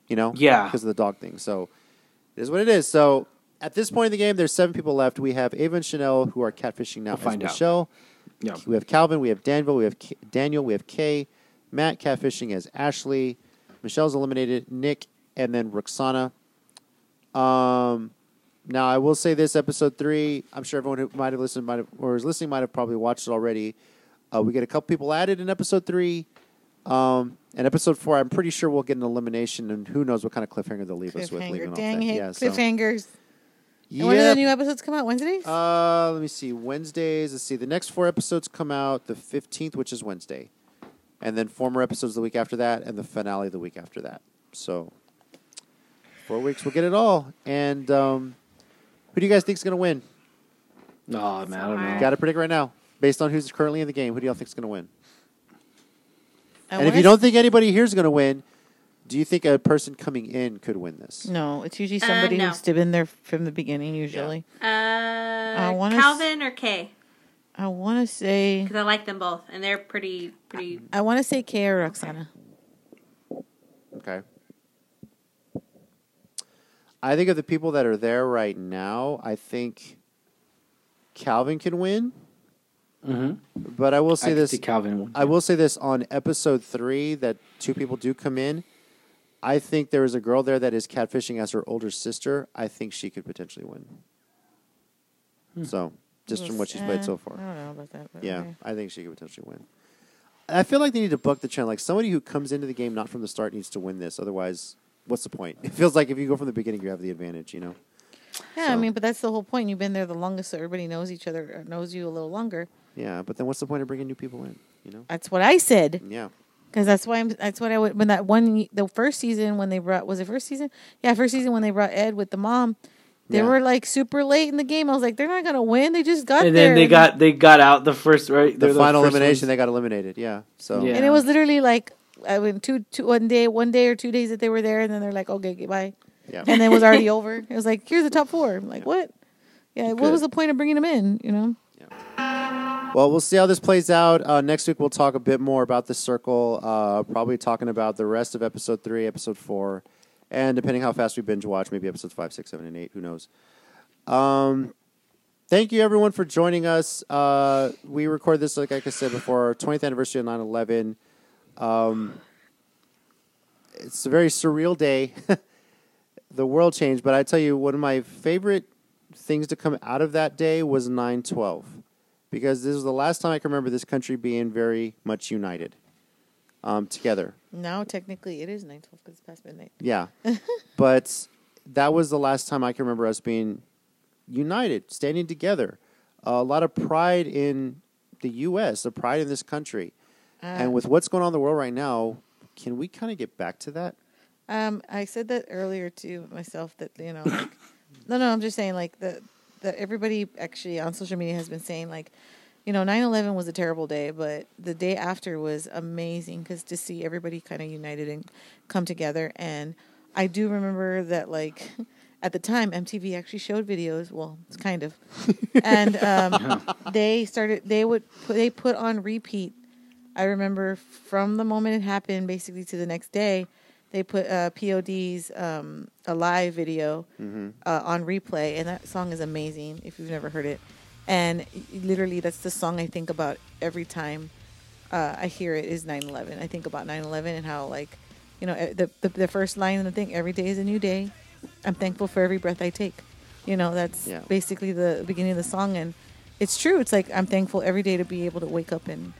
you know? Yeah. Because of the dog thing. So it is what it is. So at this point in the game, there's seven people left. We have Ava and Chanel who are catfishing now as find out. Michelle. Yeah. We have Calvin. We have Danville. We have K- Daniel. We have Kay. Matt catfishing as Ashley. Michelle's eliminated. Nick and then Roxana. Um, now I will say this: episode three. I'm sure everyone who might have listened, might have, or is listening, might have probably watched it already. Uh, we get a couple people added in episode three. Um, and episode four, I'm pretty sure we'll get an elimination, and who knows what kind of cliffhanger they'll leave us with. leaving Cliffhanger, off dang that. it, Yeah, so- cliffhangers. And when do Yep. the new episodes come out? Wednesdays? Uh, let me see. Wednesdays. Let's see. The next four episodes come out the fifteenth, which is Wednesday, and then four more episodes the week after that, and the finale the week after that. So four weeks, we'll get it all. And um, who do you guys think is going to win? Oh man, I don't know. Got to predict right now, based on who's currently in the game. Who do y'all think is going to win? I and if wanna you don't think anybody here is going to win, do you think a person coming in could win this? s- no, it's usually Uh, somebody no. who's been there from the beginning. Usually, Uh, wanna s- Calvin Uh, or Kay? I want to say because I like them both, and they're pretty pretty. I want to say Kay or Roxana. Okay. I think of the people that are there right now, I think Calvin can win. Mm-hmm. But I will say I this see Calvin. One. I will say this on episode three that two people do come in. I think there is a girl there that is catfishing as her older sister. I think she could potentially win. Hmm. So, just from what she's played Uh, so far. I don't know about that. but Yeah, okay. I think she could potentially win. I feel like they need to buck the trend. Like somebody who comes into the game not from the start needs to win this. Otherwise, what's the point? It feels like if you go from the beginning, you have the advantage. You know. Yeah, I So- mean, but that's the whole point. You've been there the longest, so everybody knows each other, or knows you a little longer. Yeah, but then what's the point of bringing new people in? You know. That's what I said. Yeah. Because that's why I'm. That's what I would. When that one, ye- the first season when they brought was it first season? Yeah, first season when they brought Ed with the mom, they Yeah. were like super late in the game. I was like, they're not gonna win. They just got and there. then they got they got out the first right The they're final first elimination, ones. they got eliminated. Yeah. So. Yeah. And it was literally like I went two, two, one day, one day or two days that they were there, and then they're like, okay, goodbye, Yeah. and then it was already over. It was like, here's the top four. I'm like, what? Yeah, what Good. was the point of bringing them in? You know, Well, we'll see how this plays out. Uh, next week, we'll talk a bit more about the circle, uh, probably talking about the rest of episode three, episode four, and depending how fast we binge watch, maybe episodes five, six, seven, and eight. Who knows? Um, thank you, everyone, for joining us. Uh, we record this, like, I said before, our 20th anniversary of 9 11. Um, it's a very surreal day. the world changed, but I tell you, one of my favorite things to come out of that day was 9 12 because this was the last time I can remember this country being very much united um, together. now technically it is nine twelve because it's past midnight. Yeah. but that was the last time I can remember us being united, standing together. a lot of pride in the U.S., the pride in this country. Ah. and with what's going on in the world right now, can we kind of get back to that? Um, I said that earlier to myself that you know, like, no, no, I'm just saying like the that everybody actually on social media has been saying like, you know, 9/11 was a terrible day, but the day after was amazing because to see everybody kind of united and come together. And I do remember that like at the time MTV actually showed videos. Well, it's kind of, and um, they started they would put, they put on repeat I remember from the moment it happened, basically to the next day, they put uh, POD's um, a live video uh, on replay, and that song is amazing if you've never heard it. And y- literally, that's the song I think about every time uh, I hear it is 9/11. I think about 9/11 and how like, you know, e- the, the the first line in the thing, every day is a new day. I'm thankful for every breath I take. You know, that's Yeah. basically the beginning of the song, and it's true. It's like I'm thankful every day to be able to wake up and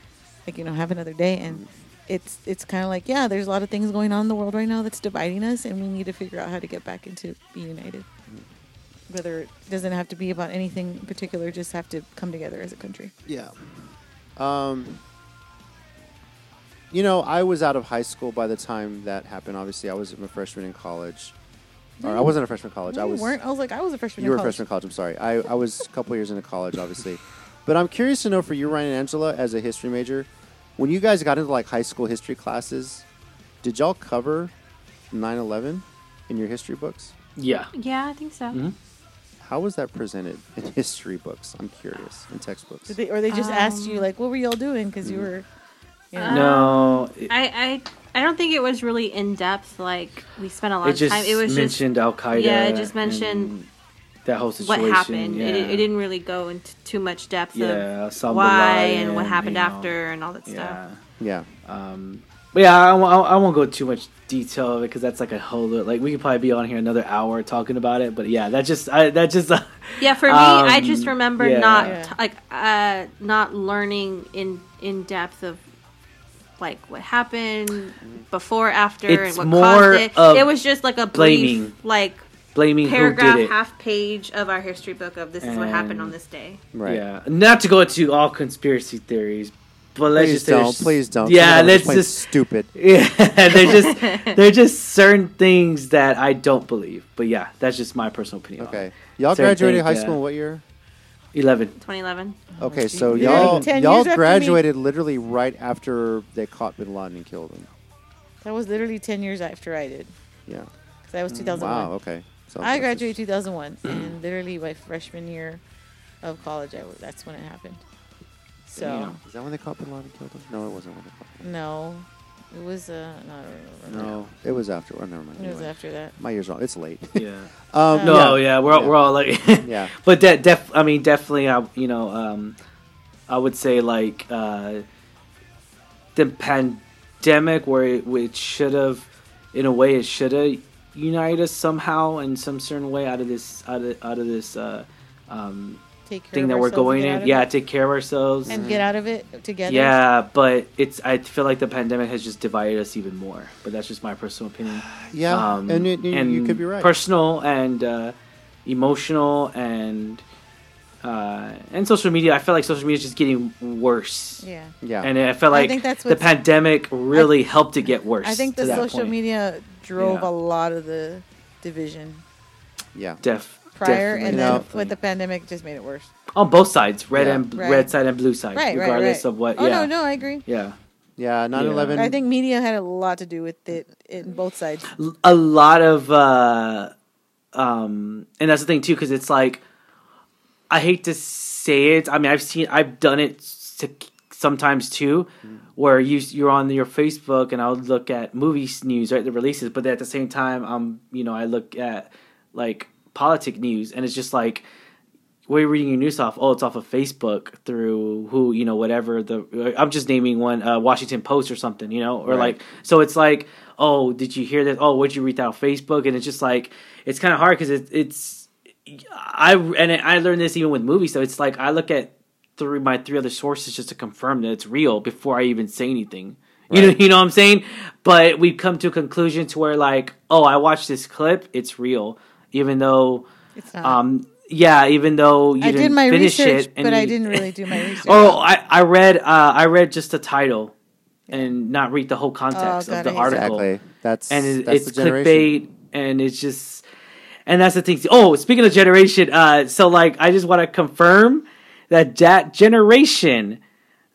like you know have another day and it's it's kind of like yeah there's a lot of things going on in the world right now that's dividing us and we need to figure out how to get back into be united whether it doesn't have to be about anything in particular just have to come together as a country Yeah. Um, you know, I was out of high school by the time that happened. Obviously, I was a freshman in college. Or I wasn't a freshman in college. No, I Mm. you was weren't i was like i was a freshman you were in a college. freshman in college. I'm sorry. I, I was a couple years into college, obviously. But I'm curious to know for you, Ryan and Angela, as a history major, when you guys got into like high school history classes, did y'all cover 9/11 in your history books? yeah Yeah, I think so. Hmm? How was that presented in history books? I'm curious in textbooks. Did they, or they just asked you like what were y'all doing because you were you Uh, Ah. know, Mm. no it, I, I I don't think it was really in depth. Like we spent a lot it of just time. It was mentioned Al Qaeda yeah, it and just mentioned that whole just situation what happened. yeah. It, it didn't really go into too much depth Yeah, of some why lie and what and, happened you know, after and all that yeah stuff. yeah. um but yeah I, won't- I won't go too much detail of it because that's like a whole lot- like we could probably be on here another hour talking about it but yeah that just I, that just uh, Yeah, for me, I just Um, remember yeah. not Yeah. t- like uh not learning in in depth of like what happened before, after, It's and what more caused it. of It was just like a blaming. brief like blaming who did paragraph, it half page of our history book of this is what happened on And- this day. Right. Yeah, not to go into all conspiracy theories, but let's Please just say don't. there's- Please don't. Yeah, Some of them are let's plain just. stupid. Yeah, they're just they're just certain things that I don't believe. But yeah, that's just my personal opinion. Okay. Y'all Certain graduated things, high yeah. school in what year? 11. 2011. Okay, so geez. y'all Ten years y'all after me. graduated literally right after they caught Bin Laden and killed him. that was literally 10 years after i did Yeah. because Mm, i was 2001 Wow. Okay. So i that's graduated 2001 and literally my freshman year of college I, was- that's when it happened just- So Yeah. Is that when they caught Bin Laden and killed him? No, it wasn't when they caught him. no, it was uh, no, I don't remember. No, It was after. Oh, or never mind. it was anyway. after that. My year's wrong. It's late. Yeah. Um, No, yeah, we're all, Yeah. we're all like, Yeah. but de- def, I mean, definitely, I you know, um, I would say like uh, the pandemic, where it, where it should have, in a way, it should have united us somehow in some certain way out of this out of out of this uh, um, Take care thing of that we're ourselves and get going out in. of Yeah, it. take care of ourselves. and get out of it together. yeah, but it's I feel like the pandemic has just divided us even more. But that's just my personal opinion. Yeah. Um, and, you- you- you could be right. Personal and uh, emotional and uh, and social media. I feel like social media is just getting worse. yeah. yeah. And I feel I like think that's the what's- pandemic really helped it get worse. I think to the that social point. media drove Yeah. a lot of the division yeah. Def, prior, definitely, and You then know- with the pandemic, just made it worse. on both sides, red Yeah. and Right. red side and blue side, Right, right, right. regardless of what. Oh yeah, no, no, I agree. yeah. Yeah. 9 11. I think media had a lot to do with it in both sides. a lot of uh um and that's the thing too because it's like i hate to say it i mean i've seen i've done it s- sometimes too where you you're on your facebook and i'll look at movies news right the releases but then at the same time i'm you know i look at like politic news and it's just like where are you reading your news off? Oh, it's off of Facebook through who you know, whatever the. I'm just naming one, uh, Washington Post or something, you know, or Right. like. So it's like, oh, did you hear this? Oh, what'd you read that on Facebook? And it's just like, it's kind of hard because it, it's, I and I learned this even with movies. So it's like I look at through my three other sources just to confirm that it's real before I even say anything. You know, you know what I'm saying. But we've come to a conclusion to where like, oh, I watched this clip, it's real, even though. It's not. Um, yeah, even though you I didn't did my finish research, it, and but I you- didn't really do my research. Oh, I, I read uh, I read just the title and not read the whole context God, of I the hate that. article, Exactly. That's, and it, that's it's the generation. clickbait, and it's just and that's the thing. Oh, speaking of generation, uh, so like I just want to confirm that that generation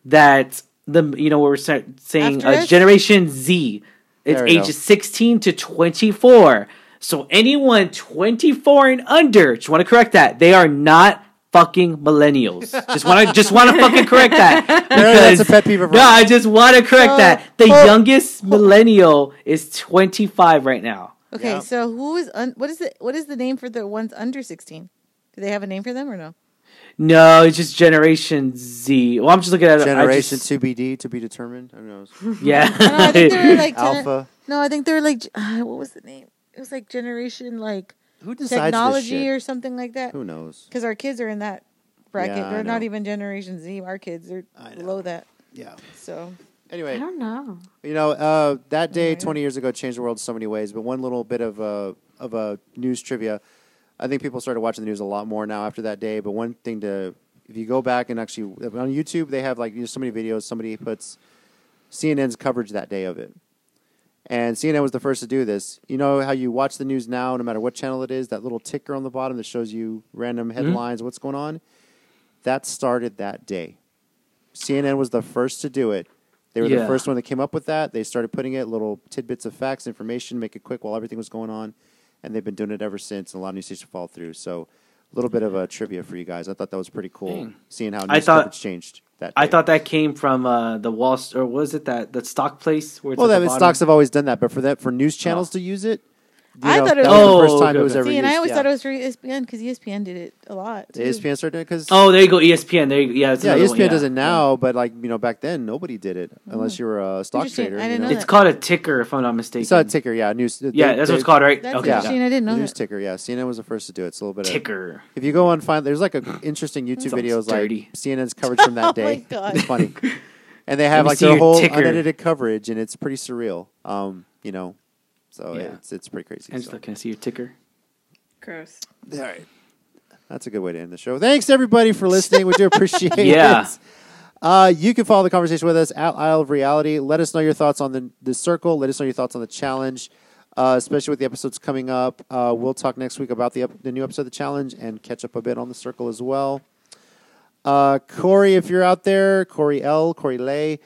that the you know we were sa- saying After uh, us? generation Z, it's There we go. ages sixteen to twenty four. So anyone twenty four and under, just want to correct that they are not fucking millennials. just want to just want to fucking correct that that's because a pet peeve of no, mine. I just want to correct Uh, So- that the well- youngest millennial is twenty five right now. okay, Yeah. so who is un- what is the what is the name for the ones under sixteen? Do they have a name for them or no? No, it's just Generation Z. Well, I'm just looking at it. I Generation just- to be D to be determined. Who knows? Yeah, No, I think they were like gener- Alpha. No, I think they were like uh, what was the name? It was like generation like Who decides this technology shit? or something like that. Who knows? Because our kids are in that bracket. Yeah, I They're not know. even Generation Z. Our kids are I know. below that. Yeah. So I Anyway, don't know. you know, uh, that day Alright. 20 years ago changed the world in so many ways. But one little bit of a of a news trivia, I think people started watching the news a lot more now after that day. But one thing to, if you go back and actually on YouTube, they have like you know, so many videos. Somebody puts CNN's coverage that day of it, and CNN was the first to do this. You know how you watch the news now, no matter what channel it is, that little ticker on the bottom that shows you random Mm-hmm. headlines, what's going on. That started that day. CNN was the first to do it. They were the Yeah. first one that came up with that. They started putting it little tidbits of facts, information, make it quick while everything was going on, and they've been doing it ever since. And a lot of news stations fall through. So, a little bit of a trivia for you guys. I thought that was pretty cool Dang. seeing how news I thought- coverage changed. That I day. thought that came from uh, the Wall St- or was it that that stock place where it's well, at that the mean, bottom? stocks have always done that, but for that for news channels to use it, you Oh. I know, thought it that was- the first Oh, time okay, it was okay. ever see, used. and I always yeah. E thought it was for E ESPN because ESPN did it a lot. Too. ESPN started because Oh, there you go, ESPN. There, you, yeah, that's yeah, E another ESPN one, does it now, but like you know back then nobody did it unless you were a stock Oh. Interesting. trader. I you didn't know It's called a ticker, if I'm not mistaken. It's not a ticker, yeah. News. yeah, that's what it's called, right? That's okay, Yeah. interesting. I didn't know News that. ticker, yeah. CNN was the first to do it. It's a little bit of- ticker. If you go on, find there's like a interesting YouTube Sounds videos dirty. like CNN's coverage from that Oh day. my God. It's funny, and they have me like see their your whole ticker. unedited coverage, and it's pretty surreal. Um, you know, so Yeah. it's it's pretty crazy. And so. stuff. Can I see your ticker? Gross. All right. That's a good way to end the show. Thanks everybody for listening. We do appreciate Yeah. it. Uh, you can follow the conversation with us at Isle of Reality. Let us know your thoughts on the, the circle. Let us know your thoughts on the challenge, uh, especially with the episodes coming up. Uh, we'll talk next week about the, ep- the new episode of the challenge and catch up a bit on the circle as well. Uh, Corey, if you're out there, Corey L, Corey Lay,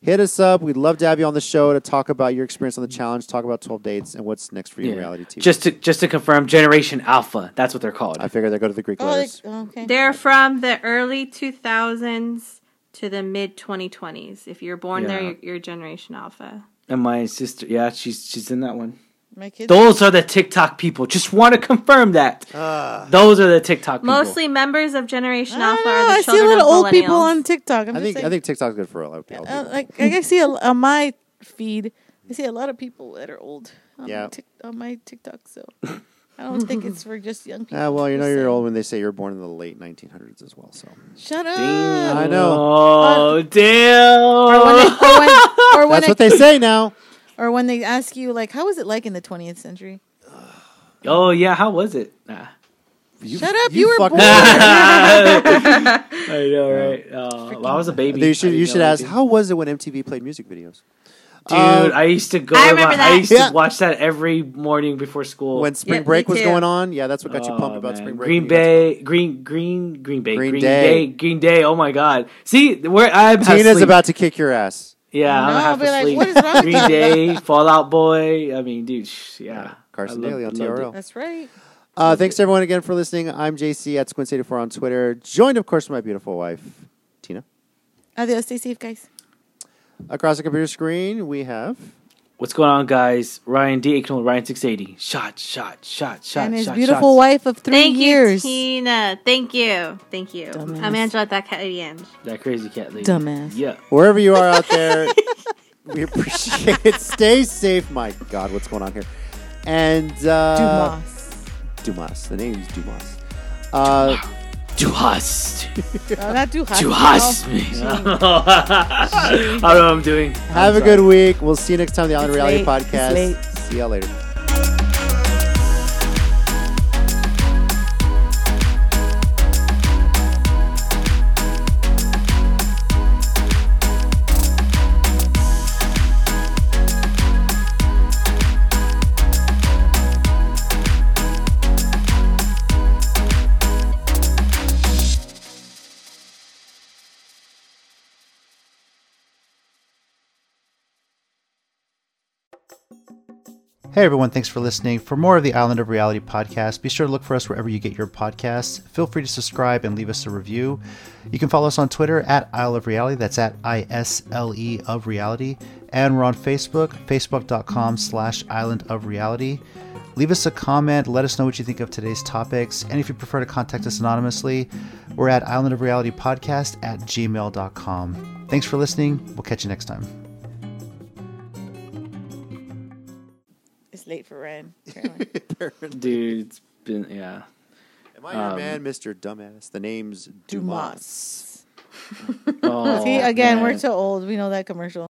hit us up. We'd love to have you on the show to talk about your experience on the challenge, talk about 12 dates, and what's next for you in reality TV. Just to just to confirm, Generation Alpha. That's what they're called. I figure they go to the Greek Oh, letters. like, okay. They're from the early 2000s to the mid 2020s. If you're born there, Yeah. you're, you're Generation Alpha. And my sister, yeah, she's she's in that one. My kids. Those are the TikTok people. Just want to confirm that. Uh. Those are the TikTok people. Mostly members of Generation I don't Alpha know. are Ah, the I see a children little of old people millennials. on TikTok. I'm I just think saying. I think TikTok's good for a lot of people. Uh, like like I see a, on my feed, I see a lot of people that are old. On Yeah. My Tik on my TikTok, so I don't think it's for just young people. Ah, well, you know Just you're saying. old when they say you're born in the late 1900s as well. So Shut up. Damn. I know. Uh, Oh, Or when, damn. they, or when, or when that's I- what they say now. or when they ask you like, how was it like in the 20th century? Oh, yeah. How was it? Nah. Shut up, you were fucking- born. I know, right? Oh, well, I was a baby. You should I you didn't should know ask anything. how was it when MTV played music videos? Dude, Um, I used to go. I to remember my- I that. used to Yeah. watch that every morning before school. when spring me break was too. going on. Yeah, that's what got you pumped Oh, about man. spring break. Green when you got Bay, Green Green Green Bay, Green Green, Day. Day. Green Day. Oh my God! See, where I'm to- half Tina's asleep. about to kick your ass. Yeah, No, I'm half I'll be like, asleep. what is wrong with Green Day, Fallout Boy. I mean, dude, shh, yeah. Yeah, Carson I loved- Daly on loved it. TRL. That's right. Uh, thanks to everyone again for listening. I'm JC at Squint84 on Twitter, joined of course by my beautiful wife, Tina. Adios. Stay safe, guys. Across the computer screen, we have What's going on, guys? Ryan D. Akinol, Ryan six eighty. Shot, shot, shot, shot, and his shot, beautiful shots. wife of three Thank years. you, Tina. Thank you. Thank you. Dumbass. I'm Angela Dakarian. That crazy cat lady. Dumbass. Yeah. wherever you are out there. we appreciate it. Stay safe. My God, what's going on here? And Euh, uh, Dumas. Dumas. The name is Dumas. Uh, To us. No, not Duhas. To no. us. I don't know what I'm doing. Have a good week. We'll see you next time on the Island It's Reality late. It's late. Podcast. See y'all later. Hey everyone, thanks for listening. For more of the Island of Reality podcast, be sure to look for us wherever you get your podcasts. Feel free to subscribe and leave us a review. You can follow us on Twitter at Isle of Reality, that's at I-S-L-E E of Reality. And we're on Facebook, facebook.com slash Island of Reality. Leave us a comment, let us know what you think of today's topics, and if you prefer to contact us anonymously, we're at Island of Reality Podcast at gmail.com. Thanks for listening. We'll catch you next time. It's late for Ryan. apparently. Dude, it's been, yeah. Am I your man, Mr. Dumbass? The name's Um, Dumas. Oh, See, again, man. Oh, we're too old. We know that commercial.